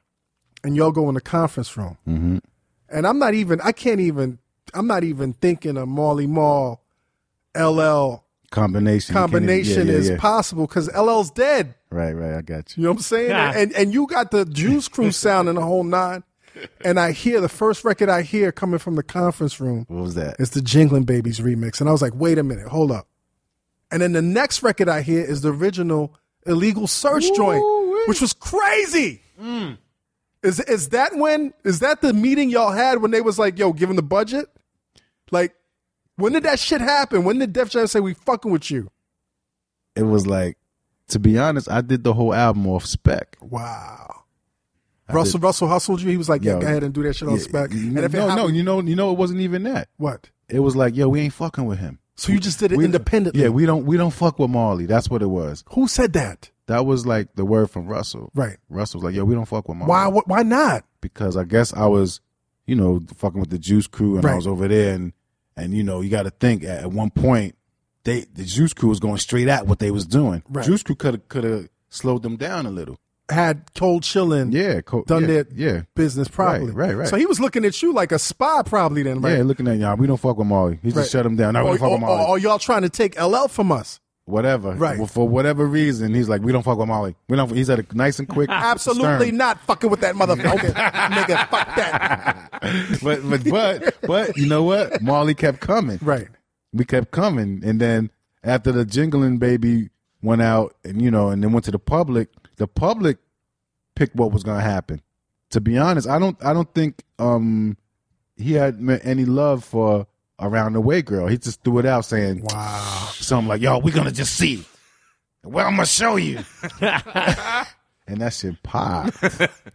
Speaker 1: And y'all go in the conference room and I'm not even I can't even I'm not even thinking a Marley Marl LL
Speaker 5: me. combination. you can't even-
Speaker 1: combination
Speaker 5: yeah, yeah,
Speaker 1: is
Speaker 5: yeah.
Speaker 1: possible because LL's dead.
Speaker 5: right, right. I got
Speaker 1: You
Speaker 5: you.
Speaker 1: know what I'm saying?
Speaker 7: Yeah.
Speaker 1: And and you got the Juice Crew sound and the whole nine. And I hear the first record I hear coming from the conference room
Speaker 5: What was that?
Speaker 1: is the Jingling Babies remix, and I was like, wait a minute, hold up. And then the next record I hear is the original Illegal Search joint, which was crazy.
Speaker 5: Mm.
Speaker 1: Is is that when is that the meeting y'all had when they was like, yo, give him the budget? Like, when did that shit happen? When did Def Jam say we fucking with you?
Speaker 5: It was like, to be honest, I did the whole album off spec.
Speaker 1: Wow. Russell Russell hustled you. He was like, yeah,
Speaker 5: Yo,
Speaker 1: go ahead and do that shit on
Speaker 5: Yeah,
Speaker 1: spec. And
Speaker 5: No,
Speaker 1: if it
Speaker 5: no, no,
Speaker 1: happened-
Speaker 5: you know, you know, it wasn't even that.
Speaker 1: what?
Speaker 5: It was like, yo, we ain't fucking with him.
Speaker 1: So you just did it
Speaker 5: We-
Speaker 1: independently.
Speaker 5: Yeah, we don't, we don't fuck with Marley. That's what it was.
Speaker 1: Who said that?
Speaker 5: That was like the word from Russell.
Speaker 1: Right.
Speaker 5: Russell was like, yo, we don't fuck with Marley.
Speaker 1: Why? Why not?
Speaker 5: because I guess I was, you know, fucking with the Juice Crew, and I
Speaker 1: Right.
Speaker 5: was over there, and and you know, you got to think at, at one point they the Juice Crew was going straight at what they was doing.
Speaker 1: Right.
Speaker 5: Juice Crew could have could have slowed them down a little.
Speaker 1: Had cold chillin'.
Speaker 5: Yeah, co-
Speaker 1: done
Speaker 5: yeah,
Speaker 1: their
Speaker 5: yeah.
Speaker 1: business properly.
Speaker 5: right, right.
Speaker 1: So he was looking at you like a spy, probably then, right?
Speaker 5: Yeah, looking at y'all, we don't fuck with Molly. He
Speaker 1: Right.
Speaker 5: just shut him down. Now we
Speaker 1: or,
Speaker 5: don't fuck
Speaker 1: or-
Speaker 5: with Molly.
Speaker 1: or- or y'all trying to take LL from us?
Speaker 5: whatever.
Speaker 1: Right.
Speaker 5: Well, for whatever reason, he's like, we don't fuck with Molly. We don't. He said it nice and quick.
Speaker 1: Absolutely
Speaker 5: stern.
Speaker 1: not fucking with that motherfucker, nigga. Fuck that.
Speaker 5: But but but but you know what? Molly kept coming.
Speaker 1: Right.
Speaker 5: we kept coming and then after the jingling baby went out and you know and then went to the public the public picked what was going to happen to be honest i don't i don't think um he had me- any love for around the way girl he just threw it out saying wow something like yo we're going to just see well i'm going to show you and that shit popped.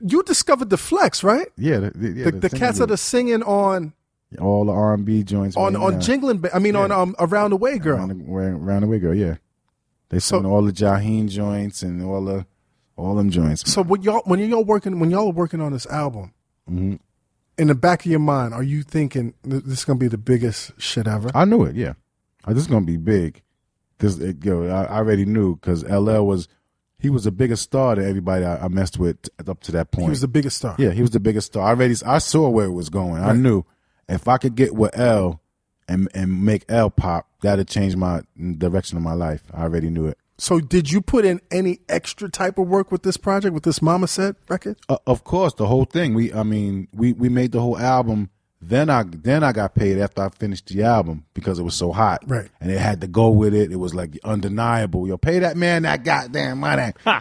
Speaker 1: You discovered the flex, right?
Speaker 5: yeah, the, the, yeah,
Speaker 1: The, the cats that are singing on
Speaker 5: all the R and B joints
Speaker 1: on
Speaker 5: man,
Speaker 1: on
Speaker 5: uh,
Speaker 1: jingling. Ba- I mean, on um around the way, girl.
Speaker 5: around the, round, round the way, girl. Yeah, they sung all the Jaheen joints and all the all them joints.
Speaker 1: So when y'all when y'all working when y'all are working on this album,
Speaker 5: Mm-hmm.
Speaker 1: in the back of your mind, are you thinking "Th- this is gonna be the biggest shit ever?
Speaker 5: I knew it. Yeah, I, this is gonna be big. This it, yo, I, I already knew because LL was he was the biggest star to everybody I, I messed with up to that point.
Speaker 1: he was the biggest star.
Speaker 5: Yeah, he was the biggest star. I already I saw where it was going. I knew if I could get with L and and make L pop, that'd change my mm, direction of my life. I already knew it.
Speaker 1: So did you put in any extra type of work with this project with this Mama Said record?
Speaker 5: Uh, of course, the whole thing. We I mean, we we made the whole album. Then I then I got paid after I finished the album because it was so hot.
Speaker 1: Right.
Speaker 5: And it had to go with it. It was like undeniable. Yo, pay that man that goddamn money.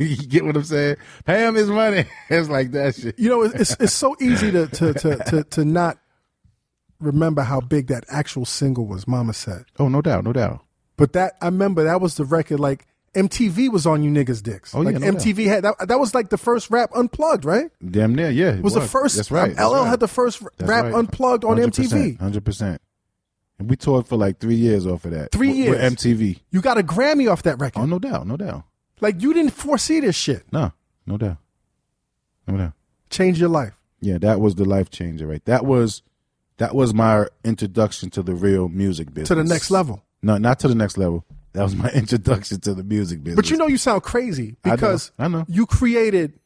Speaker 5: you get what I'm saying? Pay him his money. it's like that shit.
Speaker 1: You know, it's it's so easy to to to to, to not remember how big that actual single was, Mama Said.
Speaker 5: Oh, no doubt, no doubt.
Speaker 1: But that I remember that was the record like. MTV was on you niggas' dicks.
Speaker 5: Oh, yeah,
Speaker 1: like
Speaker 5: no doubt.
Speaker 1: MTV had that. That was like the first rap unplugged, right?
Speaker 5: Damn near, yeah. It
Speaker 1: was the first.
Speaker 5: That's right.
Speaker 1: LL
Speaker 5: that's right.
Speaker 1: had the first
Speaker 5: That's
Speaker 1: rap
Speaker 5: right.
Speaker 1: unplugged on MTV.
Speaker 5: Hundred percent. And we toured for like three years off of that.
Speaker 1: Three
Speaker 5: With-
Speaker 1: years.
Speaker 5: with MTV.
Speaker 1: You got a Grammy off that record.
Speaker 5: Oh, no doubt, no doubt.
Speaker 1: Like you didn't foresee this shit.
Speaker 5: No, no doubt, no doubt.
Speaker 1: Change your life.
Speaker 5: Yeah, that was the life changer, right? That was that was my introduction to the real music business
Speaker 1: To the next level.
Speaker 5: No, not to the next level. That was my introduction to the music business.
Speaker 1: But you know you sound crazy
Speaker 5: I know,
Speaker 1: because
Speaker 5: I know.
Speaker 1: you created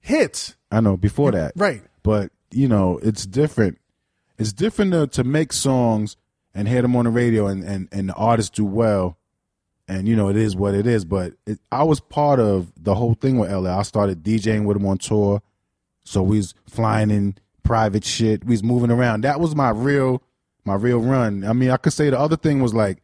Speaker 1: hits.
Speaker 5: I know before that,
Speaker 1: Right.
Speaker 5: But you know, it's different. It's different to, to make songs and hear them on the radio, and and and the artists do well, and you know it is what it is. But it, I was part of the whole thing with LA. I started DJing with him on tour, so we was flying in private shit. We was moving around. That was my real my real run. I mean, I could say the other thing was like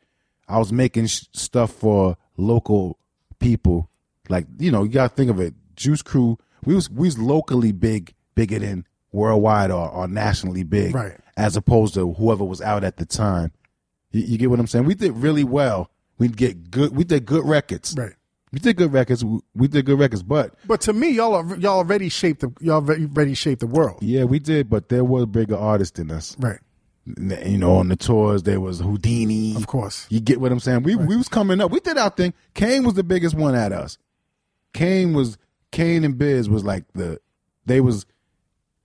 Speaker 5: I was making sh- stuff for local people. Like you know, you gotta think of it. Juice Crew, we was we was locally big, bigger than worldwide or, or nationally big,
Speaker 1: Right.
Speaker 5: As opposed to whoever was out at the time. You, you get what I'm saying? We did really well. We get good. We did good records.
Speaker 1: Right.
Speaker 5: We did good records. We, we did good records, but
Speaker 1: But to me, y'all are, y'all already shaped the y'all already already shaped the world.
Speaker 5: yeah, we did. But there were bigger artists than us.
Speaker 1: Right.
Speaker 5: You know, on the tours there was Houdini.
Speaker 1: Of course.
Speaker 5: You get what I'm saying? We we was coming up. We did our thing. Kane was the biggest one at us. Kane was Kane and Biz was like the they was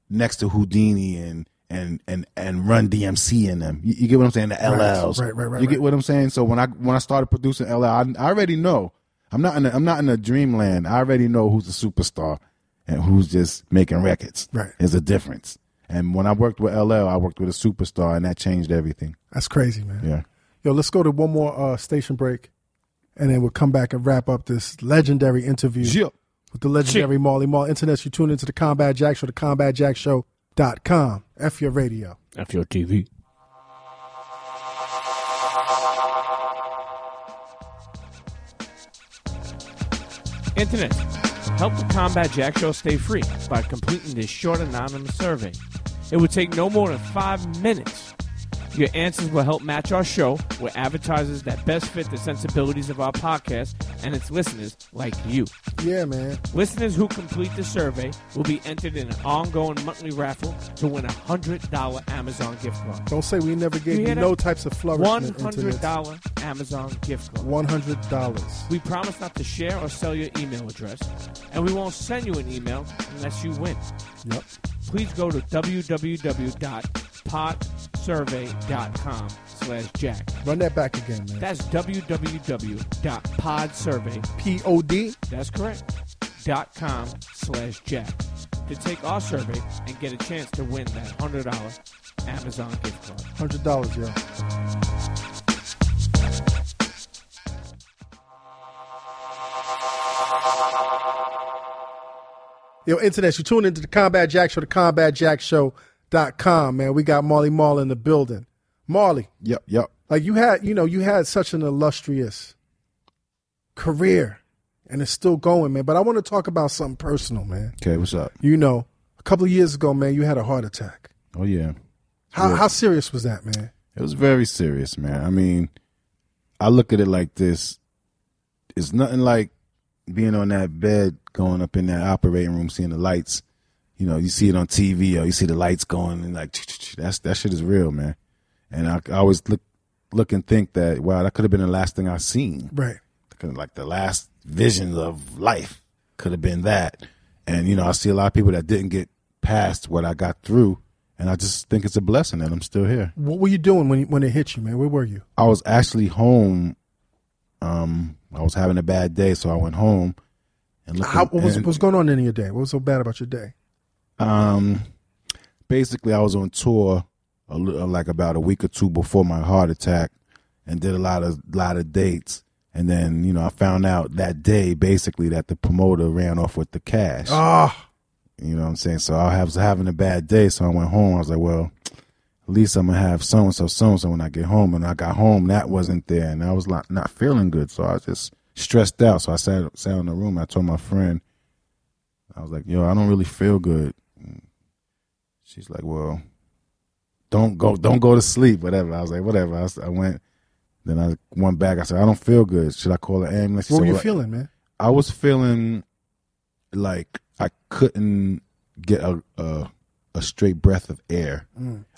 Speaker 5: next to Houdini and and and and Run DMC in them. You, you get what I'm saying? The LLs.
Speaker 1: Right, right, right,
Speaker 5: You get
Speaker 1: right.
Speaker 5: what I'm saying? So when I when I started producing LL, I, I already know. I'm not in a, I'm not in a dreamland. I already know who's a superstar and who's just making records.
Speaker 1: Right.
Speaker 5: There's a difference. And when I worked with LL, I worked with a superstar, and that changed everything.
Speaker 1: That's crazy, man.
Speaker 5: Yeah.
Speaker 1: Yo, let's go to one more uh, station break, and then we'll come back and wrap up this legendary interview.
Speaker 5: Yeah.
Speaker 1: with the legendary Marley Marl. Internet, you tune into the Combat Jack Show, the combatjackshow.com. F your radio.
Speaker 7: F your TV. Internet, help the Combat Jack Show stay free by completing this short anonymous survey. It would take no more than five minutes. Your answers will help match our show with advertisers that best fit the sensibilities of our podcast and its listeners like you.
Speaker 1: Yeah, man.
Speaker 7: Listeners who complete the survey will be entered in an ongoing monthly raffle to win a $100 Amazon gift card.
Speaker 1: Don't say we never gave
Speaker 7: You
Speaker 1: you,
Speaker 7: hear that?
Speaker 1: no types of flourishment. Internet.
Speaker 7: $100 Amazon gift card.
Speaker 1: $100.
Speaker 7: We promise not to share or sell your email address, and we won't send you an email unless you win.
Speaker 1: Yep.
Speaker 7: Please go to www.podsurvey.com slash jack.
Speaker 1: Run that back again, man.
Speaker 7: That's www.podsurvey.com.
Speaker 1: P O D.
Speaker 7: That's correct. Dot com slash jack to take our survey and get a chance to win that hundred dollar Amazon gift card.
Speaker 1: Hundred dollars, yo. Yo, internet, you tune into the Combat Jack Show, the combatjackshow.com, man. We got Marley Marl in the building. Marley,
Speaker 5: Yep. Yep.
Speaker 1: like you had, you know, you had such an illustrious career and it's still going, man. But I want to talk about something personal, man.
Speaker 5: Okay. What's up?
Speaker 1: You know, a couple of years ago, man, you had a heart attack.
Speaker 5: Oh yeah.
Speaker 1: How, how serious was that, man?
Speaker 5: It was very serious, man. I mean, I look at it like this. It's nothing like being on that bed, going up in that operating room, seeing the lights. You know, you see it on TV or you see the lights going and like that's that shit is real, man. And I, I always look look and think that wow, that could have been the last thing I seen.
Speaker 1: Right.
Speaker 5: Kinda like the last visions of life could have been that. And you know, I see a lot of people that didn't get past what I got through, and I just think it's a blessing that I'm still here.
Speaker 1: What were you doing when when it hit you, man? Where were you?
Speaker 5: I was actually home. Um, I was having a bad day, so I went home. And looked
Speaker 1: How, what was
Speaker 5: and,
Speaker 1: what's going on in your day? What was so bad about your day?
Speaker 5: um, basically, I was on tour a, li- uh, like about a week or two before my heart attack, and did a lot of lot of dates. And then you know, I found out that day basically that the promoter ran off with the cash.
Speaker 1: Ah,
Speaker 5: You know what I'm saying? So I was having a bad day, so I went home. I was like, well, at least I'm gonna have so and so, so and so when I get home. And I got home, that wasn't there, and I was like not feeling good, so I was just stressed out. So I sat sat in the room. I told my friend, I was like, yo, I don't really feel good. She's like, well, don't go, don't go to sleep, whatever. I was like, whatever. I, was- I went. Then I went back. I said, I don't feel good. Should I call an ambulance? She
Speaker 1: what
Speaker 5: said,
Speaker 1: were you
Speaker 5: "Well,
Speaker 1: feeling, man?
Speaker 5: I was feeling like I couldn't get a a, a straight breath of air.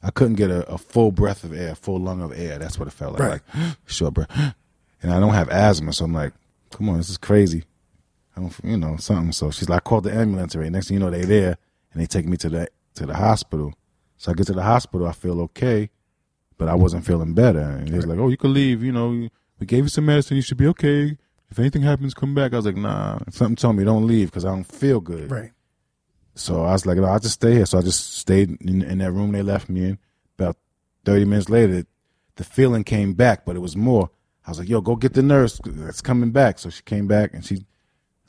Speaker 5: I couldn't get a, a full breath of air, full lung of air. That's what it felt like.
Speaker 1: Right.
Speaker 5: Like short breath. And I don't have asthma, so I'm like, come on, this is crazy. I don't, you know, something. So she's like, I called the ambulance already. Next thing you know, they there and they take me to the to the hospital. So I get to the hospital, I feel okay, but I wasn't feeling better. And they was like, oh, you can leave. You know, we gave you some medicine. You should be okay. If anything happens, come back. I was like, nah. Something told me don't leave because I don't feel good.
Speaker 1: Right.
Speaker 5: So I was like, no, I'll just stay here. So I just stayed in, in that room they left me in. About 30 minutes later, the feeling came back, but it was more. I was like, yo, go get the nurse. It's coming back. So she came back and she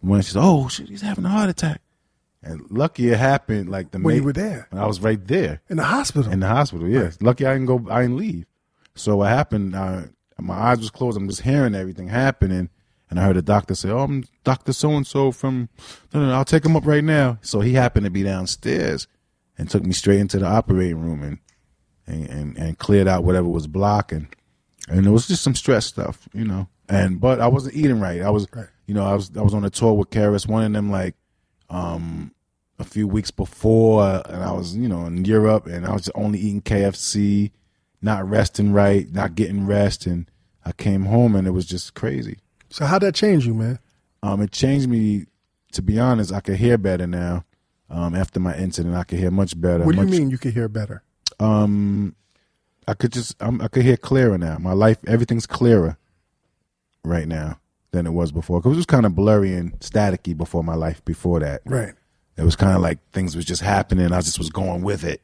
Speaker 5: went, she's, oh, shit, he's having a heart attack. And lucky it happened like the
Speaker 1: When you
Speaker 5: ma-
Speaker 1: were there.
Speaker 5: I was right there
Speaker 1: In the hospital.
Speaker 5: in the hospital. Yeah, lucky I didn't go. I didn't leave. So what happened? Uh, my eyes was closed. I'm just hearing everything happening, and I heard a doctor say, "Oh, I'm Doctor So and So from. No, no, no, I'll take him up right now." So he happened to be downstairs, and took me straight into the operating room and and and, and cleared out whatever was blocking. And it was just some stress stuff, you know. And but I wasn't eating right. I was,
Speaker 1: Right.
Speaker 5: you know, I was I was on a tour with Karis. One of them like a few weeks before, and I was, you know, in Europe, and I was just only eating KFC, not resting right, not getting rest, and I came home, and it was just crazy.
Speaker 1: so how'd that change you, man?
Speaker 5: Um, it changed me. To be honest, I could hear better now. Um, after my incident, I could hear much better.
Speaker 1: What do you
Speaker 5: much-
Speaker 1: mean you could hear better?
Speaker 5: I could just, I'm, I could hear clearer now. My life, everything's clearer right now than it was before. 'Cause it was kind of blurry and staticky before my life before that.
Speaker 1: Right.
Speaker 5: It was kind of like things was just happening. I just was going with it,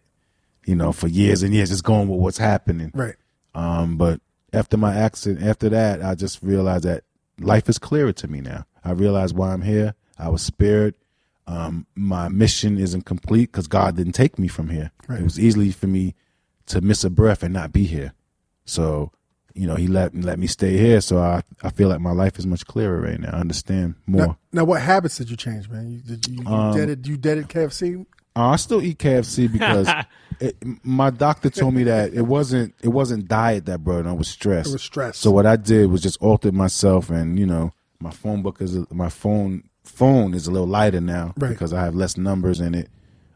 Speaker 5: you know, for years and years, just going with what's happening.
Speaker 1: Right.
Speaker 5: Um, but after my accident, after that, I just realized that life is clearer to me now. I realized why I'm here. I was spared. Um, my mission isn't complete because God didn't take me from here. It was easily for me to miss a breath and not be here. So, you know, He let let me stay here. So I I feel like my life is much clearer right now. I understand more.
Speaker 1: Now, now what habits did you change, man? You did you, you
Speaker 5: Um,
Speaker 1: deaded you deaded KFC?
Speaker 5: Uh, I still eat KFC because it, my doctor told me that it wasn't it wasn't diet that brought it. on, It was stress.
Speaker 1: It was stress.
Speaker 5: So what I did was just altered myself, and you know my phone book is my phone phone is a little lighter now
Speaker 1: Right.
Speaker 5: because I have less numbers in it,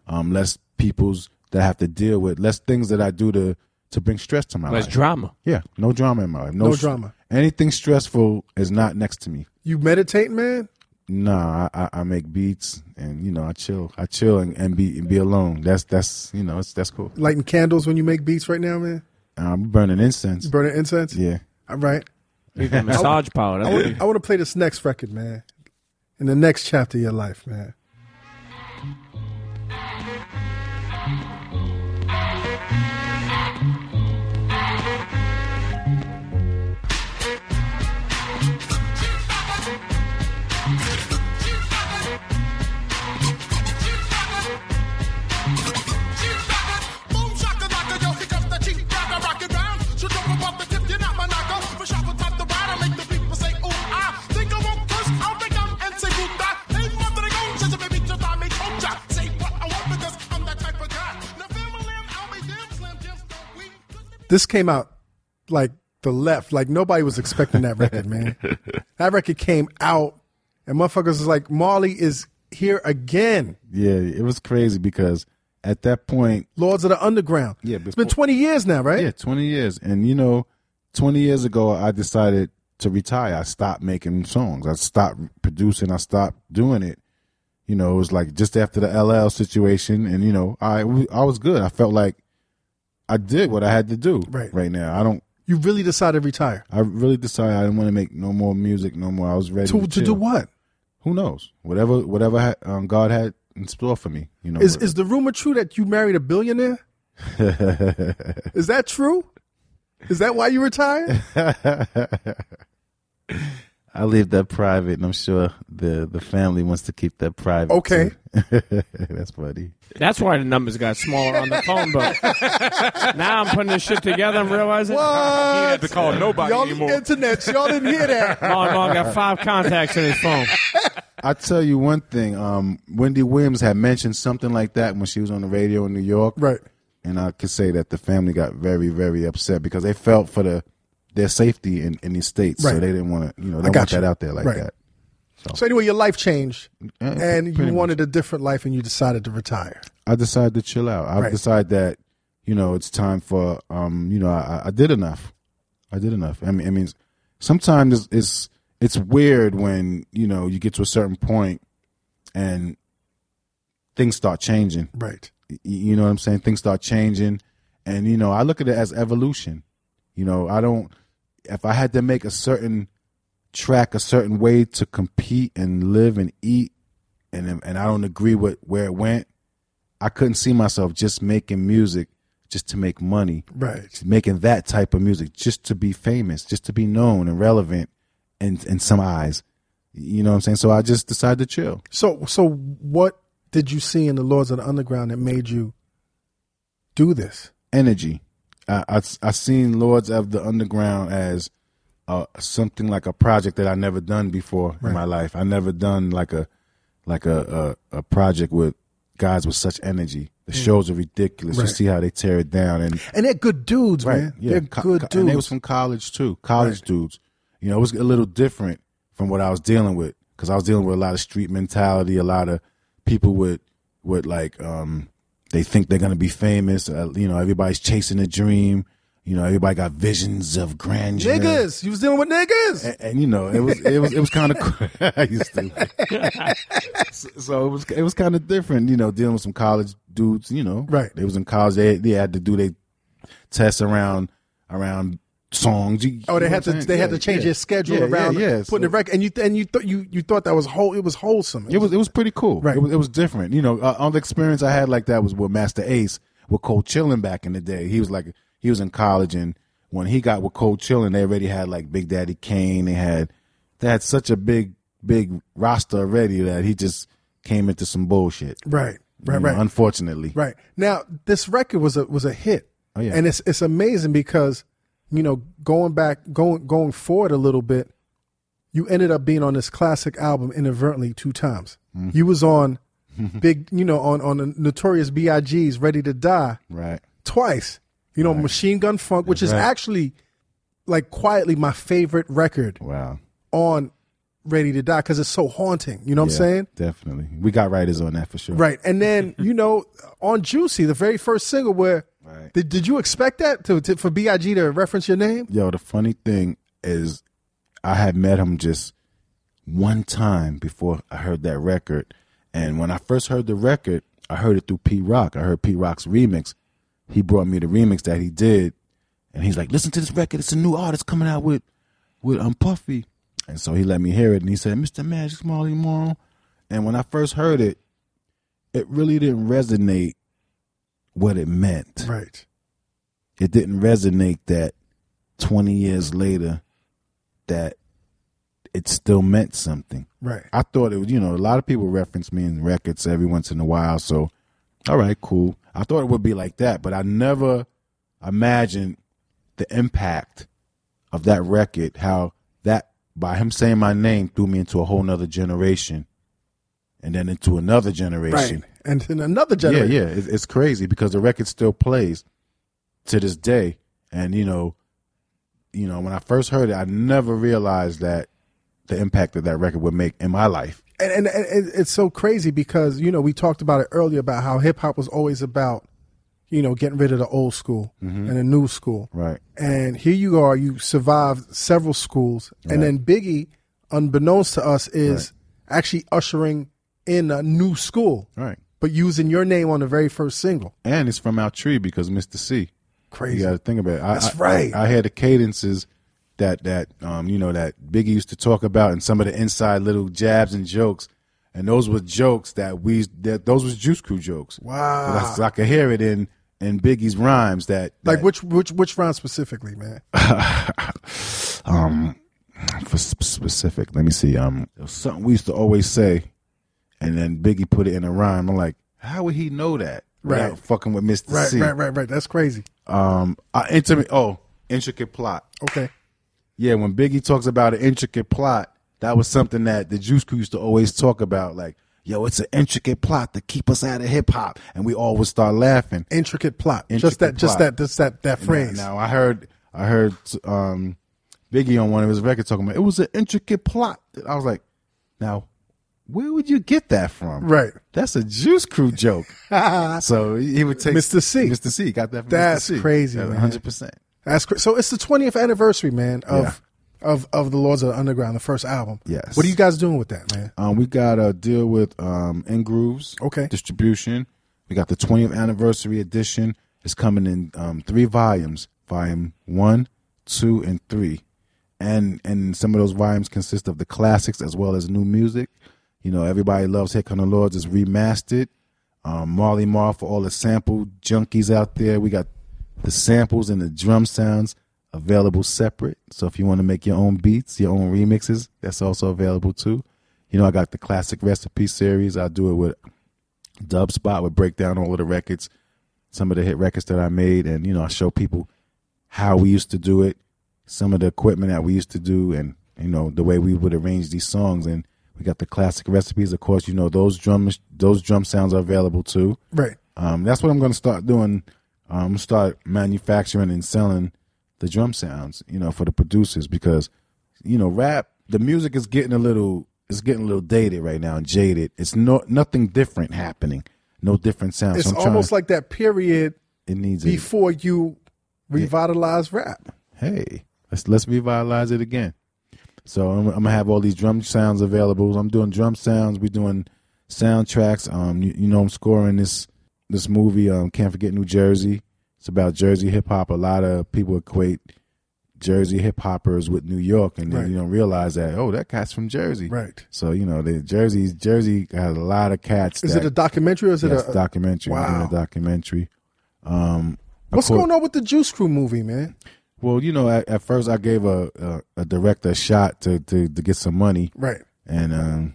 Speaker 5: um, less people's that I have to deal with, less things that I do to to bring stress to my
Speaker 7: Less
Speaker 5: life.
Speaker 7: drama.
Speaker 5: yeah, no drama in my life. No,
Speaker 1: No
Speaker 5: s-
Speaker 1: drama.
Speaker 5: Anything stressful is not next to me.
Speaker 1: You meditate, man?
Speaker 5: Nah, I, I I make beats and you know I chill, I chill and, and be and be alone. That's that's you know it's that's cool.
Speaker 1: Lighting candles when you make beats right now, man?
Speaker 5: I'm burning incense.
Speaker 1: Burning incense?
Speaker 5: Yeah,
Speaker 1: All right.
Speaker 7: Leave the massage power. That would be
Speaker 1: I want to play this next record, man. In the next chapter of your life, man.
Speaker 4: Boom shaka laka, yo, here comes the chief rocker, rockin' round. So jump above the tip, you're not my knocker. For sharp on top the ride, I make the people say, ooh, I think I won't curse, I'll think I'm NC Buddha. Hey, mother, they gon' chase me, bitch, if I make culture. Say what I want because I'm that type of guy. Now, family, I'll be damn slim, Jim's the weed.
Speaker 1: This came out like the left, like nobody was expecting that record, man. That record came out and motherfuckers is like, Marley is here again.
Speaker 5: Yeah, it was crazy because at that point,
Speaker 1: Lords of the Underground.
Speaker 5: Yeah,
Speaker 1: it's been
Speaker 5: before-
Speaker 1: 20 years now, right?
Speaker 5: yeah, 20 years. And you know, 20 years ago, I decided to retire. I stopped making songs. I stopped producing. I stopped doing it. You know, it was like just after the LL situation. And, you know, I, I was good. I felt like I did what I had to do
Speaker 1: Right.
Speaker 5: right now. I don't,
Speaker 1: You really decided to retire.
Speaker 5: I really decided I didn't want to make no more music no more. I was ready
Speaker 1: To,
Speaker 5: to,
Speaker 1: to do
Speaker 5: chill.
Speaker 1: what?
Speaker 5: Who knows? Whatever, whatever ha- um, God had in store for me. You know,
Speaker 1: Is, is the rumor true that you married a billionaire? is that true? Is that why you retired?
Speaker 5: I leave that private, and I'm sure the the family wants to keep that private.
Speaker 1: Okay.
Speaker 5: too. that's funny.
Speaker 7: That's why the numbers got smaller on the phone book. now I'm putting this shit together and realizing
Speaker 6: He had to call nobody
Speaker 1: Y'all
Speaker 6: anymore.
Speaker 1: internet, y'all didn't hear that.
Speaker 7: Marlon Marl got five contacts in his phone.
Speaker 5: I tell you one thing. Um, Wendy Williams had mentioned something like that when she was on the radio in New York,
Speaker 1: Right.
Speaker 5: And I could say that the family got very, very upset because they felt for the their safety in, in these states, so
Speaker 1: Right.
Speaker 5: they didn't want to, you know,
Speaker 1: I
Speaker 5: they
Speaker 1: got
Speaker 5: want
Speaker 1: you.
Speaker 5: that out there like
Speaker 1: Right.
Speaker 5: that.
Speaker 1: So anyway, your life changed,
Speaker 5: Yeah,
Speaker 1: and
Speaker 5: pretty
Speaker 1: you
Speaker 5: much.
Speaker 1: wanted a different life, and you decided to retire.
Speaker 5: I decided to chill out. I
Speaker 1: Right.
Speaker 5: decided that you know it's time for um you know I, I did enough. I did enough. I mean, I mean, sometimes it's, it's it's weird when you know you get to a certain point and things start changing.
Speaker 1: Right.
Speaker 5: Y- You know what I'm saying? Things start changing, and you know I look at it as evolution. You know I don't. If I had to make a certain track a certain way to compete and live and eat, and and I don't agree with where it went, I couldn't see myself just making music just to make money,
Speaker 1: Right.
Speaker 5: making that type of music just to be famous, just to be known and relevant in in some eyes. You know what I'm saying? So I just decided to chill.
Speaker 1: So so what did you see in the Lords of the Underground that made you do this?
Speaker 5: energy. I, I I seen Lords of the Underground as uh, something like a project that I never done before in my life. I never done like a like a, a a project with guys with such energy. The shows are ridiculous.
Speaker 1: Right.
Speaker 5: You see how they tear it down and
Speaker 1: And they're good dudes, man. They're
Speaker 5: Co-
Speaker 1: good
Speaker 5: co-
Speaker 1: dudes.
Speaker 5: And they was from college too. College dudes. You know, it was a little different from what I was dealing with because I was dealing with a lot of street mentality, a lot of people with with like um they think they're gonna be famous. Uh, you know, everybody's chasing a dream. You know, everybody got visions of grandeur.
Speaker 1: niggas. You was dealing with niggas.
Speaker 5: And, and, you know, it was it was it was kind of you stupid. so, so it was it was kind of different, you know, dealing with some college dudes. You know,
Speaker 1: Right.
Speaker 5: They was in college. They, they had to do their tests around around songs. You-
Speaker 1: Oh, they
Speaker 5: you know
Speaker 1: had to
Speaker 5: what I'm saying?
Speaker 1: they had
Speaker 5: Yeah,
Speaker 1: to change
Speaker 5: yeah.
Speaker 1: their schedule
Speaker 5: Yeah, yeah,
Speaker 1: around
Speaker 5: yeah.
Speaker 1: putting
Speaker 5: So-
Speaker 1: the record and you and you thought you you thought that was whole it was wholesome.
Speaker 5: It was it was pretty cool.
Speaker 1: Right.
Speaker 5: It was, it was different. You know, uh, all the experience I had like that was with Master Ace with Cold Chillin back in the day. He was like he was in college and when he got with Cold Chillin, they already had like Big Daddy Kane. They had they had such a big big roster already that he just came into some bullshit.
Speaker 1: right. Right,
Speaker 5: You know,
Speaker 1: right.
Speaker 5: Unfortunately,
Speaker 1: Right now, this record was a was a hit,
Speaker 5: Oh, yeah.
Speaker 1: and it's it's amazing because you know going back going going forward a little bit, you ended up being on this classic album inadvertently two times.
Speaker 5: Mm-hmm.
Speaker 1: You was on big, you know, on on the Notorious B.I.G.'s "Ready to Die"
Speaker 5: right.
Speaker 1: twice. You know, Machine Gun Funk, which is
Speaker 5: Right.
Speaker 1: actually like quietly my favorite record
Speaker 5: Wow.
Speaker 1: on "Ready to Die" because it's so haunting. You know what I'm saying?
Speaker 5: definitely. We got writers on that for sure.
Speaker 1: Right. And then, you know, on Juicy, the very first single where
Speaker 5: Right.
Speaker 1: did, did you expect that to, to for B.I.G. to reference your name?
Speaker 5: Yo, the funny thing is, I had met him just one time before I heard that record. And when I first heard the record, I heard it through P Rock. I heard P Rock's remix. He brought me the remix that he did, and he's like, "Listen to this record. It's a new artist coming out with with um Puffy." And so he let me hear it, and he said, "Mr. Magic Marley Morrow." And when I first heard it, it really didn't resonate what it meant
Speaker 1: Right.
Speaker 5: it didn't resonate that 20 years later that it still meant something.
Speaker 1: Right.
Speaker 5: I thought it was, you know, a lot of people reference me in records every once in a while. So, all right, cool. I thought it would be like that, but I never imagined the impact of that record, how that, by him saying my name, threw me into a whole nother generation and then into another generation.
Speaker 1: Right. And then another generation.
Speaker 5: Yeah, yeah, it's, it's crazy because the record still plays to this day, and you know, you know, when I first heard it, I never realized that the impact that that record would make in my life.
Speaker 1: and, and, and and it's so crazy because you know we talked about it earlier about how hip hop was always about you know getting rid of the old school and the new school
Speaker 5: Right.
Speaker 1: and here you are you survived several schools and then biggie unbeknownst to us is actually ushering in a new school
Speaker 5: Right.
Speaker 1: but using your name on the very first single
Speaker 5: And it's from our tree because Mr. C.
Speaker 1: crazy
Speaker 5: You got to think about it. I,
Speaker 1: That's
Speaker 5: I-
Speaker 1: right.
Speaker 5: I, I had the cadences that that um you know that Biggie used to talk about, and some of the inside little jabs and jokes, and those were jokes that we that those was Juice Crew jokes.
Speaker 1: Wow.
Speaker 5: That's- I could hear it in in Biggie's rhymes that,
Speaker 1: like
Speaker 5: that-
Speaker 1: which which which round specifically man
Speaker 5: for sp- specific. Let me see. Um, it was something we used to always say, and then Biggie put it in a rhyme. I'm like, how would he know that? without
Speaker 1: Right.
Speaker 5: fucking with Mr.
Speaker 1: right
Speaker 5: C.
Speaker 1: right right right that's crazy
Speaker 5: Um, I, intimate. Oh, intricate plot.
Speaker 1: okay
Speaker 5: Yeah, when Biggie talks about an intricate plot, that was something that the Juice Crew used to always talk about. Like, yo, it's an intricate plot to keep us out of hip hop, and we all would start laughing.
Speaker 1: intricate plot just
Speaker 5: Intricate
Speaker 1: that just
Speaker 5: plot.
Speaker 1: that just that that phrase
Speaker 5: Now, now I heard, I heard um, Biggie on one of his records talking about it was an intricate plot. I was like, now, where would you get that from?
Speaker 1: Right.
Speaker 5: That's a Juice Crew joke. so he would take
Speaker 1: Mr. C.
Speaker 5: Mr. C got that. From
Speaker 1: That's
Speaker 5: Mr. C.
Speaker 1: crazy, man.
Speaker 5: One hundred percent.
Speaker 1: That's cra- so. It's the twentieth anniversary, man, of
Speaker 5: Yeah.
Speaker 1: of of the Lords of the Underground, the first album.
Speaker 5: Yes.
Speaker 1: What are you guys doing with that, man?
Speaker 5: Um, we got a deal with um, In Grooves.
Speaker 1: Okay.
Speaker 5: Distribution. We got the 20th anniversary edition. It's coming in um, three volumes: volume one, two, and three. And and some of those volumes consist of the classics as well as new music. You know, everybody loves "Here Come the Lords" is remastered. Um, Marley Mar for all the sample junkies out there. We got the samples and the drum sounds available separate. So if you want to make your own beats, your own remixes, that's also available too. You know, I got the classic recipe series. I do it with Dub Spot would break down all of the records, some of the hit records that I made, and you know, I show people how we used to do it, some of the equipment that we used to do, and you know, the way we would arrange these songs. And we got the classic recipes, of course. You know, those drum those drum sounds are available too.
Speaker 1: Right.
Speaker 5: Um, that's what I'm going to start doing. Um, start manufacturing and selling the drum sounds, you know, for the producers because, you know, rap, the music is getting a little, it's getting a little dated right now and jaded. It's no, nothing different happening. No different sounds.
Speaker 1: It's almost
Speaker 5: trying,
Speaker 1: like that period
Speaker 5: it needs a-
Speaker 1: before you revitalize rap.
Speaker 5: hey, let's let's revitalize it again. So I'm, I'm gonna have all these drum sounds available. I'm doing drum sounds. We're doing soundtracks. Um, you, you know, I'm scoring this this movie. Um, can't forget New Jersey. It's about Jersey hip hop. A lot of people equate Jersey hip hoppers with New York, and then
Speaker 1: Right.
Speaker 5: you don't realize that oh, that cat's from Jersey.
Speaker 1: Right.
Speaker 5: So you know, the Jersey Jersey has a lot of cats.
Speaker 1: Is
Speaker 5: that,
Speaker 1: it a documentary or is it
Speaker 5: yes,
Speaker 1: a
Speaker 5: documentary? I'm doing
Speaker 1: Wow.
Speaker 5: a documentary.
Speaker 1: What's
Speaker 5: course.
Speaker 1: going on with the Juice Crew movie, man?
Speaker 5: Well, you know, at, at first I gave a, a a director a shot to to to get some money,
Speaker 1: Right.
Speaker 5: and um,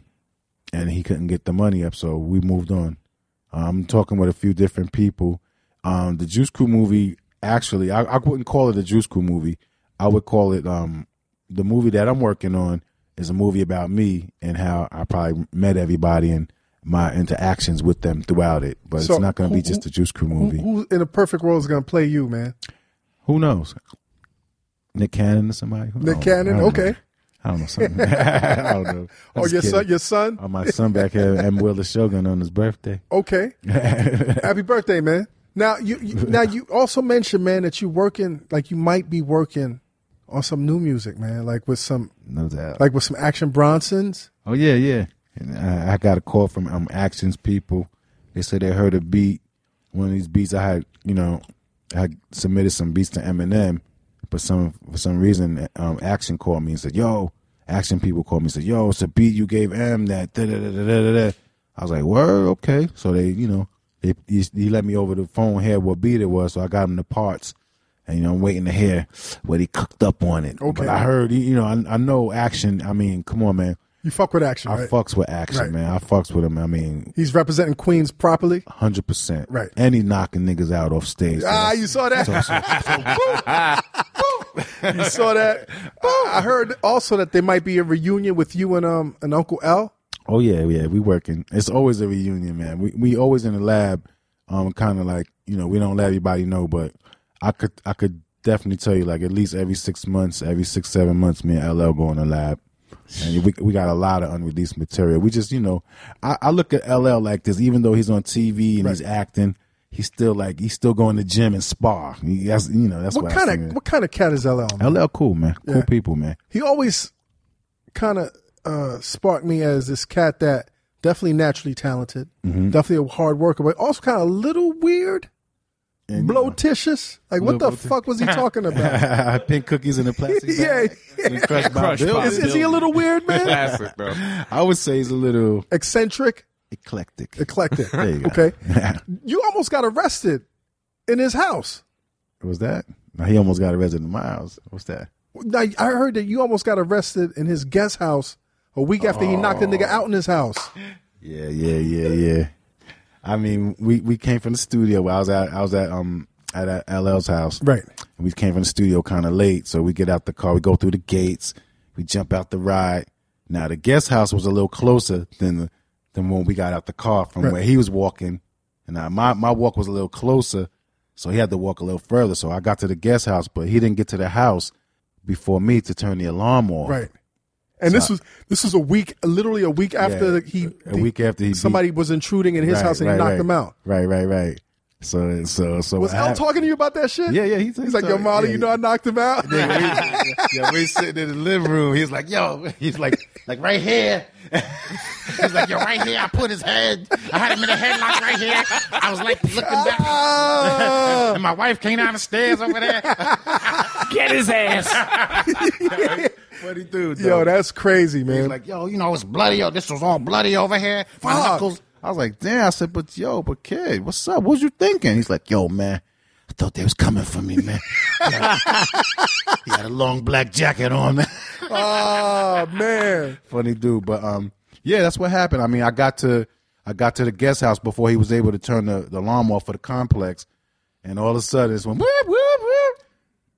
Speaker 5: and he couldn't get the money up, so we moved on. I'm talking with a few different people. Um, the Juice Crew movie, actually, I, I wouldn't call it a Juice Crew movie. I would call it um, the movie that I'm working on is a movie about me and how I probably met everybody and my interactions with them throughout it. But
Speaker 1: So
Speaker 5: it's not going to be
Speaker 1: who-
Speaker 5: just a Juice Crew
Speaker 1: Who,
Speaker 5: movie.
Speaker 1: who in a perfect world is going to play you, man?
Speaker 5: Who knows? Nick Cannon or somebody? Who
Speaker 1: Nick
Speaker 5: knows?
Speaker 1: Cannon?
Speaker 5: I don't
Speaker 1: Okay.
Speaker 5: know. I don't know something. I don't know. I'm
Speaker 1: Oh,
Speaker 5: just
Speaker 1: your son,
Speaker 5: kidding.
Speaker 1: your son.
Speaker 5: Oh, my son back here, M. Willis Shogun on his birthday.
Speaker 1: Okay. Happy birthday, man. Now you, you now you also mentioned, man, that you working like you might be working on some new music, man, like with some
Speaker 5: No doubt.
Speaker 1: like with some Action Bronsons.
Speaker 5: oh yeah, yeah. And I, I got a call from um, Actions people. They said they heard a beat. One of these beats I had, you know, I had submitted some beats to Eminem, but some for some reason, um, Action called me and said, "Yo." Action people called me and said, "Yo, it's a beat you gave M that." Da, da, da, da, da, da. I was like, "Word, okay." So they, you know, they he, he let me over the phone hear what beat it was, so I got him the parts. and you know I'm waiting to hear what he cooked up on it.
Speaker 1: Okay.
Speaker 5: But I heard, you know, I, I know action. I mean, come on, man.
Speaker 1: You fuck with Action,
Speaker 5: I
Speaker 1: right?
Speaker 5: fucks with action,
Speaker 1: Right.
Speaker 5: man. I fucks with him. I mean,
Speaker 1: He's representing Queens properly.
Speaker 5: hundred percent.
Speaker 1: Right.
Speaker 5: And he knocking niggas out off stage.
Speaker 1: Ah,
Speaker 5: So
Speaker 1: you saw that. you saw that. I heard also that there might be a reunion with you and um and Uncle L.
Speaker 5: Oh yeah, yeah, we working. It's always a reunion, man. We we always in the lab, um, kind of like you know we don't let everybody know, but I could I could definitely tell you like at least every six months, every six seven months, me and LL go in the lab. and we we got a lot of unreleased material. We just you know, I, I look at LL like this. Even though he's on TV and he's acting, he's still like he's still going to gym and spa. He- That's you know that's
Speaker 1: What
Speaker 5: what
Speaker 1: kind
Speaker 5: I
Speaker 1: of what kind of cat is LL? Man?
Speaker 5: LL cool man, cool
Speaker 1: Yeah.
Speaker 5: people man.
Speaker 1: He always kind of uh, sparked me as this cat that definitely naturally talented,
Speaker 5: Mm-hmm.
Speaker 1: definitely a hard worker, but also kind of a little weird,
Speaker 5: And, uh,
Speaker 1: blotitious. Like what the fuck was he talking about?
Speaker 5: pink cookies in a plastic bag.
Speaker 1: Yeah.
Speaker 5: And crushed by
Speaker 7: Crushed by
Speaker 5: Bill.
Speaker 1: is, is he a little weird, man?
Speaker 6: Classic, bro.
Speaker 5: I would say he's a little
Speaker 1: Eccentric,
Speaker 5: eclectic.
Speaker 1: eclectic.
Speaker 5: There you go.
Speaker 1: Okay, you almost got arrested in his house.
Speaker 5: What's that? Now, he almost got arrested in my house. What's that?
Speaker 1: Now, I heard that you almost got arrested in his guest house a week after he knocked a nigga
Speaker 5: Oh.
Speaker 1: out in his house.
Speaker 5: Yeah, yeah, yeah, yeah. I mean, we, we came from the studio. I was at I was at um at, uh, LL's house.
Speaker 1: Right.
Speaker 5: And we came from the studio kind of late, so we get out the car, we go through the gates, we jump out the ride. Now the guest house was a little closer than the, than when we got out the car from where he was walking, and I, my my walk was a little closer, so he had to walk a little further. So I got to the guest house, but he didn't get to the house before me to turn the alarm off.
Speaker 1: Right. And this was this was a week, literally a week after
Speaker 5: Yeah,
Speaker 1: he
Speaker 5: a week after he beat-
Speaker 1: somebody was intruding in his
Speaker 5: Right,
Speaker 1: house and he
Speaker 5: right,
Speaker 1: knocked
Speaker 5: right.
Speaker 1: him out.
Speaker 5: Right, right, right. So so so
Speaker 1: Was
Speaker 5: what
Speaker 1: Al
Speaker 5: hap-
Speaker 1: talking to you about that shit?
Speaker 5: Yeah, yeah, he-
Speaker 1: He's,
Speaker 5: he
Speaker 1: like, yo,
Speaker 5: talked-
Speaker 1: Molly,
Speaker 5: yeah,
Speaker 1: you
Speaker 5: he-
Speaker 1: know I knocked him out.
Speaker 5: yeah, we, yeah, we sitting in the living room. He's like, yo, he's like, like right here. he's like, yo, right here. I put his head. I had him in a headlock right here. I was like looking back,
Speaker 1: Ah.
Speaker 5: and my wife came down the stairs over there.
Speaker 7: Get his ass.
Speaker 5: what he do? though?
Speaker 1: yo, that's crazy, man.
Speaker 5: He's like, yo, you know, it's bloody. Yo, this was all bloody over here. My
Speaker 1: Fuck.
Speaker 5: knuckles. I was like, damn. I said, but yo, but kid, what's up? What was you thinking? He's like, yo, man, I thought they was coming for me, man. he had a long black jacket on, man.
Speaker 1: oh man.
Speaker 5: funny dude. But um, yeah, that's what happened. I mean, I got to I got to the guest house before he was able to turn the, the alarm off for the complex, and all of a sudden it's went whoop whoop whoop.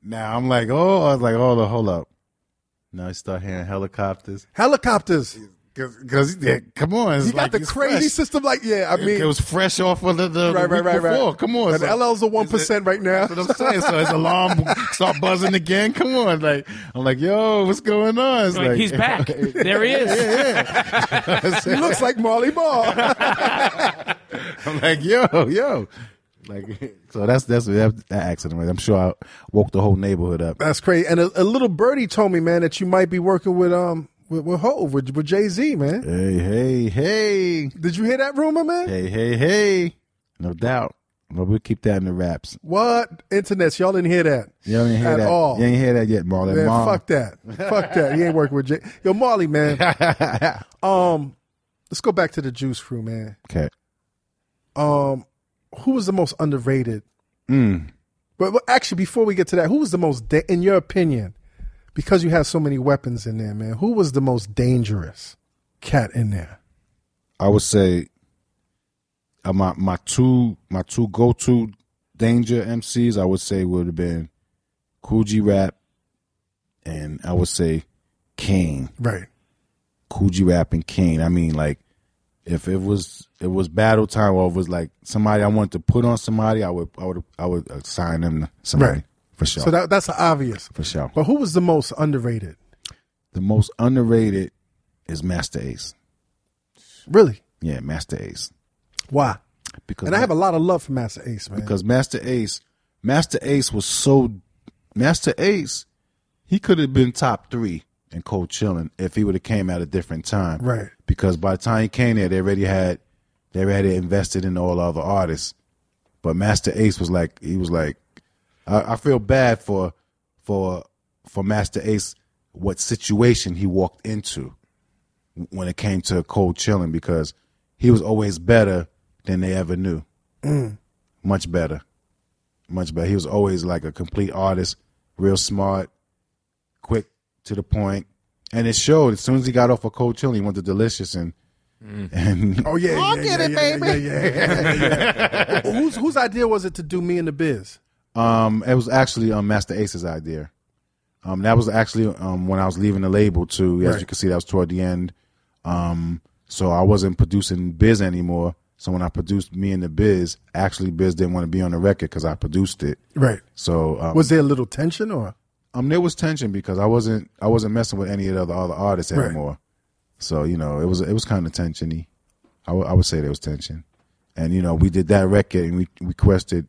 Speaker 5: Now I'm like, oh, I was like, hold up, hold up. Now I start hearing helicopters.
Speaker 1: Helicopters.
Speaker 5: Cause, 'cause, yeah, come on, it's
Speaker 1: He
Speaker 5: like
Speaker 1: got the
Speaker 5: it's
Speaker 1: crazy
Speaker 5: fresh.
Speaker 1: system. Like, yeah, I mean,
Speaker 5: it was fresh off of the, the, the
Speaker 1: right, right,
Speaker 5: week
Speaker 1: right,
Speaker 5: before.
Speaker 1: right.
Speaker 5: Come on,
Speaker 1: And LL's a one percent right now.
Speaker 5: That's what I'm saying. So his alarm start buzzing again. Come on, like I'm like, yo, what's going on? It's
Speaker 7: Like, he's back. There he is.
Speaker 1: He looks like Molly Ball.
Speaker 5: I'm like, yo, yo. Like, so that's that's that, that accident. Right? I'm sure I woke the whole neighborhood up.
Speaker 1: That's crazy. And a, a little birdie told me, man, that you might be working with um with, with Hove with, with Jay Z, man.
Speaker 5: Hey, hey, hey,
Speaker 1: Did you hear that rumor, man?
Speaker 5: hey, hey, hey. No doubt. But we'll keep that in the wraps.
Speaker 1: What internets? Y'all didn't hear that
Speaker 5: You ain't hear
Speaker 1: at
Speaker 5: that.
Speaker 1: all.
Speaker 5: You ain't hear that yet, Marlon.
Speaker 1: man,
Speaker 5: Mom.
Speaker 1: fuck that. fuck that. He ain't working with Jay. Yo, Marley, man. um, let's go back to the Juice Crew, man.
Speaker 5: Okay.
Speaker 1: Um, who was the most underrated?
Speaker 5: Mm.
Speaker 1: But, but actually, before we get to that, who was the most, da- in your opinion, because you have so many weapons in there, man? Who was the most dangerous cat in there?
Speaker 5: I would say uh, my my two my two go to danger MCs I would say would have been Cool G Rap and I would say Kane.
Speaker 1: Right.
Speaker 5: Cool G Rap and Kane. I mean, like, if it was it was battle time or it was like somebody I wanted to put on somebody, I would I would I would assign them to somebody
Speaker 1: Right.
Speaker 5: for sure.
Speaker 1: So that that's obvious.
Speaker 5: for sure.
Speaker 1: But who was the most underrated?
Speaker 5: The most underrated is Master Ace.
Speaker 1: Really?
Speaker 5: Yeah, Master Ace.
Speaker 1: Why?
Speaker 5: Because
Speaker 1: And I have a lot of love for Master Ace, man.
Speaker 5: because Master Ace, Master Ace was so Master Ace, he could have been top three in Cold Chillin' if he would have came at a different time.
Speaker 1: Right.
Speaker 5: Because by the time he came there, they already had they already invested in all the other artists. But Master Ace was like he was like I, I feel bad for for for Master Ace what situation he walked into when it came to cold chilling because he was always better than they ever knew. Much better. Much better. He was always like a complete artist, real smart, quick to the point. And it showed as soon as he got off of cold chilling, he went to delicious and and
Speaker 1: Oh yeah,
Speaker 3: I
Speaker 1: yeah,
Speaker 3: get
Speaker 1: yeah,
Speaker 3: it,
Speaker 1: yeah,
Speaker 3: baby.
Speaker 1: Yeah, yeah, yeah, yeah. Whose whose idea was it to do me in the biz?
Speaker 5: Um, it was actually um, Master Ace's idea. Um, that was actually um, when I was leaving the label too. As
Speaker 1: Right.
Speaker 5: you can see, that was toward the end. Um, so I wasn't producing Biz anymore. So when I produced me and the Biz, actually Biz didn't want to be on the record because I produced it.
Speaker 1: Right.
Speaker 5: So um,
Speaker 1: Was there a little tension or
Speaker 5: um, there was tension because I wasn't I wasn't messing with any of the other, other artists anymore. So you know, it was it was kind of tensiony. I would- I would say there was tension, and you know, we did that record and we requested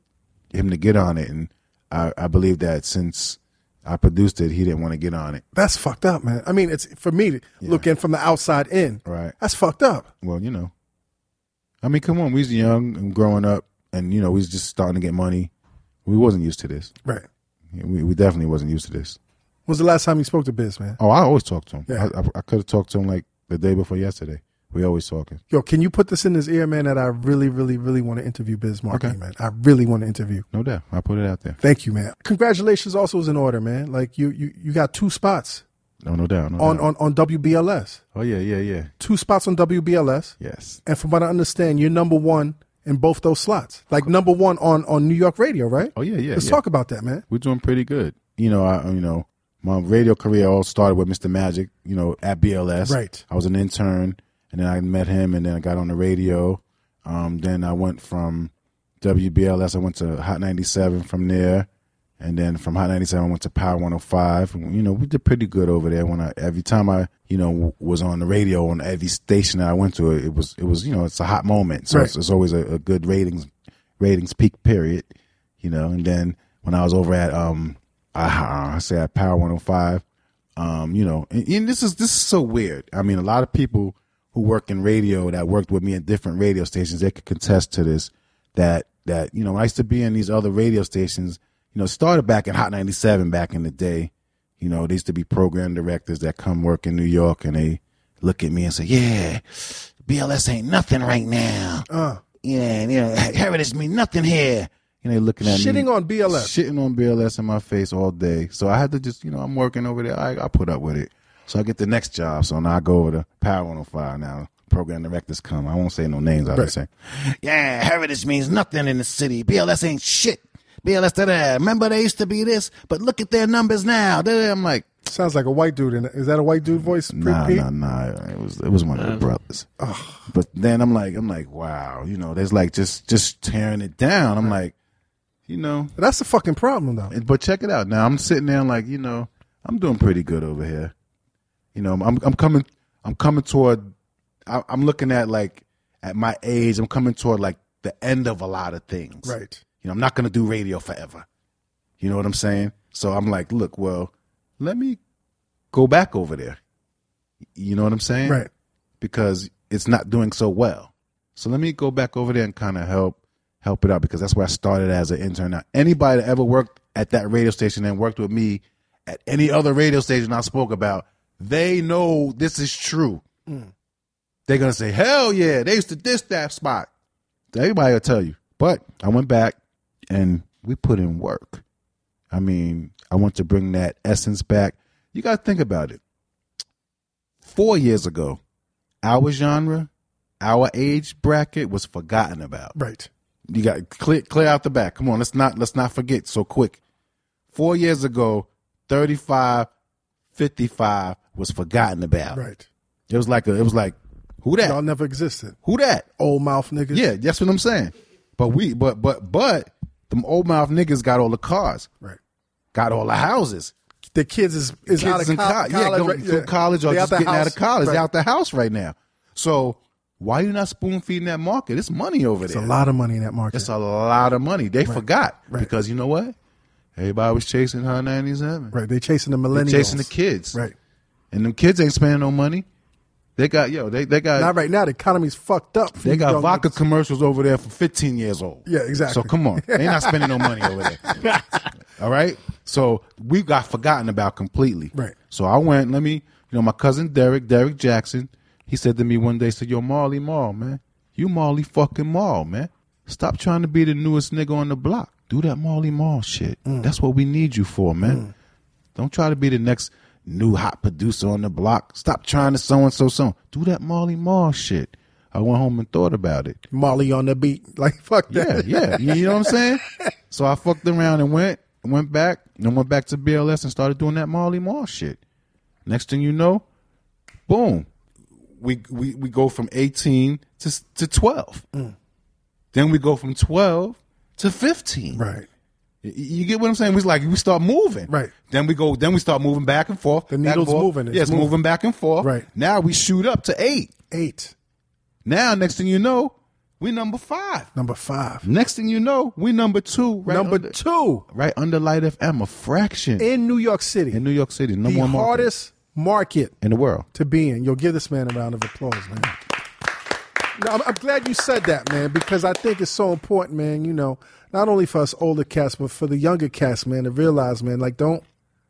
Speaker 5: him to get on it, and I, I believe that since I produced it, he didn't want to get on it.
Speaker 1: That's fucked up, man. I mean, it's for me to looking from the outside in.
Speaker 5: Right.
Speaker 1: That's fucked up.
Speaker 5: Well, you know, I mean, come on, we was young and growing up, and you know, we was just starting to get money. We wasn't used to this.
Speaker 1: Right.
Speaker 5: We, we definitely wasn't used to this.
Speaker 1: When's the last time you spoke to Biz, man?
Speaker 5: Oh, I always talk to him.
Speaker 1: Yeah.
Speaker 5: I, I, I could have talked to him like the day before yesterday. We always talking.
Speaker 1: Yo, can you put this in his ear, man? That I really, really, really want to interview Biz Markie,
Speaker 5: Okay.
Speaker 1: man. I really want to interview.
Speaker 5: No doubt. I put it out there.
Speaker 1: Thank you, man. Congratulations also is in order, man. Like you, you, you got two spots
Speaker 5: No, no doubt. No
Speaker 1: on on
Speaker 5: doubt.
Speaker 1: on WBLS.
Speaker 5: Oh yeah, yeah, yeah.
Speaker 1: Two spots on WBLS.
Speaker 5: Yes.
Speaker 1: And from what I understand, you're number one in both those slots. Like number one on on New York radio, right?
Speaker 5: Oh yeah, yeah.
Speaker 1: Let's
Speaker 5: yeah.
Speaker 1: talk about that, man.
Speaker 5: We're doing pretty good. You know, I you know my radio career all started with Mr. Magic. You know, at BLS.
Speaker 1: Right.
Speaker 5: I was an intern, and then I met him, and then I got on the radio. Um, then I went from WBLS. I went to Hot ninety seven from there, and then from Hot ninety seven I went to Power one hundred five. You know, we did pretty good over there. When I every time I you know w- was on the radio on every station that I went to, it, was it was you know it's a hot moment. So
Speaker 1: Right.
Speaker 5: it's, it's always a, a good ratings ratings peak period. You know, and then when I was over at um I, I say at Power one hundred five um, you know, and, and this is this is so weird. I mean, a lot of people who work in radio that worked with me at different radio stations, they could contest to this. That that you know, when I used to be in these other radio stations. You know, it started back in Hot ninety seven back in the day. You know, there used to be program directors that come work in New York and they look at me and say, "Yeah, BLS ain't nothing right now.
Speaker 1: Uh.
Speaker 5: Yeah, you know, heritage mean nothing here." And they looking at me
Speaker 1: Shitting on BLS.
Speaker 5: shitting on BLS in my face all day. So I had to just, you know, I'm working over there. I, I put up with it. So I get the next job. So now I go over to Power 105 now. Program directors come. I won't say no names. I'll just say, yeah, heritage means nothing in the city. BLS ain't shit. BLS, da da. Remember they used to be this, but look at their numbers now. Da-da. I'm like,
Speaker 1: Sounds like a white dude. In it. Is that a white dude voice?
Speaker 5: nah,
Speaker 1: Pete?
Speaker 5: nah, nah. It was it was one of the brothers. But then I'm like, I'm like, wow, you know, there's like just just tearing it down. I'm like, you know,
Speaker 1: That's the fucking problem, though.
Speaker 5: And- But check it out. Now I'm sitting there, like you know, I'm doing pretty good over here. You know, I'm I'm, I'm coming, I'm coming toward. I, I'm looking at like at my age, I'm coming toward like the end of a lot of things.
Speaker 1: Right.
Speaker 5: You know, I'm not gonna do radio forever. You know what I'm saying? So I'm like, look, well, let me go back over there. You know what I'm saying?
Speaker 1: Right.
Speaker 5: Because it's not doing so well. So let me go back over there and kind of help help it out because that's where I started as an intern. Now, anybody that ever worked at that radio station and worked with me at any other radio station I spoke about, they know this is true. They're gonna say, "Hell yeah, they used to this that spot." Everybody will tell you. But I went back and we put in work. I mean, I want to bring that essence back. You got to think about it. Four years ago, our genre, our age bracket was forgotten about.
Speaker 1: Right.
Speaker 5: You got clear clear out the back. Come on, let's not let's not forget so quick. 4 years ago, 35 55 was forgotten about.
Speaker 1: Right.
Speaker 5: It was like a, it was like who that?
Speaker 1: Y'all never existed.
Speaker 5: Who that?
Speaker 1: Old mouth niggas.
Speaker 5: Yeah, that's what I'm saying. But we but but but them old mouth niggas got all the cars,
Speaker 1: Right.
Speaker 5: got all the houses.
Speaker 1: The kids is, is out of
Speaker 5: in
Speaker 1: co-
Speaker 5: co-
Speaker 1: college.
Speaker 5: yeah, going
Speaker 1: right?
Speaker 5: through
Speaker 1: Yeah.
Speaker 5: college or
Speaker 1: They
Speaker 5: just
Speaker 1: the
Speaker 5: getting out
Speaker 1: house.
Speaker 5: of college.
Speaker 1: Right.
Speaker 5: They're out the house right now. So why you not spoon feeding that market? It's money over
Speaker 1: It's
Speaker 5: there.
Speaker 1: a lot of money in that market.
Speaker 5: It's a lot of money. They forgot
Speaker 1: Right.
Speaker 5: because you know what? Everybody was chasing her ninety seven.
Speaker 1: right. They chasing the millennials.
Speaker 5: Chasing the kids.
Speaker 1: Right.
Speaker 5: And them kids ain't spending no money. They got yo. They they got
Speaker 1: Not right now. The economy's fucked up. for
Speaker 5: They
Speaker 1: you
Speaker 5: got
Speaker 1: young
Speaker 5: vodka
Speaker 1: niggas.
Speaker 5: commercials over there for 15 years old.
Speaker 1: Yeah, exactly.
Speaker 5: So come on. They're not spending no money over there. All right? So we got forgotten about completely.
Speaker 1: Right.
Speaker 5: So I went, let me, you know, my cousin Derek, Derek Jackson, he said to me one day, he said, Yo, Marley Marl, man. You Marley fucking Marl, man. Stop trying to be the newest nigga on the block. Do that Marley Marl shit. That's what we need you for, man. Don't try to be the next new hot producer on the block. Stop trying to so and so so. Do that Marley Marl shit. I went home and thought about it.
Speaker 1: Molly on the beat. Like fuck
Speaker 5: Yeah,
Speaker 1: that.
Speaker 5: yeah. You you know what I'm saying? So I fucked around and went, went back, and then went back to BLS and started doing that Marley Marl shit. Next thing you know, boom, we we we go from 18 to s-
Speaker 1: Mm.
Speaker 5: to 12. Then we go from 12 to 15.
Speaker 1: Right.
Speaker 5: Y- You get what I'm saying? We like we start moving,
Speaker 1: Right.
Speaker 5: Then we go, then we start moving back and forth.
Speaker 1: The
Speaker 5: back and
Speaker 1: needle's
Speaker 5: forth.
Speaker 1: moving, it's
Speaker 5: Yes,
Speaker 1: moving.
Speaker 5: moving back and forth.
Speaker 1: Right.
Speaker 5: now we shoot up to eight.
Speaker 1: Eight,
Speaker 5: Now, next thing you know, we number five.
Speaker 1: number five,
Speaker 5: Next thing you know, we number two. Right
Speaker 1: number
Speaker 5: under,
Speaker 1: two
Speaker 5: right under Light FM, a fraction in,
Speaker 1: in New York City,
Speaker 5: New York City, number
Speaker 1: the
Speaker 5: one market
Speaker 1: hardest market
Speaker 5: in the world.
Speaker 1: to be in. You'll give this man a round of applause, man. No, I'm, I'm glad you said that, man, because I think it's so important, man. You know, not only for us older cats, but for the younger cats, man, to realize, man, like don't,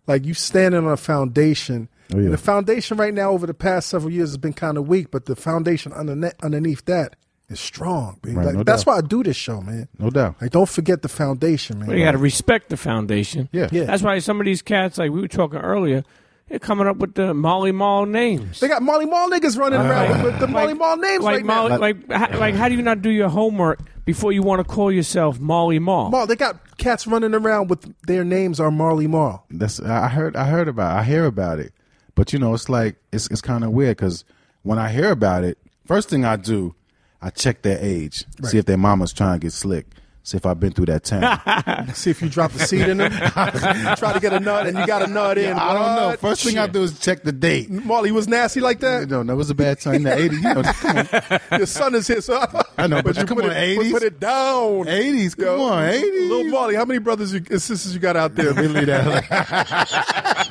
Speaker 1: like you standing on a foundation.
Speaker 5: Oh, yeah.
Speaker 1: And the foundation right now over the past several years has been kind of weak, but the foundation underneath, underneath that is strong. Man.
Speaker 5: Right,
Speaker 1: like,
Speaker 5: no
Speaker 1: that's
Speaker 5: doubt.
Speaker 1: why I do this show, man.
Speaker 5: No doubt.
Speaker 1: Like, don't forget the foundation, man.
Speaker 7: But you got to respect the foundation.
Speaker 5: Yeah. Yeah.
Speaker 7: That's why some of these cats, like we were talking earlier, they're coming up with the Molly Mall names.
Speaker 1: they got Molly Mall niggas running around with, with the Molly Mall names
Speaker 7: like
Speaker 1: right
Speaker 7: Molly,
Speaker 1: now.
Speaker 7: like how, like how do you not do your homework before you want to call yourself Molly Mall?
Speaker 1: Mall, they got cats running around with their names are Marley Marl.
Speaker 5: That's I I heard. I heard about. I hear about it, but you know, it's like it's it's kind of weird because when I hear about it, first thing I do, I check their age, see if their mama's trying to get slick, see if I've been through that town.
Speaker 1: See if you drop a seed in them. Try to get a nut, and you got a nut in.
Speaker 5: I don't know.
Speaker 1: What?
Speaker 5: First thing I do is check the date.
Speaker 1: Marley was nasty like that.
Speaker 5: No, no, it was a bad time. The 80s, you know, come on.
Speaker 1: Your son is here, so
Speaker 5: I know, but come
Speaker 1: put
Speaker 5: on,
Speaker 1: it,
Speaker 5: 80s?
Speaker 1: put it down.
Speaker 5: 80s, come on, 80s.
Speaker 1: Little Marley, how many brothers you, and sisters you got out there?
Speaker 5: Really that-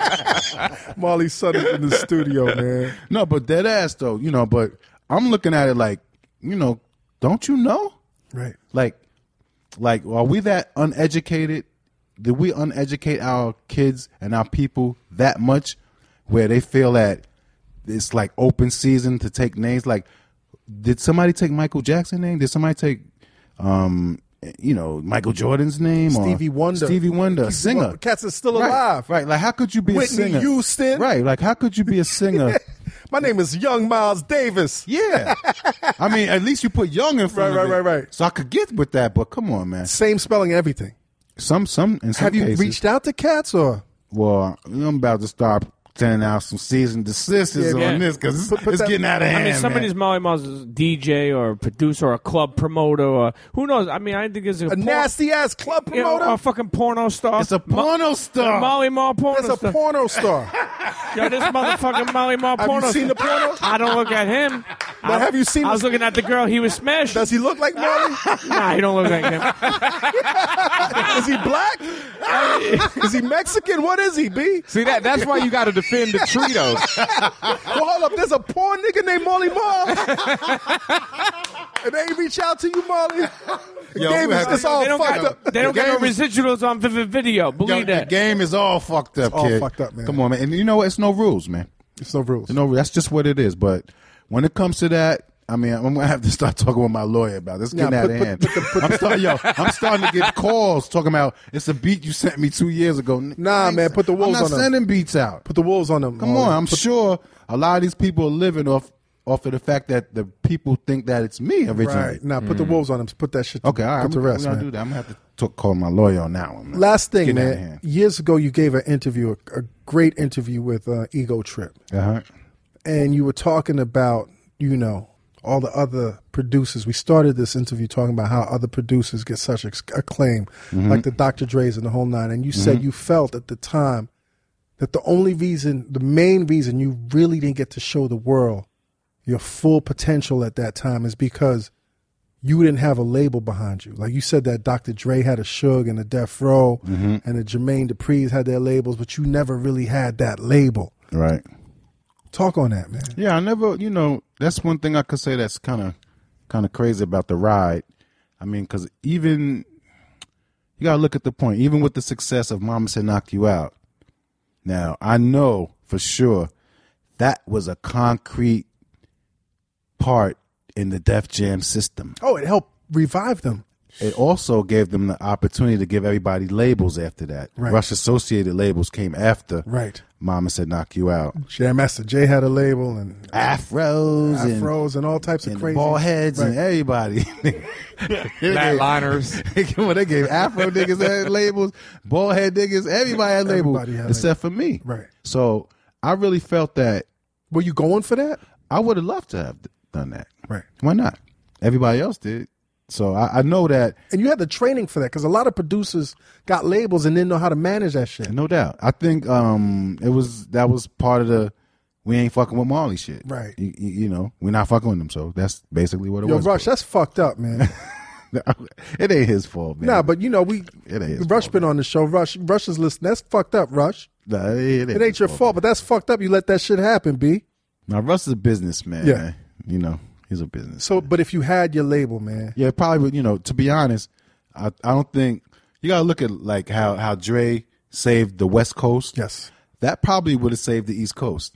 Speaker 1: Marley's son is in the studio, man.
Speaker 5: no, but dead ass though, you know. But I'm looking at it like, you know, don't you know?
Speaker 1: Right.
Speaker 5: Like, like, are we that uneducated? Did we uneducate our kids and our people that much, where they feel that it's like open season to take names? Like, did somebody take Michael Jackson name? Did somebody take, um, you know, Michael Jordan's name?
Speaker 1: Stevie
Speaker 5: or
Speaker 1: Wonder.
Speaker 5: Stevie Wonder, a
Speaker 1: Stevie
Speaker 5: singer.
Speaker 1: Wonder. Cats are still
Speaker 5: Right,
Speaker 1: alive.
Speaker 5: right? Like, how could you be
Speaker 1: Whitney
Speaker 5: a singer?
Speaker 1: Houston.
Speaker 5: right? Like, how could you be a singer?
Speaker 1: My name is Young Miles Davis.
Speaker 5: Yeah, I mean, at least you put young in front.
Speaker 1: Right,
Speaker 5: of
Speaker 1: right,
Speaker 5: it.
Speaker 1: right, right.
Speaker 5: So I could get with that, but come on, man.
Speaker 1: Same spelling, everything.
Speaker 5: Some, some, in some
Speaker 1: Have you
Speaker 5: cases.
Speaker 1: reached out to cats or?
Speaker 5: well, I'm about to start sending out some cease and desists
Speaker 1: Yeah,
Speaker 5: on
Speaker 7: yeah.
Speaker 5: this because
Speaker 1: Put-
Speaker 5: it's,
Speaker 1: put
Speaker 5: it's
Speaker 1: that-
Speaker 5: getting out of
Speaker 7: I
Speaker 5: hand.
Speaker 7: mean, some
Speaker 5: man.
Speaker 7: of these Molly Malls is a DJ or a producer or a club promoter or who knows? I mean, I think it's a,
Speaker 1: A
Speaker 7: porn-
Speaker 1: nasty ass club
Speaker 7: you know,
Speaker 1: promoter?
Speaker 7: or a fucking porno star.
Speaker 5: It's a porno star.
Speaker 7: A Molly Mall porno
Speaker 1: That's a
Speaker 7: star.
Speaker 1: porno star.
Speaker 7: Yo, this motherfucking Molly Mall
Speaker 1: Have you
Speaker 7: porno.
Speaker 1: seen the porno?
Speaker 7: I don't look at him. I,
Speaker 1: have you seen
Speaker 7: I was
Speaker 1: the-
Speaker 7: looking at the girl he was smashing.
Speaker 1: Does he look like Marley?
Speaker 7: nah, he don't look like him.
Speaker 1: Is he black? is he Mexican? What is he, B?
Speaker 6: See that? That's why you got to defend the Tritos.
Speaker 1: Well, hold up. There's a poor nigga named Molly Mall. and they reach out to you, Molly.
Speaker 5: Yo,
Speaker 1: Game
Speaker 5: we
Speaker 1: is-
Speaker 5: had-
Speaker 1: it's all
Speaker 7: They don't
Speaker 1: fucked
Speaker 7: got,
Speaker 1: up.
Speaker 7: They don't
Speaker 5: The
Speaker 7: got no
Speaker 5: game is-
Speaker 7: residuals on Vivid Video.
Speaker 5: Yo,
Speaker 7: Believe
Speaker 5: the
Speaker 7: that.
Speaker 5: game is all fucked up.
Speaker 1: It's all
Speaker 5: kid.
Speaker 1: fucked up, man.
Speaker 5: Come on, man. And you know what? It's no rules, man.
Speaker 1: It's no rules.
Speaker 5: No, that's just what it is. But when it comes to that, I mean, I'm gonna have to start talking with my lawyer about this. It's
Speaker 1: Yeah,
Speaker 5: Getting out
Speaker 1: put-
Speaker 5: of
Speaker 1: put-
Speaker 5: hand.
Speaker 1: put the- put
Speaker 5: I'm starting, yo. I'm starting to get calls talking about it's a beat you sent me two years ago.
Speaker 1: Nah, man, put the wolves
Speaker 5: I'm not
Speaker 1: on them.
Speaker 5: sending beats out.
Speaker 1: Put the wolves on them.
Speaker 5: Come
Speaker 1: Molly.
Speaker 5: on, I'm
Speaker 1: Put-
Speaker 5: sure a lot of these people are living off off of the fact that the people think that it's me originally.
Speaker 1: Right. Now, put the wolves on them. Put that shit to,
Speaker 5: Okay, all right.
Speaker 1: put
Speaker 5: I'm,
Speaker 1: to rest,
Speaker 5: I'm gonna
Speaker 1: man.
Speaker 5: do that. I'm gonna have to talk, call my lawyer on that one. man.
Speaker 1: Last thing,
Speaker 5: Getting out of
Speaker 1: man. Years ago, you gave an interview, a, a great interview with uh, Ego Trip.
Speaker 5: hand. Uh-huh.
Speaker 1: and you were talking about you know all the other producers. We started this interview talking about how other producers get such ex- acclaim, like the Dr. Dre's and the whole nine. And you said you felt at the time that the only reason, the main reason you really didn't get to show the world your full potential at that time is because you didn't have a label behind you. Like you said that Dr. Dre had a Suge and a Death Row and the Jermaine Dupri's had their labels, but you never really had that label.
Speaker 5: Right.
Speaker 1: Talk on that, man.
Speaker 5: Yeah, I never, you know, that's one thing I could say that's kind of kind of crazy about the ride. I mean, cuz even you got to look at the point, even with the success of Mama Said Knock You Out. Now, I know for sure that was a concrete part in the Def Jam system.
Speaker 1: Oh, it helped revive them.
Speaker 5: It also gave them the opportunity to give everybody labels after that.
Speaker 1: Right.
Speaker 5: Rush Associated labels came after
Speaker 1: Right.
Speaker 5: Mama Said Knock You Out.
Speaker 1: Jam Master Jay had a label and
Speaker 5: Afros, and
Speaker 1: afros and all types of
Speaker 5: and
Speaker 1: crazy
Speaker 5: the ball heads and
Speaker 1: Right.
Speaker 5: everybody.
Speaker 6: Flatliners.
Speaker 5: Well, they gave Afro niggas had labels, ball head niggas, everybody had labels
Speaker 1: Everybody had
Speaker 5: except for me.
Speaker 1: Right.
Speaker 5: So I really felt that
Speaker 1: Were you going for that?
Speaker 5: I would have loved to have done that.
Speaker 1: Right.
Speaker 5: Why not? Everybody else did. So I, I know that
Speaker 1: And you had the training for that because a lot of producers got labels and didn't know how to manage that shit.
Speaker 5: No doubt. I think um it was that was part of the we ain't fucking with Marley shit.
Speaker 1: Right.
Speaker 5: You, you- you know, we're not fucking with them. So that's basically what it
Speaker 1: Yo,
Speaker 5: was.
Speaker 1: Rush, that's fucked up, man.
Speaker 5: it ain't his fault, man.
Speaker 1: nah, but you know we
Speaker 5: It ain't his
Speaker 1: Rush
Speaker 5: fault,
Speaker 1: been on the show. Rush, Rush is listening. That's fucked up, Rush.
Speaker 5: Nah, it, it ain't,
Speaker 1: It ain't
Speaker 5: his
Speaker 1: your fault, but that's fucked up. You let that shit happen, B.
Speaker 5: Now Russ is a businessman.
Speaker 1: Yeah.
Speaker 5: Yeah. You know, he's a business.
Speaker 1: So, but if you had your label, man,
Speaker 5: Yeah, probably. would- You know, to be honest, I I don't think you gotta look at like how how Dre saved the West Coast.
Speaker 1: Yes. Mm.
Speaker 5: that probably would have saved the East Coast.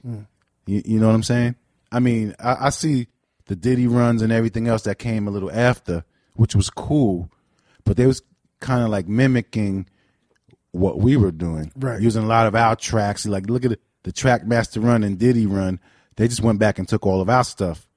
Speaker 5: You, you know what I'm saying? I mean, I, I see the Diddy runs and everything else that came a little after, which was cool, but they was kind of like mimicking what we were doing,
Speaker 1: Right.
Speaker 5: Using a lot of our tracks. Like, look at the, the Track Master Run and Diddy Run. They just went back and took all of our stuff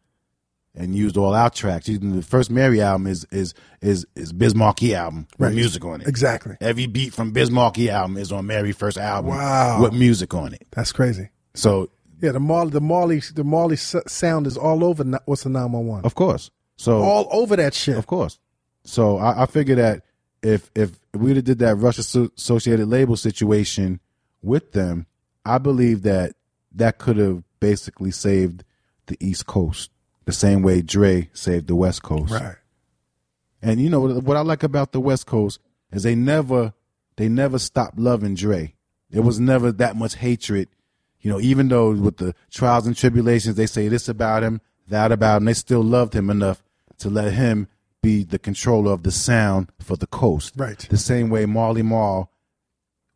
Speaker 5: and used all our tracks. Even the first Mary album is is is is Bismarcky album
Speaker 1: Right.
Speaker 5: with music on it.
Speaker 1: Exactly.
Speaker 5: Every beat from Bismarcky album is on Mary first album.
Speaker 1: Wow.
Speaker 5: With music on it.
Speaker 1: that's crazy.
Speaker 5: So
Speaker 1: Yeah, the Marley, the Marley, the Marley s- sound is all over. na- What's the nine one one?
Speaker 5: of course. So
Speaker 1: All over that shit.
Speaker 5: of course. So I, I figure that if if we'd have did that Russia so- associated label situation with them, I believe that that could have basically saved the East Coast the same way Dre saved the West Coast.
Speaker 1: Right.
Speaker 5: And you know what, what I like about the West Coast is they never they never stopped loving Dre. There was never that much hatred. You know, even though with the trials and tribulations, they say this about him, that about him, they still loved him enough to let him be the controller of the sound for the coast.
Speaker 1: Right.
Speaker 5: The same way Marley Marl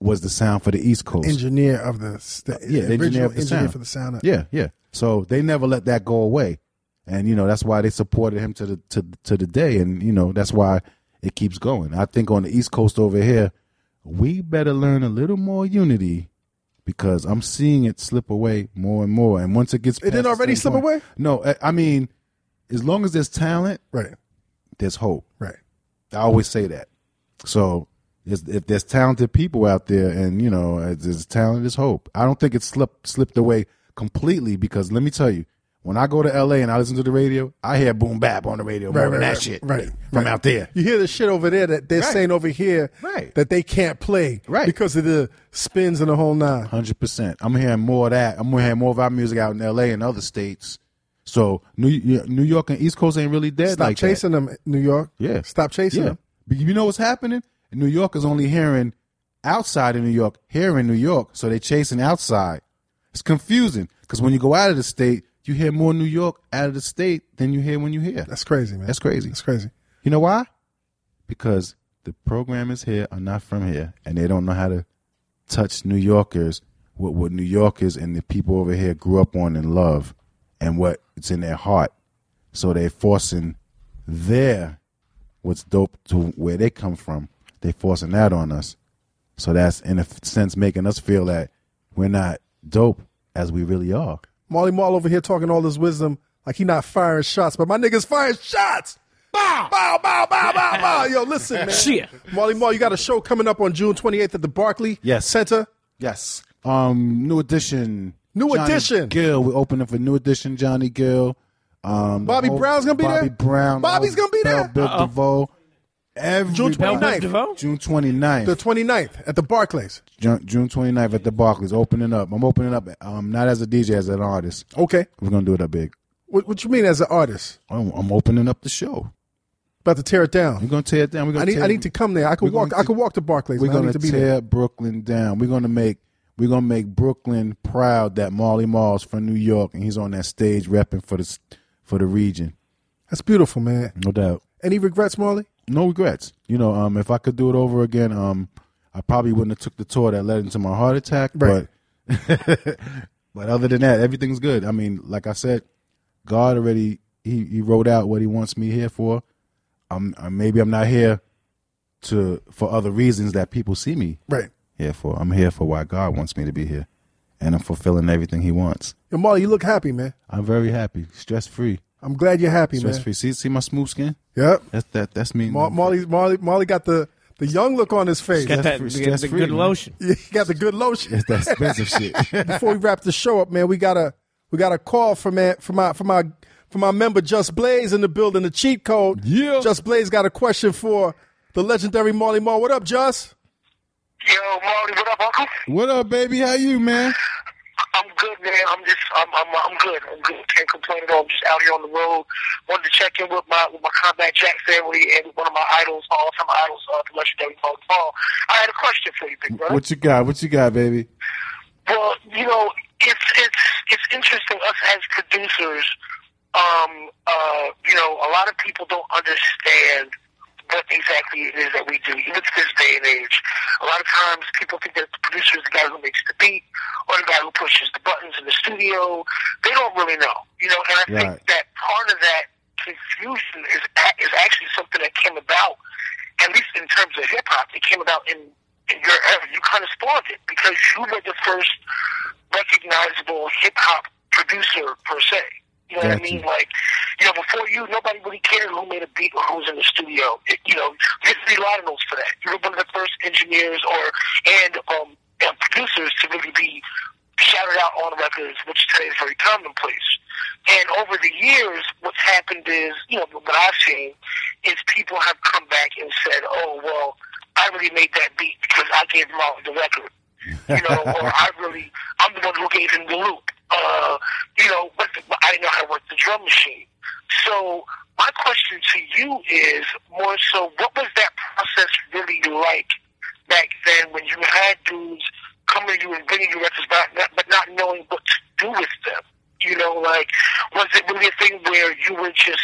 Speaker 5: was the sound for the East Coast.
Speaker 1: Engineer of the, s- the
Speaker 5: yeah,
Speaker 1: original
Speaker 5: engineer, of the sound.
Speaker 1: for the sound. of-
Speaker 5: Yeah, yeah. So they never let that go away, and you know that's why they supported him to the to to the day, and you know that's why it keeps going. I think on the East Coast over here, we better learn a little more unity because I'm seeing it slip away more and more. And once it gets, past
Speaker 1: didn't
Speaker 5: a
Speaker 1: already
Speaker 5: certain
Speaker 1: slip
Speaker 5: point-
Speaker 1: away?
Speaker 5: No, I- I mean, as long as there's talent,
Speaker 1: Right.
Speaker 5: there's hope.
Speaker 1: Right.
Speaker 5: I always say that. So is- if there's talented people out there, and you know, as- there's talent is hope. I don't think it slipped slipped away completely because let me tell you, when I go to L.A. and I listen to the radio, I hear boom bap on the radio more
Speaker 1: Right,
Speaker 5: than
Speaker 1: right,
Speaker 5: that
Speaker 1: right,
Speaker 5: shit
Speaker 1: right,
Speaker 5: from
Speaker 1: right.
Speaker 5: out there.
Speaker 1: You hear the shit over there that they're
Speaker 5: Right.
Speaker 1: saying over here
Speaker 5: Right.
Speaker 1: that they can't play
Speaker 5: Right.
Speaker 1: because of the spins and the whole nine.
Speaker 5: Hundred percent. I'm hearing more of that. I'm hearing more of our music out in L.A. and other states. So New New York and East Coast ain't really dead
Speaker 1: Stop
Speaker 5: like that.
Speaker 1: chasing them, New York.
Speaker 5: Yeah.
Speaker 1: Stop chasing
Speaker 5: Yeah.
Speaker 1: them.
Speaker 5: But you know what's happening? New York is only hearing outside of New York, here in New York, so they're chasing outside. It's confusing because when you go out of the state, you hear more New York out of the state than you hear when you here.
Speaker 1: That's crazy, man.
Speaker 5: That's crazy.
Speaker 1: That's crazy.
Speaker 5: You know why? Because the programmers here are not from here and they don't know how to touch New Yorkers with what New Yorkers and the people over here grew up on and love and what it's in their heart. So they're forcing their what's dope to where they come from. They forcing that on us. So that's in a sense making us feel that we're not dope as we really are.
Speaker 1: Marley Marl over here talking all this wisdom like he not firing shots, but my nigga's firing shots. Bow, bow, bow, bow, bow, bow. Yo, listen, man.
Speaker 7: Shit.
Speaker 1: Marley Marl, you got a show coming up on June 28th at the Barclay
Speaker 5: Yes.
Speaker 1: Center.
Speaker 5: Yes. Um, New Edition.
Speaker 1: New
Speaker 5: Johnny
Speaker 1: Edition.
Speaker 5: Gill. We're opening for New Edition. Johnny Gill. Um,
Speaker 1: Bobby
Speaker 5: oh,
Speaker 1: Brown's gonna be
Speaker 5: Bobby
Speaker 1: there?
Speaker 5: Brown.
Speaker 1: Bobby's
Speaker 5: oh,
Speaker 1: gonna be there?
Speaker 5: Bill Bill DeVoe. Every
Speaker 1: June 29th.
Speaker 7: DeVoe?
Speaker 5: June 29th.
Speaker 1: The 29th at the Barclays.
Speaker 5: Ju- June 29th at the Barclays. Opening up. I'm opening up. Um, not as a DJ, as an artist.
Speaker 1: Okay.
Speaker 5: We're gonna do it up big.
Speaker 1: What, what you mean as an artist?
Speaker 5: I'm, I'm opening up the show.
Speaker 1: About to tear it
Speaker 5: We're
Speaker 1: down.
Speaker 5: gonna tear it down. We're gonna
Speaker 1: I need,
Speaker 5: tear
Speaker 1: I need to come there. I could
Speaker 5: We're
Speaker 1: walk.
Speaker 5: going
Speaker 1: I
Speaker 5: to-
Speaker 1: could walk to Barclays.
Speaker 5: We're
Speaker 1: man. I
Speaker 5: gonna
Speaker 1: need to be
Speaker 5: tear
Speaker 1: there.
Speaker 5: Brooklyn down. We're gonna make we're gonna make Brooklyn proud that Marley Marl's from New York and he's on that stage repping for the s- for the region.
Speaker 1: That's beautiful, man.
Speaker 5: No doubt.
Speaker 1: Any regrets, Marley?
Speaker 5: No regrets. You know, um, if I could do it over again, um, I probably wouldn't have took the tour that led into my heart attack.
Speaker 1: Right.
Speaker 5: But but other than that, everything's good. I mean, like I said, God already he, he wrote out what he wants me here for. I'm, i maybe I'm not here to for other reasons that people see me
Speaker 1: Right.
Speaker 5: here for. I'm here for why God wants me to be here, and I'm fulfilling everything He wants.
Speaker 1: Yo, Marley, you look happy, man.
Speaker 5: I'm very happy, stress free,
Speaker 1: I'm glad you're happy,
Speaker 5: stress
Speaker 1: man.
Speaker 5: free. See, see my smooth skin.
Speaker 1: Yep.
Speaker 5: That's that. That's me.
Speaker 1: Mar- Marley, Marley, Marley got the the young look on his face.
Speaker 7: Got that
Speaker 5: Stress-free,
Speaker 7: the, the
Speaker 5: stress-free,
Speaker 7: good
Speaker 5: man.
Speaker 7: lotion.
Speaker 1: he got the good lotion.
Speaker 5: It's that expensive shit.
Speaker 1: Before we wrap the show up, man, we got a we got a call eh, from man from our from our for my member Just Blaze in the building, the cheat code.
Speaker 6: Yeah.
Speaker 1: Just Blaze got a question for the legendary Marley Marl. What up, Just?
Speaker 10: Yo, Marty, what up, Uncle?
Speaker 5: What up, baby? How you, man?
Speaker 10: I'm good, man. I'm just, I'm, I'm, I'm good. I'm good. Can't complain at all. I'm just out here on the road. Wanted to check in with my, with my Combat Jack family and one of my idols, all-time idols, uh, the legendary Paul Paul. I had a question for you, big brother.
Speaker 5: What you got? What you got, baby?
Speaker 10: Well, you know, it's it's it's interesting. Us as producers, um, uh, you know, a lot of people don't understand what exactly it is that we do. Even to this day and age, a lot of times people think that the producer is the guy who makes the beat or the guy who pushes the buttons in the studio. They don't really know, you know. And I
Speaker 5: Right.
Speaker 10: think that part of that confusion is a- is actually something that came about, at least in terms of hip hop, it came about in in your era. You kind of spawned it because you were the first recognizable hip hop producer per se. You know what I
Speaker 5: Gotcha.
Speaker 10: mean? Like, you know, before you, nobody really cared who made a beat or who was in the studio. It, you know, you had to be Lionel's for that. You were one of the first engineers or and um and producers to really be shouted out on records, which today is very commonplace. And over the years, what's happened is, you know, what I've seen is people have come back and said, "Oh, well, I really made that beat because I gave Marlon the record." you know, or I really, I'm the one who gave him the loop, uh, you know, but, but I didn't know how to work the drum machine. So my question to you is more so, what was that process really like back then when you had dudes coming to you and bringing you records, but not, but not knowing what to do with them? You know, like, was it really a thing where you were just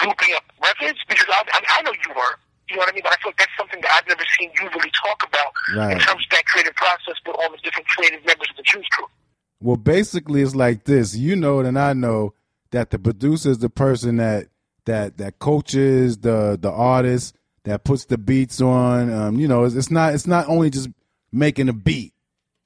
Speaker 10: looping up records? Because I, I, I know you were. You know what I mean? But I feel like that's something that I've never seen you really talk about in
Speaker 5: Right.
Speaker 10: terms of that creative process with all the different creative members of the Juice Crew.
Speaker 5: Well, basically, it's like this. You know it, and I know that the producer is the person that that that coaches the the artist that puts the beats on. Um, you know, it's, it's not it's not only just making a beat.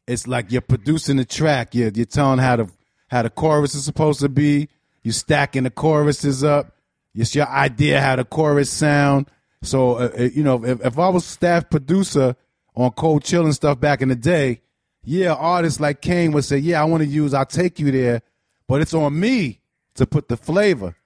Speaker 5: It's like you're producing the track. You're you're telling how the how the chorus is supposed to be. You stacking the choruses up. It's your idea how the chorus sound. So uh, uh, you know, if, if I was staff producer on Cold Chill and stuff back in the day, yeah, artists like Kane would say, "Yeah, I want to use. I'll take you there," but it's on me to put the flavor.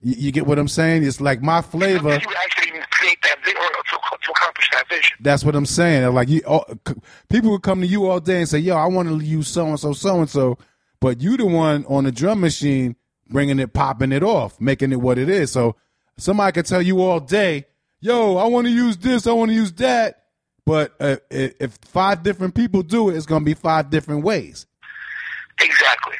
Speaker 5: You, you get what I'm saying? It's like my flavor.
Speaker 10: You actually even create that vi- or to, to accomplish that vision.
Speaker 5: That's what I'm saying. Like you, all, c- people would come to you all day and say, "Yo, I want to use so and so, so and so," but you the one on the drum machine bringing it, popping it off, making it what it is. So somebody could tell you all day, "Yo, I want to use this, I want to use that," but uh, i- if five different people do it, it's gonna be five different ways.
Speaker 10: Exactly.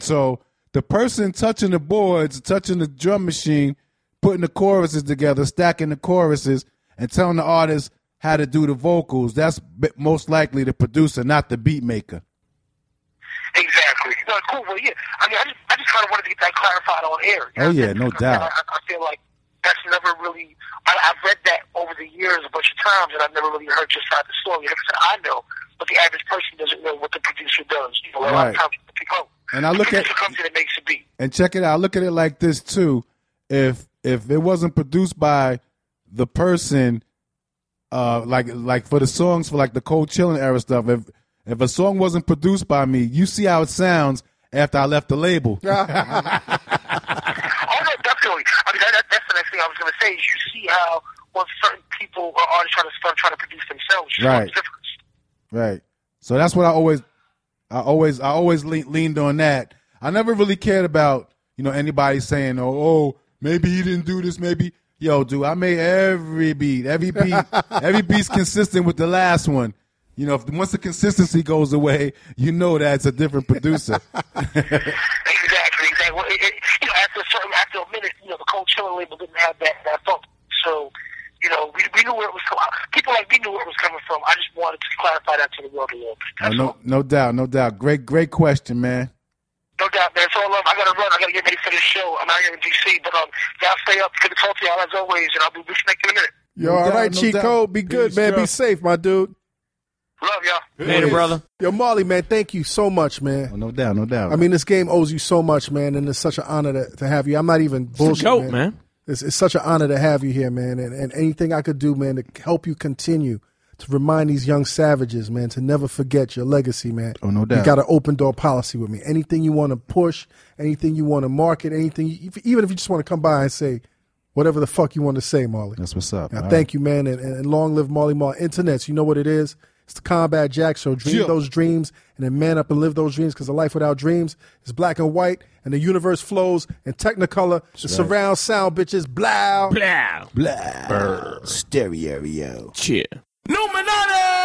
Speaker 5: So the person touching the boards, touching the drum machine, putting the choruses together, stacking the choruses, and telling the artist how to do the vocals, that's b- most likely the producer, not the beat maker.
Speaker 10: Exactly. No, cool. Well, yeah. I mean, I just, I just kind of wanted to get that clarified on air. You
Speaker 5: Oh,
Speaker 10: know what I'm
Speaker 5: yeah,
Speaker 10: saying?
Speaker 5: no
Speaker 10: Because I-
Speaker 5: doubt.
Speaker 10: I, I feel like that's never really. I, I've read that over the years a bunch of times, and I've never really heard your side of the story. Like I said, I know, but the average person doesn't know what the producer does. You know, a lot
Speaker 5: Right.
Speaker 10: of times people.
Speaker 5: And I look
Speaker 10: the
Speaker 5: at-
Speaker 10: producer comes in and makes a beat.
Speaker 5: And check it out. I Look at it like this too. If if it wasn't produced by the person, uh, like like for the songs for like the cold chilling era stuff, if if a song wasn't produced by me, you see how it sounds after I left the label.
Speaker 10: Oh no, definitely. I mean, that, that, that's the next thing I was going to say is you see how when certain people or artists try to start trying to produce themselves, you
Speaker 5: Right.
Speaker 10: know, it's different.
Speaker 5: Right. So that's what I always, I always, I always lean, leaned on that. I never really cared about you know anybody saying, oh, oh, maybe he didn't do this, maybe. Yo, dude, I made every beat. Every beat, every beat's consistent with the last one. You know, if once the consistency goes away, you know that's a different producer.
Speaker 10: Exactly, exactly. Well, it, it, you know, after a certain, after a minute, you know, the cold chiller label didn't have that that funk. So, you know, we, we knew where it was coming. People like me knew where it was coming from. I just wanted to clarify that to the world a little bit.
Speaker 5: Oh,
Speaker 10: That's
Speaker 5: no,
Speaker 10: all.
Speaker 5: no doubt, no doubt. Great, great question, man.
Speaker 10: No doubt, man. It's all love. I gotta run. I gotta get ready for this show. I'm out here in DC, but um, y'all stay up. Good to talk to y'all as always, and I'll be reconnecting in a minute.
Speaker 1: Yo,
Speaker 5: No
Speaker 1: all
Speaker 5: doubt,
Speaker 1: right,
Speaker 5: no
Speaker 1: cheat
Speaker 5: doubt.
Speaker 1: code. Be good,
Speaker 6: Peace,
Speaker 1: man. Be
Speaker 6: Just.
Speaker 1: safe, my dude.
Speaker 10: Love y'all.
Speaker 7: Later, brother.
Speaker 1: Yo, Marley, man, thank you so much, man.
Speaker 5: Oh, no doubt, no doubt.
Speaker 1: I mean, this game owes you so much, man, and it's such an honor to, to have you. I'm not even bullshit,
Speaker 7: goat, man.
Speaker 1: It's, it's such an honor to have you here, man, and, and anything I could do, man, to help you continue to remind these young savages, man, to never forget your legacy, man.
Speaker 5: Oh, no doubt.
Speaker 1: You got an open door policy with me. Anything you want to push, anything you want to market, anything, if- even if you just want to come by and say whatever the fuck you want to say, Marley.
Speaker 5: That's what's up.
Speaker 1: Now,
Speaker 5: All
Speaker 1: thank you, man, and, and long live Marley Marl. Internets, you know what it is. It's the Combat Jack Show. Dream
Speaker 5: Yeah.
Speaker 1: those dreams and then man up and live those dreams because a life without dreams is black and white and the universe flows in technicolor. The surround sound, bitches, blow.
Speaker 7: Blah.
Speaker 5: right. Stereo.
Speaker 7: Cheer.
Speaker 4: Numinati!